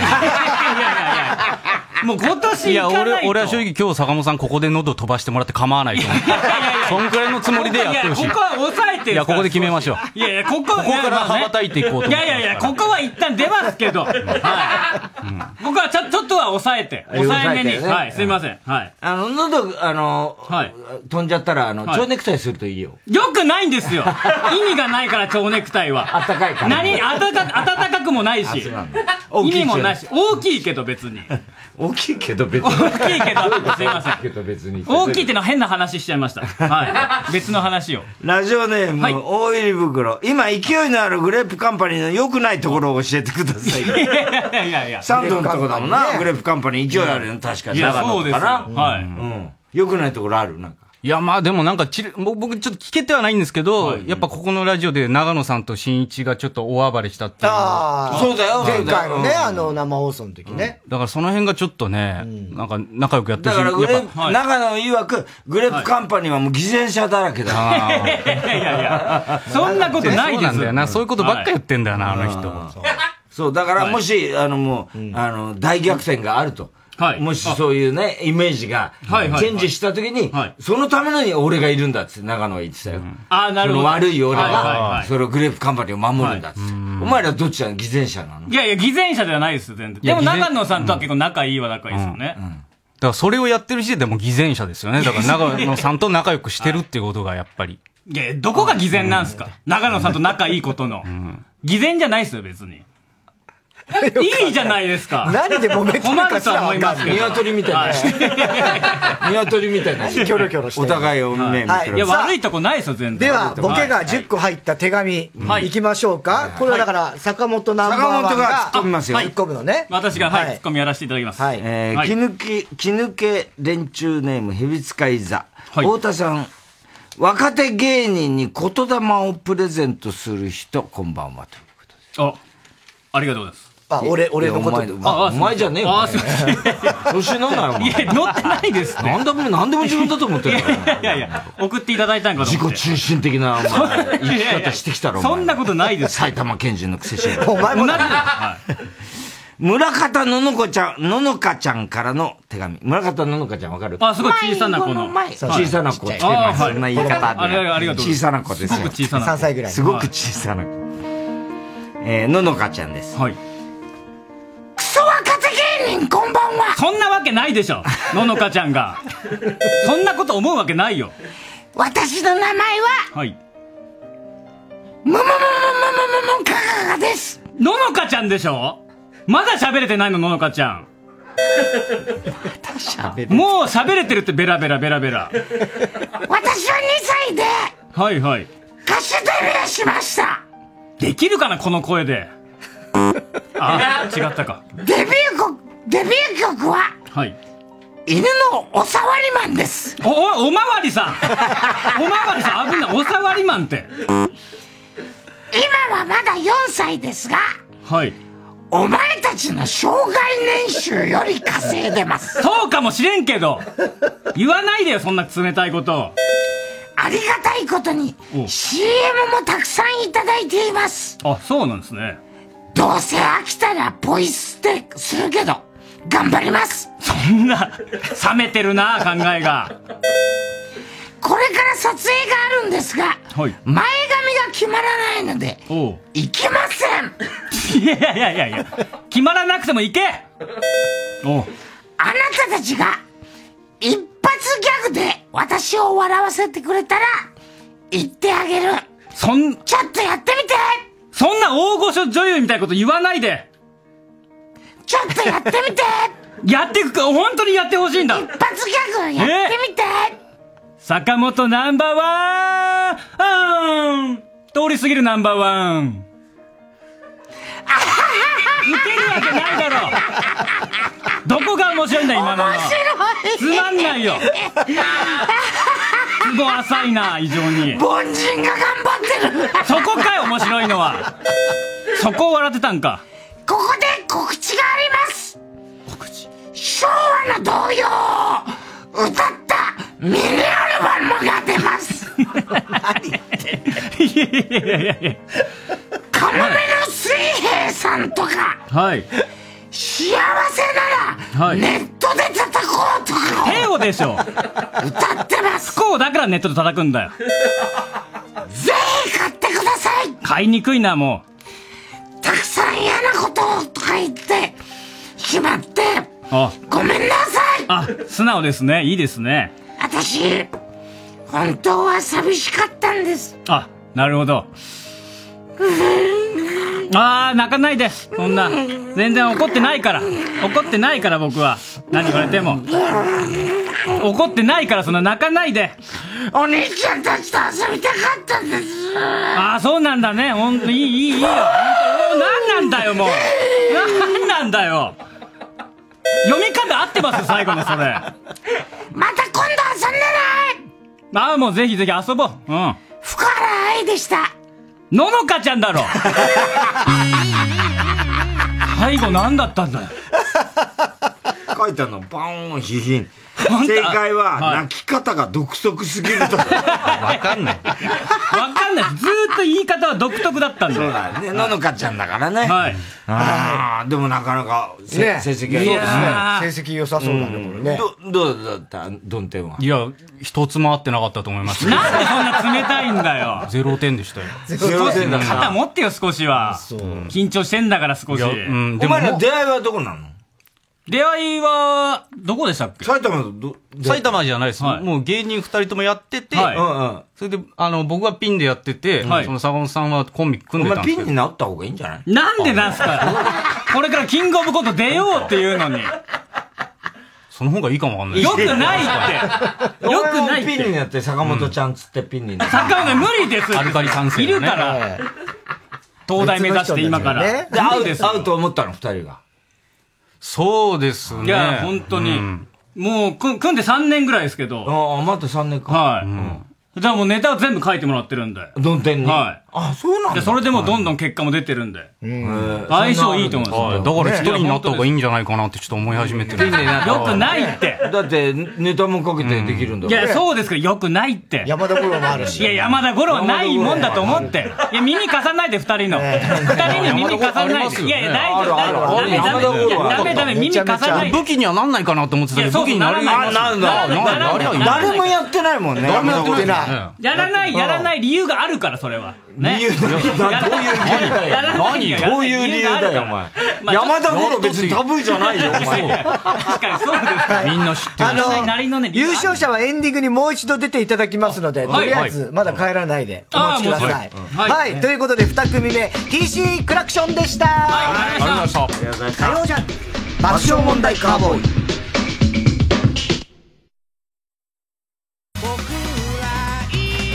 Speaker 18: もう今年行
Speaker 5: いや、
Speaker 18: かないと
Speaker 5: 俺、俺は正直今日坂本さんここで喉飛ばしてもらって構わないと思って。そんくらいのつもりでやってほし
Speaker 18: い
Speaker 5: い。
Speaker 18: やここは抑えてる
Speaker 5: いや、ここで決めましょう。
Speaker 18: いやいや、ここは
Speaker 5: ここから羽ばたいていこうと思って
Speaker 18: やいやいや、ここは一旦出ますけど。はい。ここはちょちょっとは抑えて。抑えめに。はい、すみません。はい。
Speaker 2: あの、喉、あの、飛んじゃったら、あの、
Speaker 18: はい
Speaker 2: 蝶ネクタイするといいよ。
Speaker 18: よくないんですよ。意味がないから、蝶ネクタイは。暖かい
Speaker 2: から
Speaker 18: 何、暖か、暖かくもないし。
Speaker 2: 大
Speaker 18: 意
Speaker 2: きい
Speaker 18: 味もないし。大きいけど別に。
Speaker 2: 大きいけど別に。
Speaker 18: 大きいけど、すいません。
Speaker 2: 大きいけど別に。
Speaker 18: 大きいってのは変な話しちゃいました。はい。別の話を。
Speaker 2: ラジオネーム、大入り袋。今、勢いのあるグレープカンパニーの良くないところを教えてください。
Speaker 18: いやいやいや。
Speaker 2: サンドのとこだもんな、
Speaker 18: ね
Speaker 2: グレープカンパニー勢いあるよね、確かに。
Speaker 5: いや
Speaker 2: 長野とかな
Speaker 5: そうですよはい
Speaker 2: うん。良くないところある、なんか。
Speaker 5: いや、まあでもなんかちれ、もう僕ちょっと聞けてはないんですけど、やっぱここのラジオで長野さんと新一がちょっと大暴れしたっていうのが。
Speaker 1: あー前回のね、あの、生放送の時ね。
Speaker 5: だからその辺がちょっとね、なんか仲良くやって
Speaker 2: だ
Speaker 5: ほしい。
Speaker 2: からグレ
Speaker 5: や
Speaker 2: ー
Speaker 5: っ
Speaker 2: プ、
Speaker 5: ぱはい
Speaker 2: 長野曰く、グレープカンパニーはもう偽善者だらけだ。
Speaker 5: あ
Speaker 18: いやいやいや、そんなことない
Speaker 5: そう
Speaker 18: で
Speaker 5: なん
Speaker 18: す
Speaker 5: だよな。そういうことばっか言ってんだよな、あの人。
Speaker 2: そう、だからもし、あのもう、あの、大逆転があると。もしそういうね、イメージが、チ
Speaker 18: はいはい
Speaker 2: ェンジした時に、そのためのに俺がいるんだっつって長野は言ってたよ。
Speaker 18: あーなるほど
Speaker 2: その悪い俺
Speaker 18: はいはいは
Speaker 2: が
Speaker 18: い、
Speaker 2: それをグレープカンパニーを守るんだっつって。お前らどっちなの偽善者なの
Speaker 18: いやいや、偽善者ではないですよ、全然。
Speaker 5: い
Speaker 18: で
Speaker 5: や
Speaker 18: も
Speaker 5: 偽善
Speaker 18: 長野さんとは結構仲いいは仲いいですよね。
Speaker 5: だからそれをやってる時点でもう偽善者ですよね。だから長野さんと仲良くしてるっていうことがやっぱり。
Speaker 18: いやいや、どこが偽善なんですか長野さんと仲いいことの。偽善じゃないですよ、別に。いいじゃないですか。
Speaker 1: 何で揉めてる
Speaker 18: 困
Speaker 1: か
Speaker 18: る
Speaker 1: す
Speaker 18: とは
Speaker 1: ら
Speaker 18: 思い
Speaker 1: 分か
Speaker 18: ま
Speaker 1: ん
Speaker 18: す
Speaker 1: な
Speaker 18: け
Speaker 1: い。
Speaker 18: ど。
Speaker 2: 鶏みたいな。
Speaker 1: キョロキョロして
Speaker 2: お互いを目見てる
Speaker 1: はい
Speaker 18: いや、悪いとこないですよ、全然。
Speaker 1: では、ボケが10個入った手紙、いきましょうか。これはだから、坂本ナンバーワンが。
Speaker 2: 坂本が突っ込みますよ
Speaker 1: あはい突っ込むのね。
Speaker 18: 私が、はい、
Speaker 2: はい
Speaker 18: ツッコミやらせていただきます。はい。
Speaker 2: えー気抜け、気抜け連中ネーム、ヘビ使い座。太田さん、若手芸人に言霊をプレゼントする人、こんばんはという
Speaker 18: あ、ありがとうございます。
Speaker 1: あ俺俺のこと
Speaker 2: いやお前お前じゃねえよ
Speaker 18: ああ、すいません。
Speaker 2: 年なんだよ、お前。
Speaker 18: いや、乗ってないですって。
Speaker 2: なんでも、なんでも自分だと思ってるから。
Speaker 18: いやいや、送っていただいたんかと
Speaker 2: 自
Speaker 18: 思っ
Speaker 2: 己
Speaker 18: て。
Speaker 2: 中心的な、お前、
Speaker 18: いや
Speaker 2: 生
Speaker 18: い
Speaker 2: き
Speaker 18: やい
Speaker 2: 方
Speaker 18: や
Speaker 2: してきたろ、。
Speaker 18: そんなことないです
Speaker 2: 埼玉県人のくせしやがって
Speaker 1: お前もな
Speaker 2: 村方ののこちゃん、ののかちゃんからの手紙。村方ののかちゃんわかる
Speaker 18: あ、すごい小さな子の。
Speaker 2: そう小さな子って、まあそんな言い方
Speaker 18: あれありがとうござい
Speaker 2: 小
Speaker 18: ます
Speaker 2: さな子ですよ。
Speaker 18: すごく小さな子三歳ぐらい
Speaker 2: すごく小さな子。えー、ののかちゃんです。
Speaker 18: はい。
Speaker 2: クソ若手芸人こんばんは
Speaker 18: そんなわけないでしょののかちゃんがそんなこと思うわけないよ
Speaker 2: 私の名前は、
Speaker 18: はい
Speaker 2: むむむむむむむむかががです
Speaker 18: ののかちゃんでしょまだ喋れてないのののかちゃんもう喋れてるってベラベラベラベラ
Speaker 2: 私は2歳で
Speaker 18: はいはい
Speaker 2: 歌手デビューしました
Speaker 18: できるかなこの声であ違ったか
Speaker 10: デビュー曲、デビュー曲は、
Speaker 18: はい
Speaker 10: 犬のおさわりマンです。
Speaker 18: おおおまわりさんおまわりさん危ないおさわりマンって
Speaker 10: 今はまだ4歳ですが、
Speaker 18: はい
Speaker 10: お前たちの障害年収より稼いでます。
Speaker 18: そうかもしれんけど言わないでよそんな冷たいこと
Speaker 10: ありがたいことに CM もたくさんいただいています。
Speaker 18: あそうなんですね
Speaker 10: どうせ飽きたらポイ捨てするけど、頑張ります。
Speaker 18: そんな冷めてるな考えが
Speaker 10: これから撮影があるんですが、
Speaker 18: はい
Speaker 10: 前髪が決まらないので、
Speaker 18: おう
Speaker 10: 行きません。
Speaker 18: いやいやいやいや決まらなくてもいけおう
Speaker 10: あなたたちが一発ギャグで私を笑わせてくれたら言ってあげる。
Speaker 18: そん、
Speaker 10: ちょっとやってみて
Speaker 18: そんな大御所女優みたいなこと言わないで
Speaker 10: ちょっとやってみて
Speaker 18: やってくか本当にやってほしいんだ
Speaker 10: 一発ギャグやってみて
Speaker 18: 坂本ナンバーワン通り過ぎるナンバーワンいけるわけないだろどこが面白いんだ今のは
Speaker 10: 面白い
Speaker 18: つまんないよツボ浅いな異常に
Speaker 10: 凡人が頑張ってる
Speaker 18: そこかよ面白いのはそこを笑ってたんか
Speaker 10: ここで告知があります告知昭和の童謡を歌ったミニアルバムが出 ます
Speaker 18: いやいやいやいやいや
Speaker 10: カモメの水平さんとか
Speaker 18: はい
Speaker 10: 幸せなら
Speaker 18: はい
Speaker 10: ネットで叩こうとか
Speaker 18: テオでしょ
Speaker 10: 歌ってます
Speaker 18: 不幸だからネットで叩くんだよ
Speaker 10: ぜひ買ってください
Speaker 18: 買いにくいなも
Speaker 10: たくさん嫌なことをとか言ってしまって
Speaker 18: うあ
Speaker 10: ごめんなさい
Speaker 18: あ素直ですねいいですね
Speaker 10: 私本当は寂しかったん です
Speaker 18: あなるほどああ泣かないでそんな全然怒ってないから怒ってないから僕は何言われても怒ってないからそんな泣かないで
Speaker 10: お兄ちゃんたちと遊びたかったんです
Speaker 18: ああそうなんだねほんといいいいいいよ本当もう何なんだよもう何なんだよ読み方合ってます最後のそれ
Speaker 10: また今度遊んでね
Speaker 18: ああ、もうぜひぜひ遊ぼう。うん。
Speaker 10: 福原愛でした
Speaker 18: ののかちゃんだろ 最後何だったんだよ。
Speaker 2: 書いてあるの、バーン、ひひん。正解は、泣き方が独特すぎる と。わかんない。
Speaker 18: わかんない。ずーっと言い方は独特だったんだよ。そう
Speaker 2: だね。ののかちゃんだからね。
Speaker 18: はい。
Speaker 2: ああ、でもなかなか、せ
Speaker 18: ね
Speaker 2: 成績が
Speaker 18: いやー
Speaker 2: そうですね
Speaker 1: 績良さ
Speaker 18: そうだねこれね
Speaker 2: ど、どうだったドンテンは。
Speaker 18: いや、一つも合ってなかったと思います。 なんでそんな冷たいんだよ。ゼロ点でしたよ。
Speaker 2: ゼロ点なんだ
Speaker 18: 肩持ってよ、少しは。緊張してんだから、少し。うん、
Speaker 2: お前の出会いはどこなの
Speaker 18: 出会いは、どこでしたっけ
Speaker 2: 埼玉のど、
Speaker 18: 埼玉じゃない
Speaker 5: ですもう芸人二人ともやってて、
Speaker 18: はい
Speaker 5: それで、あの、僕はピンでやってて、
Speaker 18: はい
Speaker 5: その坂本さんはコンビ組んでたんですけど。
Speaker 2: お前ピンになった方がいいんじゃない
Speaker 18: なんでなんすかこれからキングオブコント出ようっていうのに。
Speaker 5: その方がいいかもわかんない。
Speaker 18: よくないって。よくない
Speaker 2: 俺もピ
Speaker 18: っ
Speaker 2: ンに
Speaker 18: て。
Speaker 2: なって、坂本ちゃんつってピンになった。
Speaker 18: 坂上無理ですって。
Speaker 2: アルカリ三世のね
Speaker 18: いるから。東大目指して今から。
Speaker 2: で、
Speaker 18: 無
Speaker 2: 会
Speaker 18: 理
Speaker 2: う、
Speaker 18: です
Speaker 2: 会うと思ったの、二人が。
Speaker 18: そうです
Speaker 5: ね
Speaker 18: いや、本当に。もう、く、組んで3年ぐらいですけど。
Speaker 2: ああ、待って3年か。
Speaker 18: はい。じゃあもうネタを全部書いてもらってるんで。
Speaker 2: どんてんに。
Speaker 18: はい。
Speaker 2: あ、そうなん
Speaker 18: で、
Speaker 2: だ。
Speaker 18: それでもどんどん結果も出てるんで。
Speaker 5: うん
Speaker 18: 相性いいと思
Speaker 5: は
Speaker 18: う
Speaker 5: い
Speaker 18: んです
Speaker 5: だ
Speaker 18: よ。
Speaker 5: から一人になった方がいい
Speaker 18: い。
Speaker 5: んじゃないかなってちょっと思い始めてる。
Speaker 18: よくないって。
Speaker 2: だって、ネタもかけてできるんだ
Speaker 18: いや、
Speaker 2: う。
Speaker 18: そうですけど、よくないって。山田五郎もあるし。いや、山田五郎はないもんだと思って。いや、耳貸さないで、二人の。二人に耳貸さ
Speaker 5: あり
Speaker 18: ない
Speaker 5: ます
Speaker 18: で。
Speaker 5: よ
Speaker 18: いや
Speaker 5: ね
Speaker 18: いや、大丈夫、大丈夫。ダメ、ダメ、いやダメ、ダメ、耳貸さないで。
Speaker 5: 武器にはなんないかなと思ってた
Speaker 18: い
Speaker 5: け
Speaker 18: や
Speaker 5: ど、
Speaker 18: そう
Speaker 5: 武器になれない。
Speaker 18: ならない
Speaker 5: な
Speaker 18: ならない
Speaker 5: ならない
Speaker 18: ならない
Speaker 2: 誰もやってないもんね。
Speaker 5: 誰もやってない
Speaker 2: 山田五郎
Speaker 18: やらない、やらない理由があるから、それは。ね。
Speaker 2: 理由だよ
Speaker 18: やらないやらないやらない
Speaker 2: 何どういう理由だよ、お前。山田五郎別にタブーじゃないよ、お前。
Speaker 18: 確かにそうです。みんな知っ
Speaker 1: あの
Speaker 18: なりのね、理由
Speaker 1: 優勝者はエンディングにもう一度出ていただきますので、
Speaker 18: は
Speaker 1: と
Speaker 18: い
Speaker 1: りあえず、まだ帰らないで、お
Speaker 18: あ
Speaker 1: 待ちください
Speaker 18: も。
Speaker 1: はい、はいということで、2組目、TC クラクションでした。
Speaker 18: ありがとうございました。
Speaker 1: 火曜じゃん爆笑問題カーボーイ
Speaker 11: 「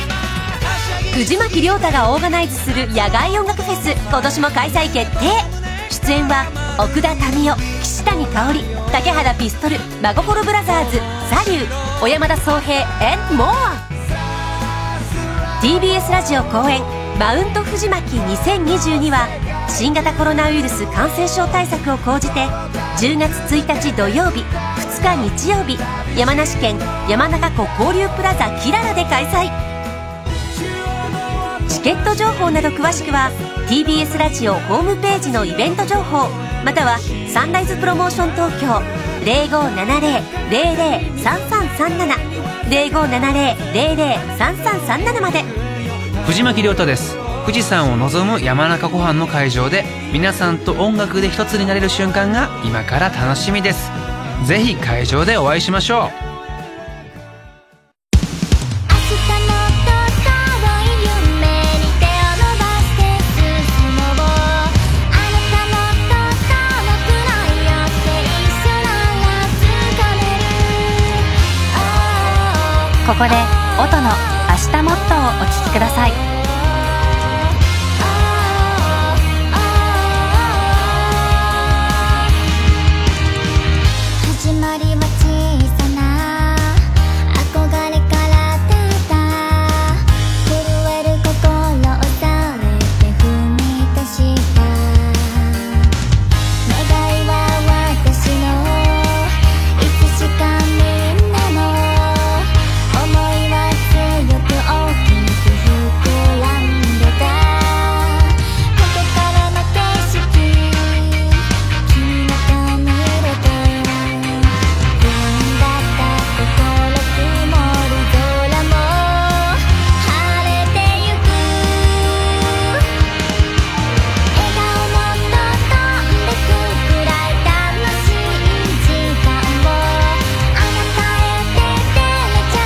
Speaker 11: はしゃぎ藤巻亮太がオーガナイズする野外音楽フェス今年も開催決定出演は奥田民生岸谷香織竹原ピストル真心ブラザーズサリュー小山田宗平 and more TBS ラジオ公演「マウント藤巻2022」は新型コロナウイルス感染症対策を講じて10月1日土曜日2日日曜日山梨県山中湖交流プラザキララで開催チケット情報など詳しくは TBS ラジオホームページのイベント情報またはサンライズプロモーション東京0570-003337 0570-003337まで
Speaker 26: 藤巻亮太です富士山を望む山中湖畔の会場で皆さんと音楽で一つになれる瞬間が今から楽しみですぜひ会場でお会いしましょう
Speaker 13: 明日もっと遠い夢に手を伸ばして進もうあなたもっと遠くないよって一緒なら掴める
Speaker 11: ここで音の「明日もっと」をお聴きください
Speaker 13: 始まりは小さな憧れから出た震える心をされて踏み出した願いは私のいつしかみんなの思いは強く大きく膨らんでたここからの景色「君の髪色と呼んだった心曇る空も晴れてゆく」「笑顔もっと飛んでくくらい楽しい時間を」「あなたへって照れちゃ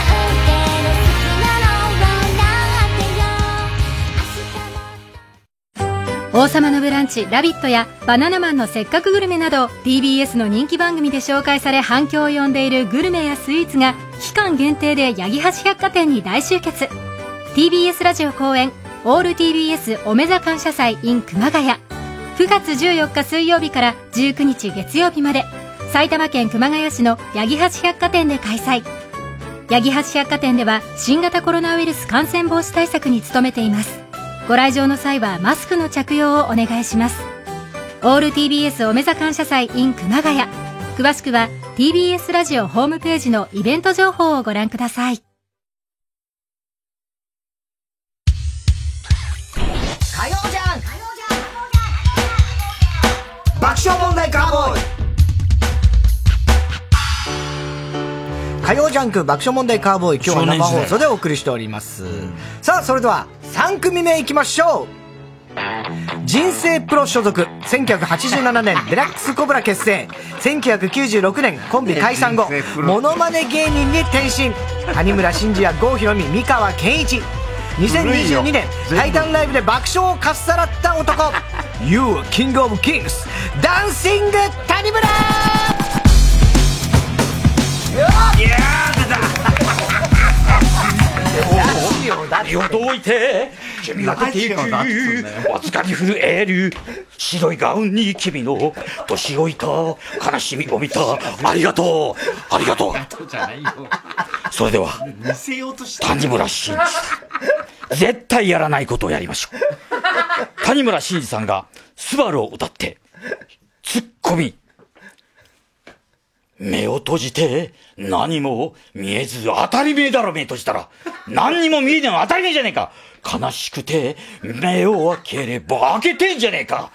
Speaker 13: うけど好きなのはなってよ」
Speaker 16: 王様のブランチ、ラビットやバナナマンのせっかくグルメなど TBS の人気番組で紹介され反響を呼んでいるグルメやスイーツが期間限定で八木橋百貨店に大集結 TBS ラジオ公演オール TBS おめざ感謝祭 in 熊谷9月14日水曜日から19日月曜日まで埼玉県熊谷市の八木橋百貨店で開催八木橋百貨店では新型コロナウイルス感染防止対策に努めていますご来場の際はマスクの着用をお願いしますオール TBS おめざ感謝祭 in 熊谷詳しくは TBS ラジオホームページのイベント情報をご覧ください
Speaker 9: 火曜じゃん爆笑問題カーボーイ
Speaker 1: 火曜ジャンク爆笑問題カーボーイ今日は生放送でお送りしております、さあそれでは3組目いきましょう人生プロ所属1987年 デラックスコブラ結成1996年コンビ解散後
Speaker 9: 人生プロ
Speaker 1: モノマネ芸人に転身谷村新司や郷ひろみ三河健一2022年タイタンライブで爆笑をかっさらった男 You are King of Kings ダンシング谷村
Speaker 9: いやー出た
Speaker 4: どいて君が出ていくわずかに震える白いガウンに君の年老いた悲しみを見たありがとうありがとう
Speaker 18: じゃないよ。
Speaker 4: それでは
Speaker 18: 見せようとし
Speaker 4: 谷村新司さん絶対やらないことをやりましょう谷村新司さんが「スバルを歌ってツッコミ目を閉じて何も見えず当たり前だろ目閉じたら何にも見えないの当たり前じゃねえか悲しくて目を開ければ開けてんじゃねえか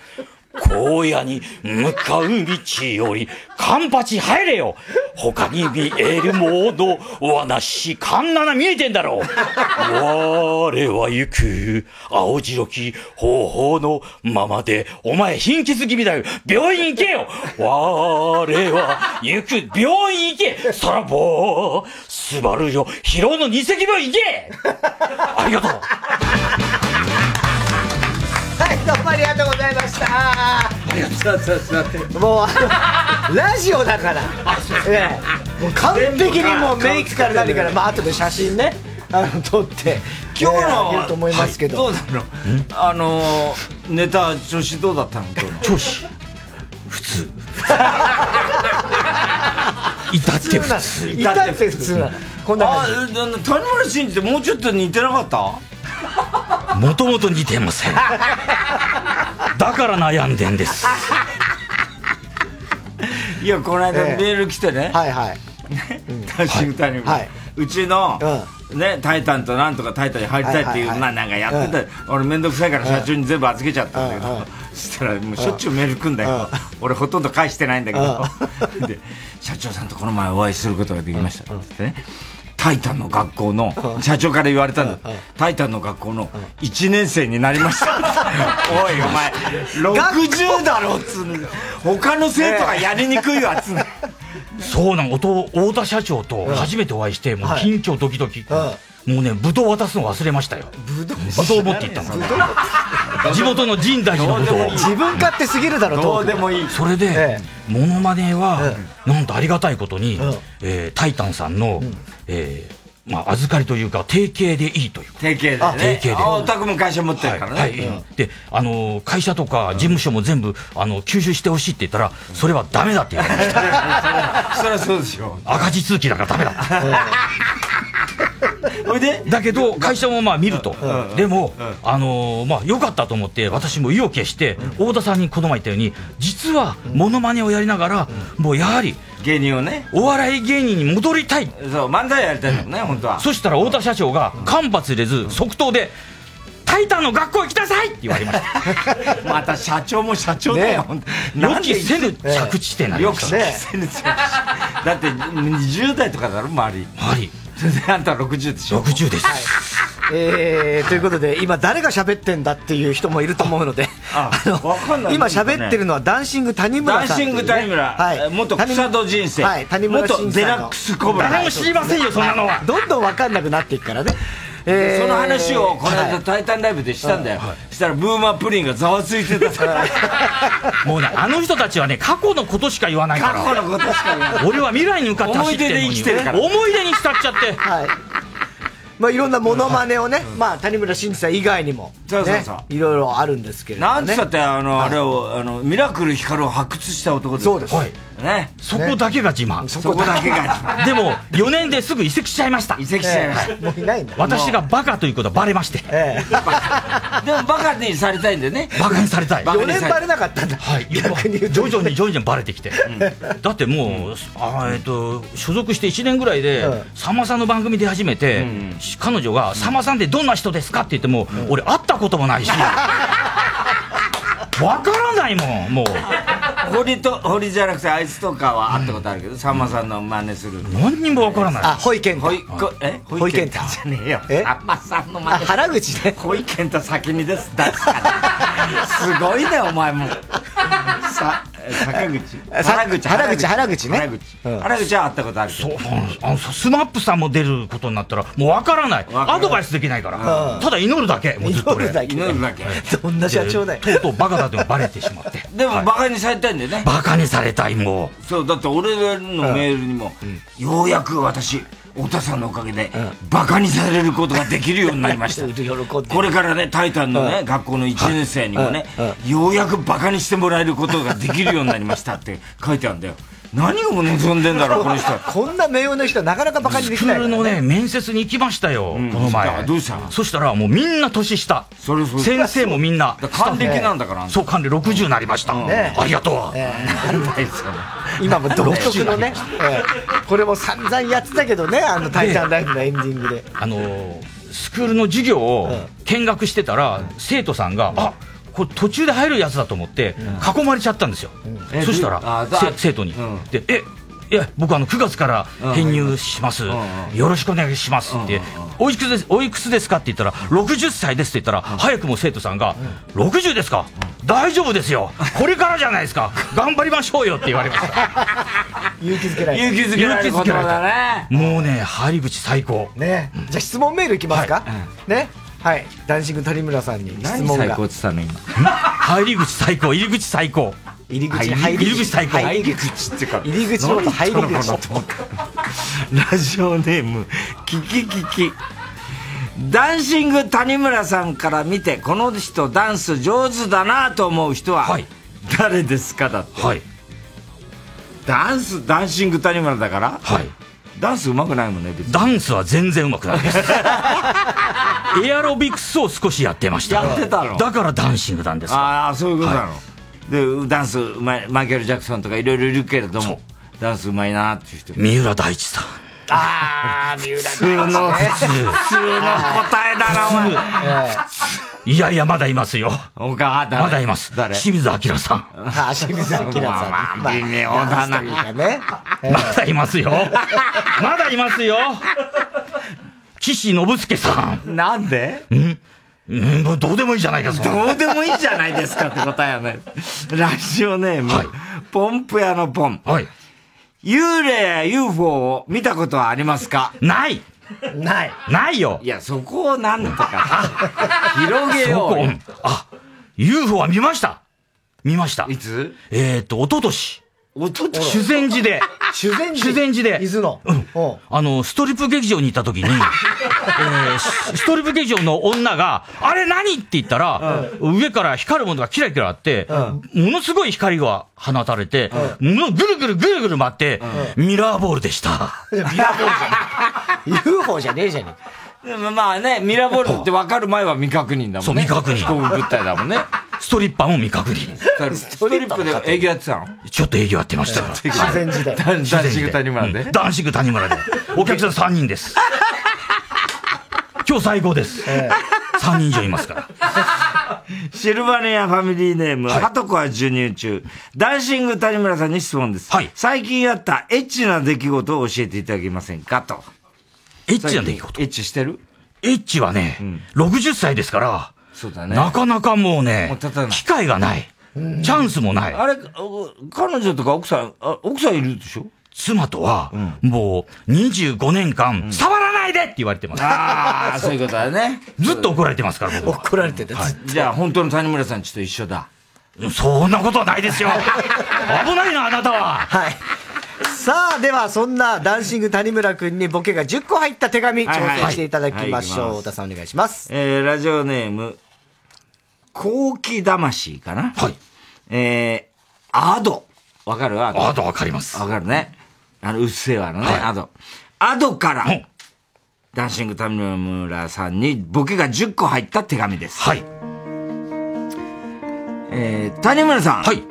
Speaker 4: 荒野に向かう道よりカンパチ入れよ他に見えるものはなしカンナナ見えてんだろ我は行く青白き方法のままでお前貧血気味だよ病院行けよ我は行く病院行けさらばスバルよ疲労の二石病院行けありがとう
Speaker 1: はい、どうもありがとうございました。
Speaker 18: さあさあさあ
Speaker 1: もうあの、 ラジオ だから。ええもう完璧にもうメイクから何から、まあ後で写真ね。あの、撮って、
Speaker 2: 今日
Speaker 1: えーあげる
Speaker 2: の
Speaker 1: と思いますけど。
Speaker 2: はいどうなのあのーネタ調子どうだったの今日の調子
Speaker 1: いたって普通いたって普通なのこんな感じ
Speaker 2: ああの谷村新司ってもうちょっと似てなかった
Speaker 4: もともと似てません。だから悩んでんです。
Speaker 2: いやこの間
Speaker 4: ええ
Speaker 2: メール来てね、
Speaker 1: はいはい
Speaker 2: タシグタにも、うちの、ね、タイタンとなんとかタイタンに入りたいっていう、
Speaker 4: はいはいはい
Speaker 2: まあなんかやってた、
Speaker 4: うん
Speaker 2: 俺面倒くさいから
Speaker 4: うん
Speaker 2: 社長に全部預けちゃったんだけど、
Speaker 4: うんうん
Speaker 2: そしたらもうしょっちゅうメール来んだけど、俺ほとんど返してないんだけど、で社長さんとこの前お会いすることができましたって言ってね、タイタンの学校の、社長から言われたんだ、タイタンの学校の1年生になりました。おいお前、60だろっつうんだ他の生徒がやりにくいわっつうんだ
Speaker 4: そうなん、おと太田社長と初めてお会いして、もう
Speaker 2: はい
Speaker 4: 緊張ドキドキ。もうね、ぶどう渡すの忘れましたよ。ぶどう持って行ったの。地元の神代寺のぶどう。
Speaker 1: 自分勝手すぎるだろ、トーク
Speaker 4: いいそれでモノマネはなんとありがたいことに
Speaker 1: うん
Speaker 4: えータイタンさんのえーまあ預かりというか提携でいいという
Speaker 2: 定型でね。
Speaker 4: あ定型で
Speaker 2: あお宅も会社持ってるからね。
Speaker 4: はい、であのー会社とか事務所も全部あの吸収してほしいって言ったらそれはダメだって言われました
Speaker 2: そりゃそうですよ
Speaker 4: 赤字続きだからダメだ
Speaker 2: おいで
Speaker 4: だけど会社もまあ見ると、でも、あのーまあ良かったと思って私も意を決して、太田さんにこの前言ったように実はモノマネをやりながら、もうやはり
Speaker 2: 芸人をね
Speaker 4: お笑い芸人に戻りたい
Speaker 2: そう漫才やりたいのね本当は
Speaker 4: そしたら太田社長が間髪入れず即答で「タイタンの学校行きなさい!」って言われまし た
Speaker 2: また社長も社長だよ本当に
Speaker 4: 予期せぬ着地点になり
Speaker 2: よ
Speaker 4: ま
Speaker 2: く
Speaker 4: し
Speaker 2: せ
Speaker 4: た
Speaker 2: ねだって20代とかだろ周り
Speaker 4: 周り
Speaker 2: それであんた60でしょ
Speaker 4: 60です
Speaker 1: えー、ということで、今、誰が喋ってんだっていう人もいると思うので、あの今、喋ってるのはダンシング谷
Speaker 2: ダ
Speaker 1: 村
Speaker 2: ン
Speaker 1: さんって
Speaker 2: シ
Speaker 1: いうね、
Speaker 2: ング谷村、
Speaker 1: はい、
Speaker 2: 元草戸人生、
Speaker 1: はい、谷村
Speaker 2: 元デラックスコブラ
Speaker 1: は。どんどん分かんなくなっていくからね。えー
Speaker 2: その話をこの
Speaker 1: は
Speaker 2: 間
Speaker 1: い
Speaker 2: 「タイタンライブ」でしたんだよ、したらブーマープリンがざわついてた
Speaker 4: もうねあの人たちはね過去のことしか言わないから
Speaker 2: 過去のことしか言わない
Speaker 4: 俺は未来に向かって走ってんのに
Speaker 1: 思い出で生きてるから
Speaker 4: 思い出に浸っちゃって、
Speaker 1: はいまあ、いろんなモノマネをね、まあ、谷村新司さん以外にも、ね、
Speaker 2: そうそうそう
Speaker 1: いろいろあるんですけれども、ね。
Speaker 2: なんつったってあの、あれをあのミラクル光を発掘した男ですそうです、ね、
Speaker 4: そこだけが自慢
Speaker 2: そこだけが
Speaker 4: でも4年ですぐ移籍しちゃいました移
Speaker 2: 籍しちゃいました
Speaker 1: もういないんだ
Speaker 4: 私がバカということはバレまして、
Speaker 2: でもバカにされたいんだよね
Speaker 4: バカにされたい
Speaker 2: 4年バレ
Speaker 1: なかったんだ
Speaker 4: はい徐々に徐々にバレてきて、だってもう、あーえっと所属して1年ぐらいで、さんまさんの番組出始めて、彼女が「さんまさんってどんな人ですか?」って言っても、俺会ったこともな いしわからないもんもう
Speaker 2: 堀と堀じゃなくてあいつとかは会ったことあるけど、さんまさんの真似する
Speaker 4: 何にもわからない
Speaker 1: あほいけん
Speaker 2: ほいこえほいけんたじゃねえよさんまさんの真似
Speaker 1: あ原口ね
Speaker 2: ほいけんた先にです出すからすごいねお前もさ坂口
Speaker 1: さ
Speaker 2: 原口
Speaker 1: 原口原口ね
Speaker 2: 原口原口は会ったことあるけど
Speaker 4: あのさスマップさんも出ることになったらもうわからない
Speaker 2: からない
Speaker 4: アドバイスできないから、
Speaker 2: うん
Speaker 4: ただ祈るだけもうずっと俺
Speaker 2: 祈るだけ祈るだけ
Speaker 1: どんな社長だよ
Speaker 4: とうとうバカだというのがバレてしまって
Speaker 2: でもバカにされたいんだよね
Speaker 4: バカにされたいもう
Speaker 2: そうだって俺のメールにも、ようやく私太田さんのおかげで、バカにされることができるようになりま したこれからね「タイタン」のね、
Speaker 4: うん
Speaker 2: 学校の1年生にもね、ようやくバカにしてもらえることができるようになりましたって書いてあるんだよ何を望んでんだろうこの人
Speaker 1: こんな名誉の人はなかなかバカにできないから、
Speaker 4: のね、面接に行きましたよ、この前。どうしたそしたら、もうみんな年下。先生もみんな。
Speaker 2: 還暦なんだからあんた
Speaker 4: そう、還暦60になりました。
Speaker 1: ね
Speaker 4: ありがとう。
Speaker 1: ええ
Speaker 4: 今
Speaker 1: も独特のね、ええこれも散々やってたけどね、あの、タイタンライブのエンディングで。
Speaker 4: あのースクールの授業を見学してたら、生徒さんが、あこれ途中で入るやつだと思って、囲まれちゃったんですよ、
Speaker 2: え
Speaker 4: そした
Speaker 2: どうあ
Speaker 4: ら、
Speaker 2: だ
Speaker 4: せ生徒に、でえいや僕あの9月から編入します、よろしくお願いしますって、おいくつですおいくつですかって言ったら60歳ですって言ったら、早くも生徒さんが、60ですか、大丈夫ですよこれからじゃないですか頑張りましょうよって言われました
Speaker 1: 勇気づけられた
Speaker 4: 勇気づけられた
Speaker 1: 勇気づけられた
Speaker 4: もうね入り口最高
Speaker 1: ねじゃあ質問メールいきますか、ねはいダンシング谷村さんに質問が
Speaker 4: 何最高って言ったの今入り口最高入り口最高
Speaker 1: 入り
Speaker 2: 口
Speaker 4: 入り口最高
Speaker 2: 入り口っていうか
Speaker 1: 入り口のこと入り口
Speaker 2: 何言ったのかなと思ったラジオネームキキキキダンシング谷村さんから見て、この人ダンス上手だなと思う人は、誰ですかだって。ダンス、ダンシング谷村だから、ダンス上手くないもんね、別に。
Speaker 4: ダンスは全然うま くないですエアロビクスを少しやってました
Speaker 2: やってたの
Speaker 4: だからダンシングなんです
Speaker 2: ああ、そういうことなの。
Speaker 4: は
Speaker 2: で、ダンスうまい、マイケル・ジャクソンとかいろいろいるけれども、ダンスうまいなっていう人。
Speaker 4: 三浦大知さん
Speaker 2: ああ、三浦普通の、普通の答えだな、お前。
Speaker 4: いやいやまだいますよ
Speaker 2: おか
Speaker 4: まだいます
Speaker 2: 誰
Speaker 4: 清水明さん
Speaker 1: あ、清水明さん。
Speaker 4: まあまあ微妙
Speaker 1: ダ
Speaker 4: だな
Speaker 1: ンスというかね。
Speaker 4: まだいますよまだいますよ岸信介さん
Speaker 2: なんで
Speaker 4: うんもうどうでもいいじゃないかそんな
Speaker 2: どうでもいいじゃないですかって答えはね。ラジオネーム、ポンプ屋のポン。幽霊や UFO を見たことはありますか
Speaker 4: ない
Speaker 2: ない。
Speaker 4: ないよ
Speaker 2: いや、そこをなんとか。広げようよ。
Speaker 4: そこあ、UFO は見ました。見ました。い
Speaker 2: つ
Speaker 4: えっ、ー、と、一昨年
Speaker 2: おと
Speaker 1: と
Speaker 4: 修善 寺で。
Speaker 1: 修善寺
Speaker 4: 修善寺で。
Speaker 1: 伊豆の。うん。
Speaker 4: あの、ストリップ劇場に行った時に、えースストリップ劇場の女が、あれ何って言ったら、上から光るものがキラキラあって、ものすごい光が放たれて、ものぐるぐるぐるぐる回って、ミラーボールでした。
Speaker 1: ミラーボールじゃねえ。UFO じゃねえじゃね
Speaker 2: でもまあね、ミラーボールって分かる前は未確認だもんね。
Speaker 4: そう、未確認。
Speaker 2: 飛行物体だもんね。
Speaker 4: ストリッパーも未確認。
Speaker 2: ストリップで営業やってたの
Speaker 4: ちょっと営業やってましたから。
Speaker 2: 自然時代ダンダンシング谷村で
Speaker 4: うんダンシング谷村で。お客さん3人です。今日最高です。3人以上いますから。
Speaker 2: シルバニアファミリーネーム、はとこは授乳中。ダンシング谷村さんに質問です。最近あったエッチな出来事を教えていただけませんかと。
Speaker 4: エッチな出来事
Speaker 2: エッチしてる
Speaker 4: エッチはね、60歳ですから、
Speaker 2: そうだね。
Speaker 4: なかなかもうね、機会がない。チャンスもない。
Speaker 2: あれ、お彼女とか奥さん、あ奥さんいるでしょ
Speaker 4: 妻とは、もう25年間、触らないでって言われてます。
Speaker 2: ああ、そういうことだね。
Speaker 4: ずっと怒られてますから、僕は。
Speaker 2: 怒られてた、じゃあ、本当の谷村さんちと一緒だ。
Speaker 4: そんなことはな いですよ。危ないな、あなたは。
Speaker 1: はい。さあ、では、そんなダンシング谷村くんにボケが10個入った手紙、挑
Speaker 2: はいはい
Speaker 1: 戦していただきましょう。
Speaker 2: はい
Speaker 1: 太田さんお願いします。
Speaker 2: えー、ラジオネーム、後期魂かなはい。えー、アド。わかるアド。ア
Speaker 4: ドわかります。
Speaker 2: わかるね。あの、うっせぇわのね、アド。アドから、ダンシング谷村さんにボケが10個入った手紙です。はい。えー、谷村さん。はい。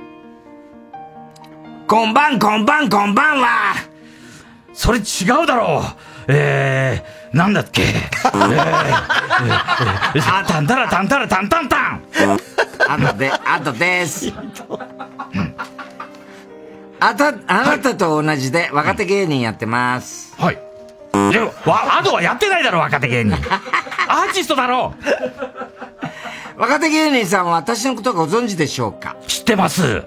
Speaker 2: こんばん、こんばん、こんばんは。
Speaker 4: それ違うだろう。えー、なんだっけ。えーえーえーあ、たんたらたんたらたんたんたん。
Speaker 2: あとで、あとです。あた、あなたと同じで若手芸人やってます。
Speaker 4: はい。いやわ、アドはやってないだろ、若手芸人。アーティストだろ
Speaker 2: 若手芸人さんは私のことご存知でしょうか
Speaker 4: 知ってます。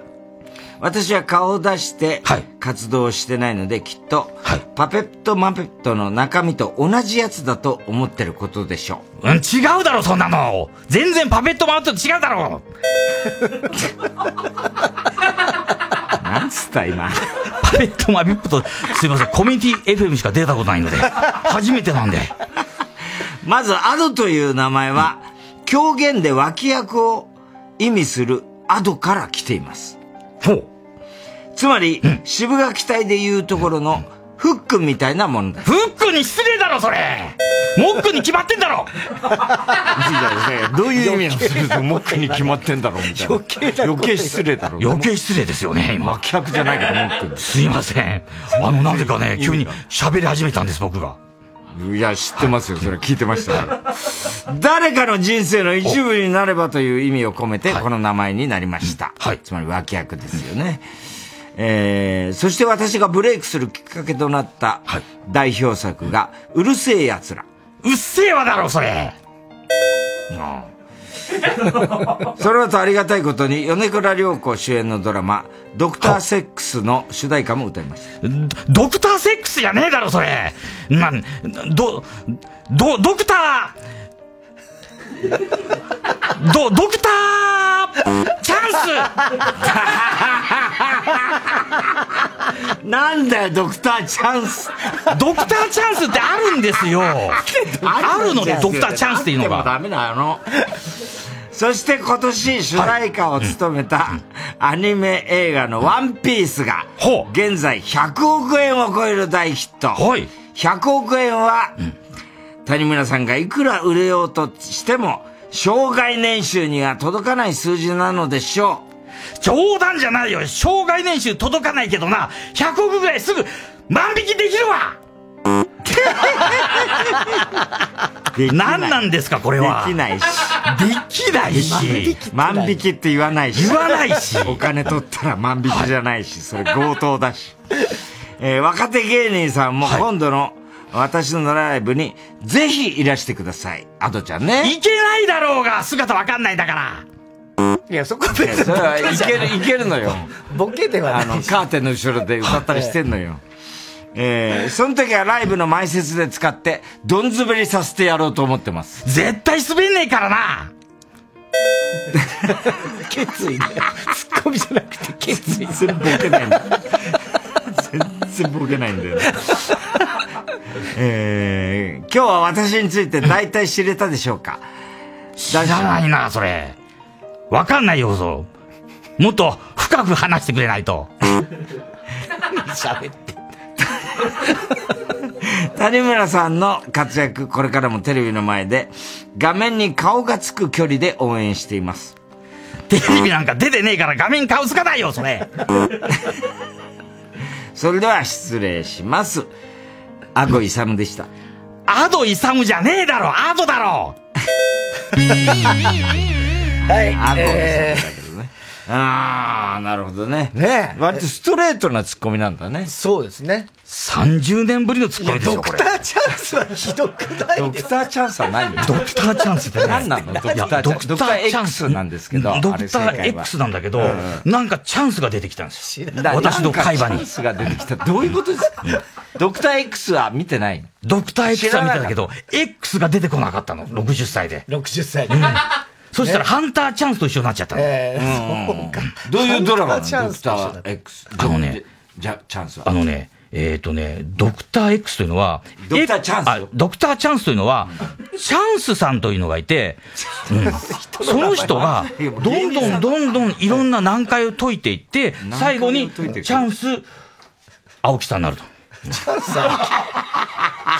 Speaker 2: 私は顔を出して活動してないので、きっと、パペットマペットの中身と同じやつだと思ってることでしょう。
Speaker 4: うん、違うだろ、そんなの。全然パペットマウントと違うだろ。
Speaker 2: なんつった、今。
Speaker 4: パペットマペットと、すいません、コミュニティ FM しか出たことないので、初めてなんで。
Speaker 2: まず、アドという名前は、狂言で脇役を意味するアドから来ています。
Speaker 4: ほう。
Speaker 2: つまり、渋垣隊でいうところの、フックみたいなものだ。
Speaker 4: フックに失礼だろ、それモックに決まってんだろ
Speaker 2: どういう意味なん ですモックに決まってんだろうみたい な。余計失礼だろう。
Speaker 4: 余計失礼ですよね、今。
Speaker 2: 脇役じゃないけど、モックに。
Speaker 4: すいません。あの、なぜかね、急に喋り始めたんです、僕が。
Speaker 2: いや、知ってますよ。それ聞いてましたから。誰かの人生の一部になればという意味を込めて、この名前になりました。つまり脇役ですよね。えー、そして私がブレイクするきっかけとなった代表作が、うるせえ奴ら。
Speaker 4: うっせえわだろ、それ
Speaker 2: ああその後ありがたいことに、米倉涼子主演のドラマ、ドクターセックスの主題歌も歌いました。
Speaker 4: ドクターセックスじゃねえだろ、それなん、ど、ど、ドクターど、ドクタ ーチャンス
Speaker 2: なんだよ、ドクターチャンス。
Speaker 4: ドクターチャンスってあるんですよ。あるのね、ドクターチャンスっていうのが。
Speaker 2: ダメだよそして今年主題歌を務めたアニメ映画のワンピースが、現在100億円を超える大ヒット。100億円は、谷村さんがいくら売れようとしても、障害年収には届かない数字なのでしょう。
Speaker 4: 冗談じゃないよ障害年収届かないけどな、100億ぐらいすぐ万引きできるわ何なんですか、これは。
Speaker 2: できないし。
Speaker 4: できないし。
Speaker 2: 万引きって言わないし。
Speaker 4: 言わないし
Speaker 2: お金取ったら万引きじゃないし、それ強盗だし。えー若手芸人さんも今度の私のライブにぜひいらしてください。アドちゃんね。
Speaker 4: いけないだろうが、姿わかんないだから。
Speaker 2: いや、そこ
Speaker 4: 別に
Speaker 2: それはいけ る、いけるのよ。
Speaker 1: ボケでは
Speaker 2: あの、カーテンの後ろで歌ったりしてんのよ。 えー、その時はライブの前説で使って、どんずべりさせてやろうと思ってます。
Speaker 4: 絶対滑んねえからな
Speaker 1: 決意だよ。ツッコミじゃなくて決意。
Speaker 2: 全然ボケないんだ。全然ボケないんだよね。 えー、今日は私について大体知れたでしょうか知ら
Speaker 4: ないな、それ。わかんないよ、ぞ。もっと深く話してくれないと。
Speaker 1: 喋って。
Speaker 2: 谷村さんの活躍、これからもテレビの前で、画面に顔がつく距離で応援しています。
Speaker 4: テレビなんか出てねえから画面顔つかないよ、それ。
Speaker 2: それでは失礼します。アゴイサムでした。
Speaker 4: アドイサムじゃねえだろ、アドだろ。
Speaker 2: はい。アゴイサム
Speaker 4: え
Speaker 2: だけどね。あー、なるほどね。
Speaker 1: ね
Speaker 2: 割とストレートなツッコミなんだね。
Speaker 1: そうですね。
Speaker 4: 30年ぶりのツッコミでしょ、
Speaker 1: ド
Speaker 4: こ
Speaker 1: ク
Speaker 4: れ
Speaker 1: タ。ーチャンスはひどくない
Speaker 2: ドクターチャンスはないよ。
Speaker 4: ドクターチャンスって
Speaker 2: 何なのドクターチャンス。ドクター X なんですけど。
Speaker 4: ドクター X なんだけど、なんかチャンスが出てきたんですよ。私の会話
Speaker 2: チ
Speaker 4: に
Speaker 2: ャン。スが出てきた。どういうことですかドクター X は見てない
Speaker 4: ドクター X は見てたけ
Speaker 2: 知
Speaker 4: ど、X が出てこなかったの、60歳で。
Speaker 1: 60歳
Speaker 4: で。そしたら、ハンターチャンスと一緒になっちゃったの。
Speaker 1: え
Speaker 4: うん
Speaker 1: ー、そうか。
Speaker 2: どういうドラマなのド
Speaker 1: ハンターチャン
Speaker 2: クタ
Speaker 1: スと一緒だ
Speaker 2: ー X。
Speaker 4: あのね、
Speaker 2: じゃ、チャンスは。
Speaker 4: あのね、えっ、とね、ドクター X というのは、
Speaker 2: ドクターチャンス
Speaker 4: あドクターチャンスというのは、チャンスさんというのがい て、うんその人が、どんどんどんどんいろんな難解を解いていって、最後に、チャンス、青木さん になると。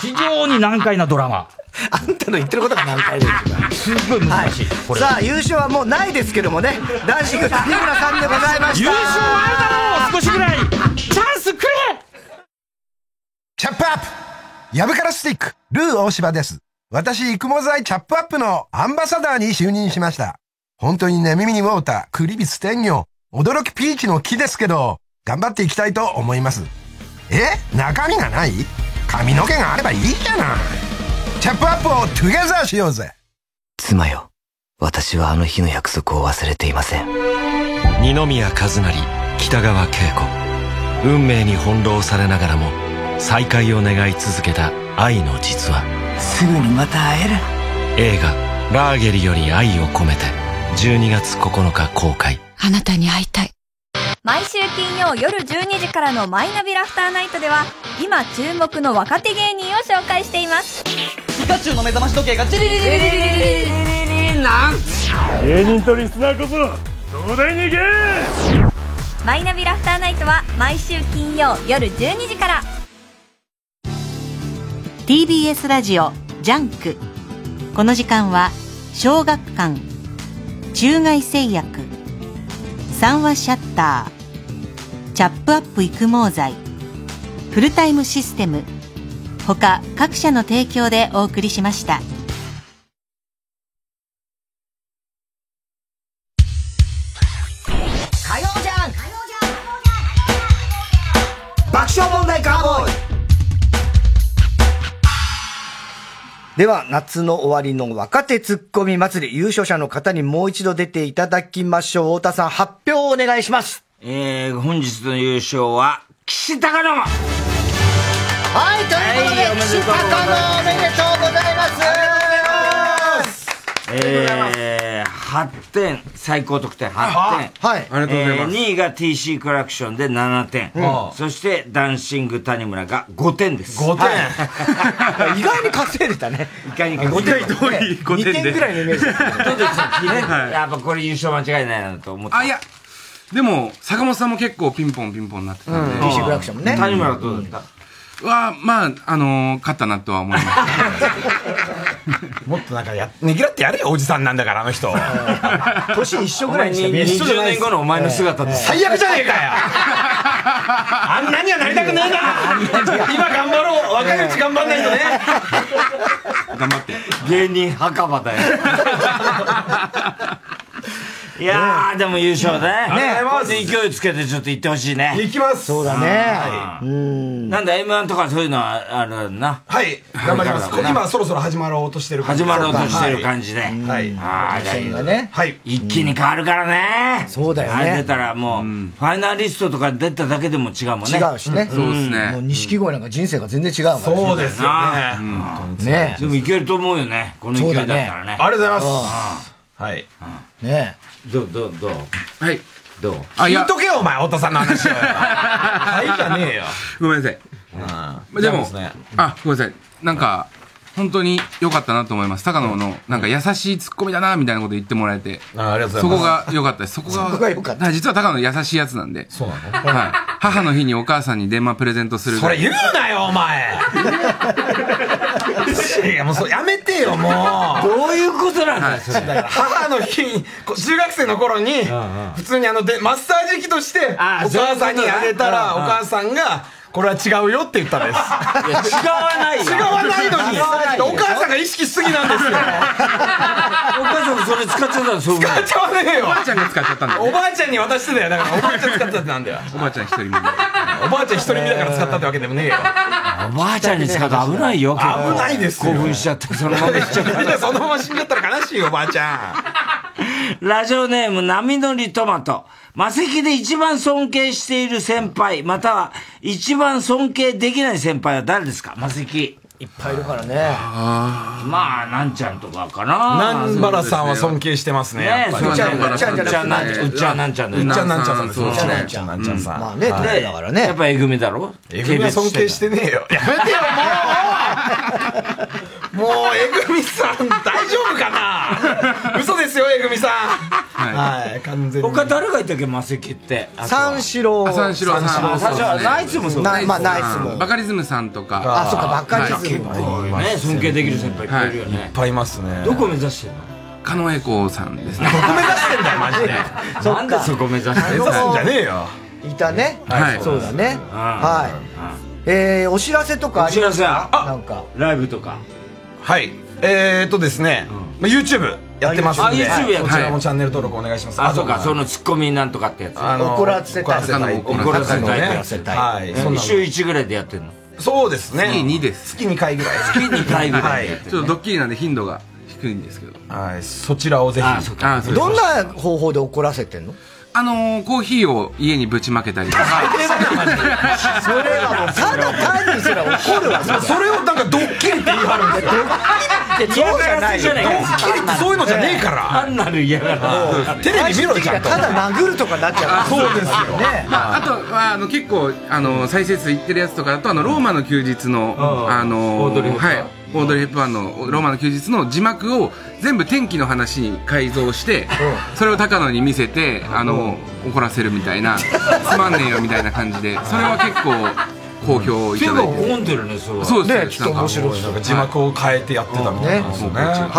Speaker 4: 非常に難解なドラマ。
Speaker 1: あんたの言ってることが難解です
Speaker 4: すごい難しい。これ
Speaker 1: さあ、優勝はもうないですけどもね、男子が谷村さんでございました。
Speaker 4: 優勝あるだろう少しぐらいチャンスくれ
Speaker 8: チャップアップヤブカラスティックルー大柴です。私、育毛剤チャップアップのアンバサダーに就任しました。本当にね、耳にウォーター、クリビス天魚、驚きピーチの木ですけど、頑張っていきたいと思います。え中身がない髪の毛があればいいじゃない。チャップアップをトゥゲザーしようぜ
Speaker 25: 妻よ私はあの日の約束を忘れていません
Speaker 27: 二宮和也北川景子運命に翻弄されながらも再会を願い続けた愛の実話
Speaker 25: すぐにまた会える
Speaker 27: 映画「ラーゲリより愛を込めて」12月9日公開
Speaker 28: あなたに会いたい
Speaker 13: 毎週金曜夜12時からの「マイナビラフターナイト」では今注目の若手芸人を紹介しています
Speaker 17: ピカチュウの目覚まし時計がチリリリリリリリリリなん
Speaker 29: 芸人とリスナーこそ東大に行け
Speaker 13: マイナビラフターナイトは毎週金曜夜12時から
Speaker 3: TBS ラジオジャンクこの時間は小学館中外製薬三話シャッターチャップアップ育毛剤フルタイムシステム他各社の提供でお送りしました。
Speaker 10: 火曜じゃん爆笑問題カーボーイ
Speaker 1: では、夏の終わりの若手ツッコミ祭り、優勝者の方にもう一度出ていただきましょう。太田さん、発表をお願いします。
Speaker 2: えー、本日の優勝は、岸高野
Speaker 10: はいということで岸高野おめでとうございます
Speaker 2: えー、 8点、最高得点8点。
Speaker 1: はい
Speaker 2: ありが
Speaker 22: とうございます
Speaker 2: 2位が TC コレクションで7点。
Speaker 22: うん
Speaker 2: そして、ダンシング谷村が5点です。5
Speaker 1: 点意外に稼いでたね。
Speaker 2: いかに稼いでた
Speaker 1: 五点通り五点で二点ぐらいのイメージだった
Speaker 2: ちょっと聞いて
Speaker 22: はい
Speaker 2: やっぱこれ優勝間違いないなと思って。
Speaker 22: あ、いや、でも、坂本さんも結構ピンポンピンポンになってたんで。
Speaker 2: うん DC クラクションもね谷村はどうだ
Speaker 22: ったは、まあ、あのー、勝ったなとは思います。もっとなんかや、ねぎらってやれよ、おじさんなんだから、あの人。
Speaker 1: 年一緒ぐらいにしか見えない
Speaker 22: 一緒じゃないです
Speaker 2: って
Speaker 22: 最悪じゃねえかよ
Speaker 10: あんなにはなりたくねえな今頑張ろう若いうち頑張んないとね
Speaker 2: 頑張って。芸人墓場だよ。いやー、でも優勝ね。
Speaker 22: ね
Speaker 2: ねまず勢いつけてちょっと行ってほしいね。
Speaker 22: 行きますそうだね
Speaker 2: ね。なんだ、M1 とかそういうのは、あるな。
Speaker 22: はい、
Speaker 2: 頑張ります
Speaker 22: 今そろそろ始まろうとしてる感じ
Speaker 2: 始まろうとしてる感じで。
Speaker 22: はい。
Speaker 2: ああ、じゃあいいね。
Speaker 22: はい。
Speaker 2: 一気に変わるからね。そうだ
Speaker 1: よね
Speaker 2: 出たらもう、ファイナリストとか出ただけでも違うもんね。
Speaker 1: 違うしね。んもう錦鯉なんか人生が全然違うから。そう
Speaker 2: ですよね
Speaker 1: ね。ね
Speaker 2: でもいけると思うよね。この勢いだったらね。。
Speaker 1: そうだねありがとうございます
Speaker 2: はい。
Speaker 1: ね
Speaker 2: どう、どう、どう
Speaker 22: はい。
Speaker 2: どう
Speaker 22: あ、
Speaker 2: や
Speaker 22: やっとけよ、お前、お父さんの 話を。はい
Speaker 2: じゃねえよ。
Speaker 22: ごめんなさい。でも、あ、ごめんなさい。なんか、本当に良かったなと思います。高野の、なんか優しいツッコミだな、みたいなこと言ってもらえて。あありがとうそござい
Speaker 30: ま
Speaker 22: ます。そこが良かったです。そこが。
Speaker 30: そこ
Speaker 22: 良かった。実は高野優しいやつなんで。そうなのはい。母の日にお母さんに電話プレゼントするそれ言うなよ、お前。いや、もうそれやめてよ、もう。
Speaker 2: ど ういうことなん
Speaker 22: だ、
Speaker 2: それ
Speaker 22: だから
Speaker 2: 母
Speaker 22: の日に、こ中学生の頃に、普通にあの、で、マッサージ機として、お母さんにあげたら、
Speaker 2: そ
Speaker 22: お
Speaker 2: ういうことね
Speaker 22: 母さんが、これは違うよって言ったんです。
Speaker 2: いや違わないよ
Speaker 22: 違わないのに
Speaker 2: 違わないよ
Speaker 22: お母さんが意識しすぎなん ですよ。お母
Speaker 2: さんもそれ使っちゃったの、そう
Speaker 22: 使っちゃわねえよ。おばあちゃんが使っちゃったんだよおばあちゃんに渡してたよ。だから、おばあちゃん使っちゃってなんだよ。おばあちゃん一人身。おばあちゃん一人身だから使ったってわけでもねえよ。
Speaker 2: おばあちゃんに使うと危ないよ、結構
Speaker 22: 危ないですよ
Speaker 2: 興奮しちゃって、そのまま行っちゃ
Speaker 22: いや
Speaker 2: う。
Speaker 22: そのまま死んじゃったら悲しいよ、おばあちゃ
Speaker 2: ラジオネーム、波乗りトマト。マセキで一番尊敬している先輩、または一番尊敬できない先輩は誰ですかマセキ。いっぱいいるからね。まあ、なんちゃんとかかな。
Speaker 22: 南原さんは尊敬してますね
Speaker 2: ね
Speaker 22: やっぱり
Speaker 2: そうだねうっちゃん、うっちゃん、な
Speaker 22: 南
Speaker 2: ん
Speaker 22: 原
Speaker 2: ち
Speaker 22: さ
Speaker 2: ゃ
Speaker 22: ん
Speaker 2: ん、うっちゃん、なんちゃんだようっちゃんなんちゃん
Speaker 22: うっちゃんなんちゃんさんそうですねうっちゃんなんちゃんさん
Speaker 2: まあ
Speaker 22: はい
Speaker 2: トヨだからね。やっぱえぐみだろ
Speaker 22: えぐみは尊敬してねえよ。やめてよ、もうもう、えぐみさん、大丈夫かな嘘ですよ、えぐみさん。はい、完全に。
Speaker 2: 他誰がいたっけ、マセキって。あとは
Speaker 1: 三四郎。
Speaker 22: 三四郎
Speaker 2: 三四郎
Speaker 22: そうです
Speaker 2: 三四
Speaker 22: ね
Speaker 2: 郎ナイツもそう
Speaker 1: なまあ、ナイツも。
Speaker 22: バカリズムさんとか。
Speaker 1: あ、そっか、ばっかり
Speaker 22: はい
Speaker 1: ズムもね。
Speaker 2: ね、尊敬できる先輩いっぱいいるよ
Speaker 22: い
Speaker 2: ね
Speaker 22: っ。ぱいいますね。
Speaker 2: どこ目指してんの
Speaker 22: 狩野英孝さんですね。どこ目指してんだよ、マジで。
Speaker 1: そっかなんでそ
Speaker 2: こ目指
Speaker 1: してんの
Speaker 22: 目指すんじゃねえよ。
Speaker 1: いたね。
Speaker 22: はい
Speaker 1: そうだね。はい。えー、お知らせとかありますかなんか。
Speaker 2: ライブとか。
Speaker 22: はい。えーっとですね、まあ YouTube やってますん
Speaker 2: あ
Speaker 22: で、
Speaker 2: YouTube やってる
Speaker 22: こちらもチャンネル登録お願いします。
Speaker 2: あ、そうか、
Speaker 22: と
Speaker 2: そのツッコミなんとかってやつ。
Speaker 22: あの怒らせたい
Speaker 2: 怒らせたい。
Speaker 22: 怒らせたい
Speaker 2: 怒らせたい。
Speaker 22: はい
Speaker 2: え
Speaker 22: そんなの
Speaker 2: 週1ぐらいでやってんの
Speaker 22: そうですね。月2です。月2回ぐらい。月
Speaker 2: 2回ぐらい
Speaker 22: ちょっとドッキリなんで頻度が低いんですけど。はい。そちらをぜひ。
Speaker 1: あそ
Speaker 22: あそうです
Speaker 1: どんな方法で怒らせてんの
Speaker 22: あのー、コーヒーを家にぶちまけたりとか。
Speaker 1: それはもう、ただ単にそれは怒るわ。
Speaker 22: それを なんかドッキリって言い張るん
Speaker 1: いやドッキリってそうじゃないよ
Speaker 22: ドッキリってそういうのじゃねえから
Speaker 2: 単なる嫌がら
Speaker 22: せテレビ見ろちゃんと
Speaker 1: ただ殴るとかになっちゃう。
Speaker 22: そうですよ
Speaker 1: ね。
Speaker 22: まあ、あとはあの結構あの再生数いってるやつとかだとあのローマの休日の、あの
Speaker 2: オードリーヘッド
Speaker 22: はいオードリーヘップバーンのローマの休日の字幕を全部天気の話に改造してそれを高野に見せてあの怒らせるみたいなつまんねえよみたいな感じでそれは結構好評いただいて
Speaker 2: 結構混んでるねそれは
Speaker 22: そうです
Speaker 2: ねきっと面白い
Speaker 22: なんか字幕を変えてやってたみたい
Speaker 1: ね
Speaker 22: なは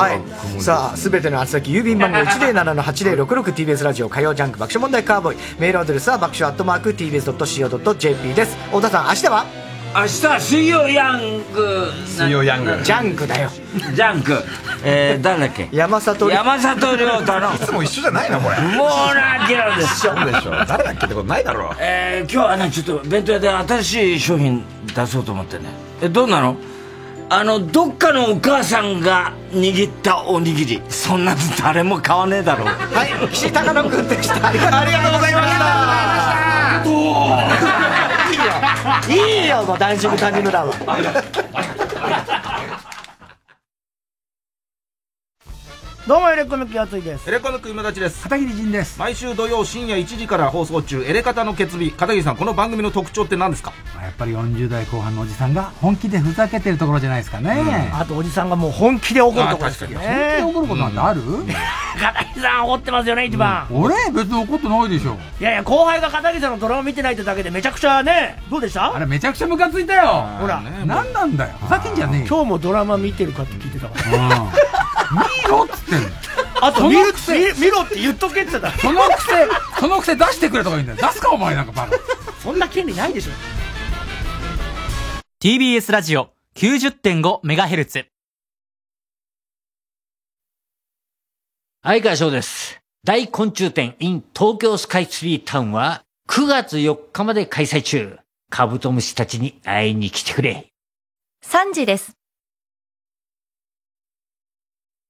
Speaker 1: はい、さあすべての宛先郵便番号 107-8066TBS ラジオ火曜ジャンク爆笑問題カーボーイメールアドレスは爆笑アットマーク TBS.CO.JP です太田さん明日は
Speaker 2: 明日、水曜ヤング。水曜ヤング。
Speaker 1: ジャンクだよ。
Speaker 2: ジャンク。えー、誰だっけ
Speaker 1: 山里亮
Speaker 2: 山里亮太の。いつも一緒じゃないのこれ。もうな、キラです。
Speaker 22: そうでしょ誰だっけってことないだろう
Speaker 2: えー、今日はね、ちょっと弁当屋で新しい商品出そうと思ってね。え、どうなのあの、どっかのお母さんが握ったおにぎり。そんなの誰も買わねえだろう。
Speaker 1: はい岸高野君でしたありがとうございましたいいよいいよもう男色谷村は
Speaker 10: どうもエレコミックやついです
Speaker 22: エレコミック今立ちです片桐仁です毎週土曜深夜1時から放送中エレカタの決日片桐さんこの番組の特徴って何ですか
Speaker 4: やっぱり40代後半のおじさんが本気でふざけてるところじゃないですかね、
Speaker 10: あとおじさんがもう本気で怒るところですよ
Speaker 4: 本気で
Speaker 10: ね
Speaker 4: 怒ることなんてある、
Speaker 10: 片桐さん怒ってますよね一番、
Speaker 4: 俺別に怒ってないでしょ
Speaker 10: いやいや後輩が片桐さんのドラマ見てないってだけでめちゃくちゃねどうでした
Speaker 4: あれめちゃくちゃムカついたよ
Speaker 10: ほら、
Speaker 4: 何なんだよふざけんじゃねえよ
Speaker 10: 今日もドラマ見てるかって聞いてたから
Speaker 4: 見ろっつってんの
Speaker 10: あと
Speaker 4: そ
Speaker 10: 見
Speaker 4: の
Speaker 10: る
Speaker 4: くせ
Speaker 10: 見見ろって言っとけって言ってた
Speaker 4: そのくせそのくせ出してくれとか言うんだよ出すかお前なんかバカ
Speaker 10: そんな権利ないでしょ
Speaker 18: TBS ラジオ 90.5MHz
Speaker 2: 相川翔です。大昆虫展 in 東京スカイツリータウンは9月4日まで開催中。カブトムシたちに会いに来てくれ。
Speaker 16: 3時です。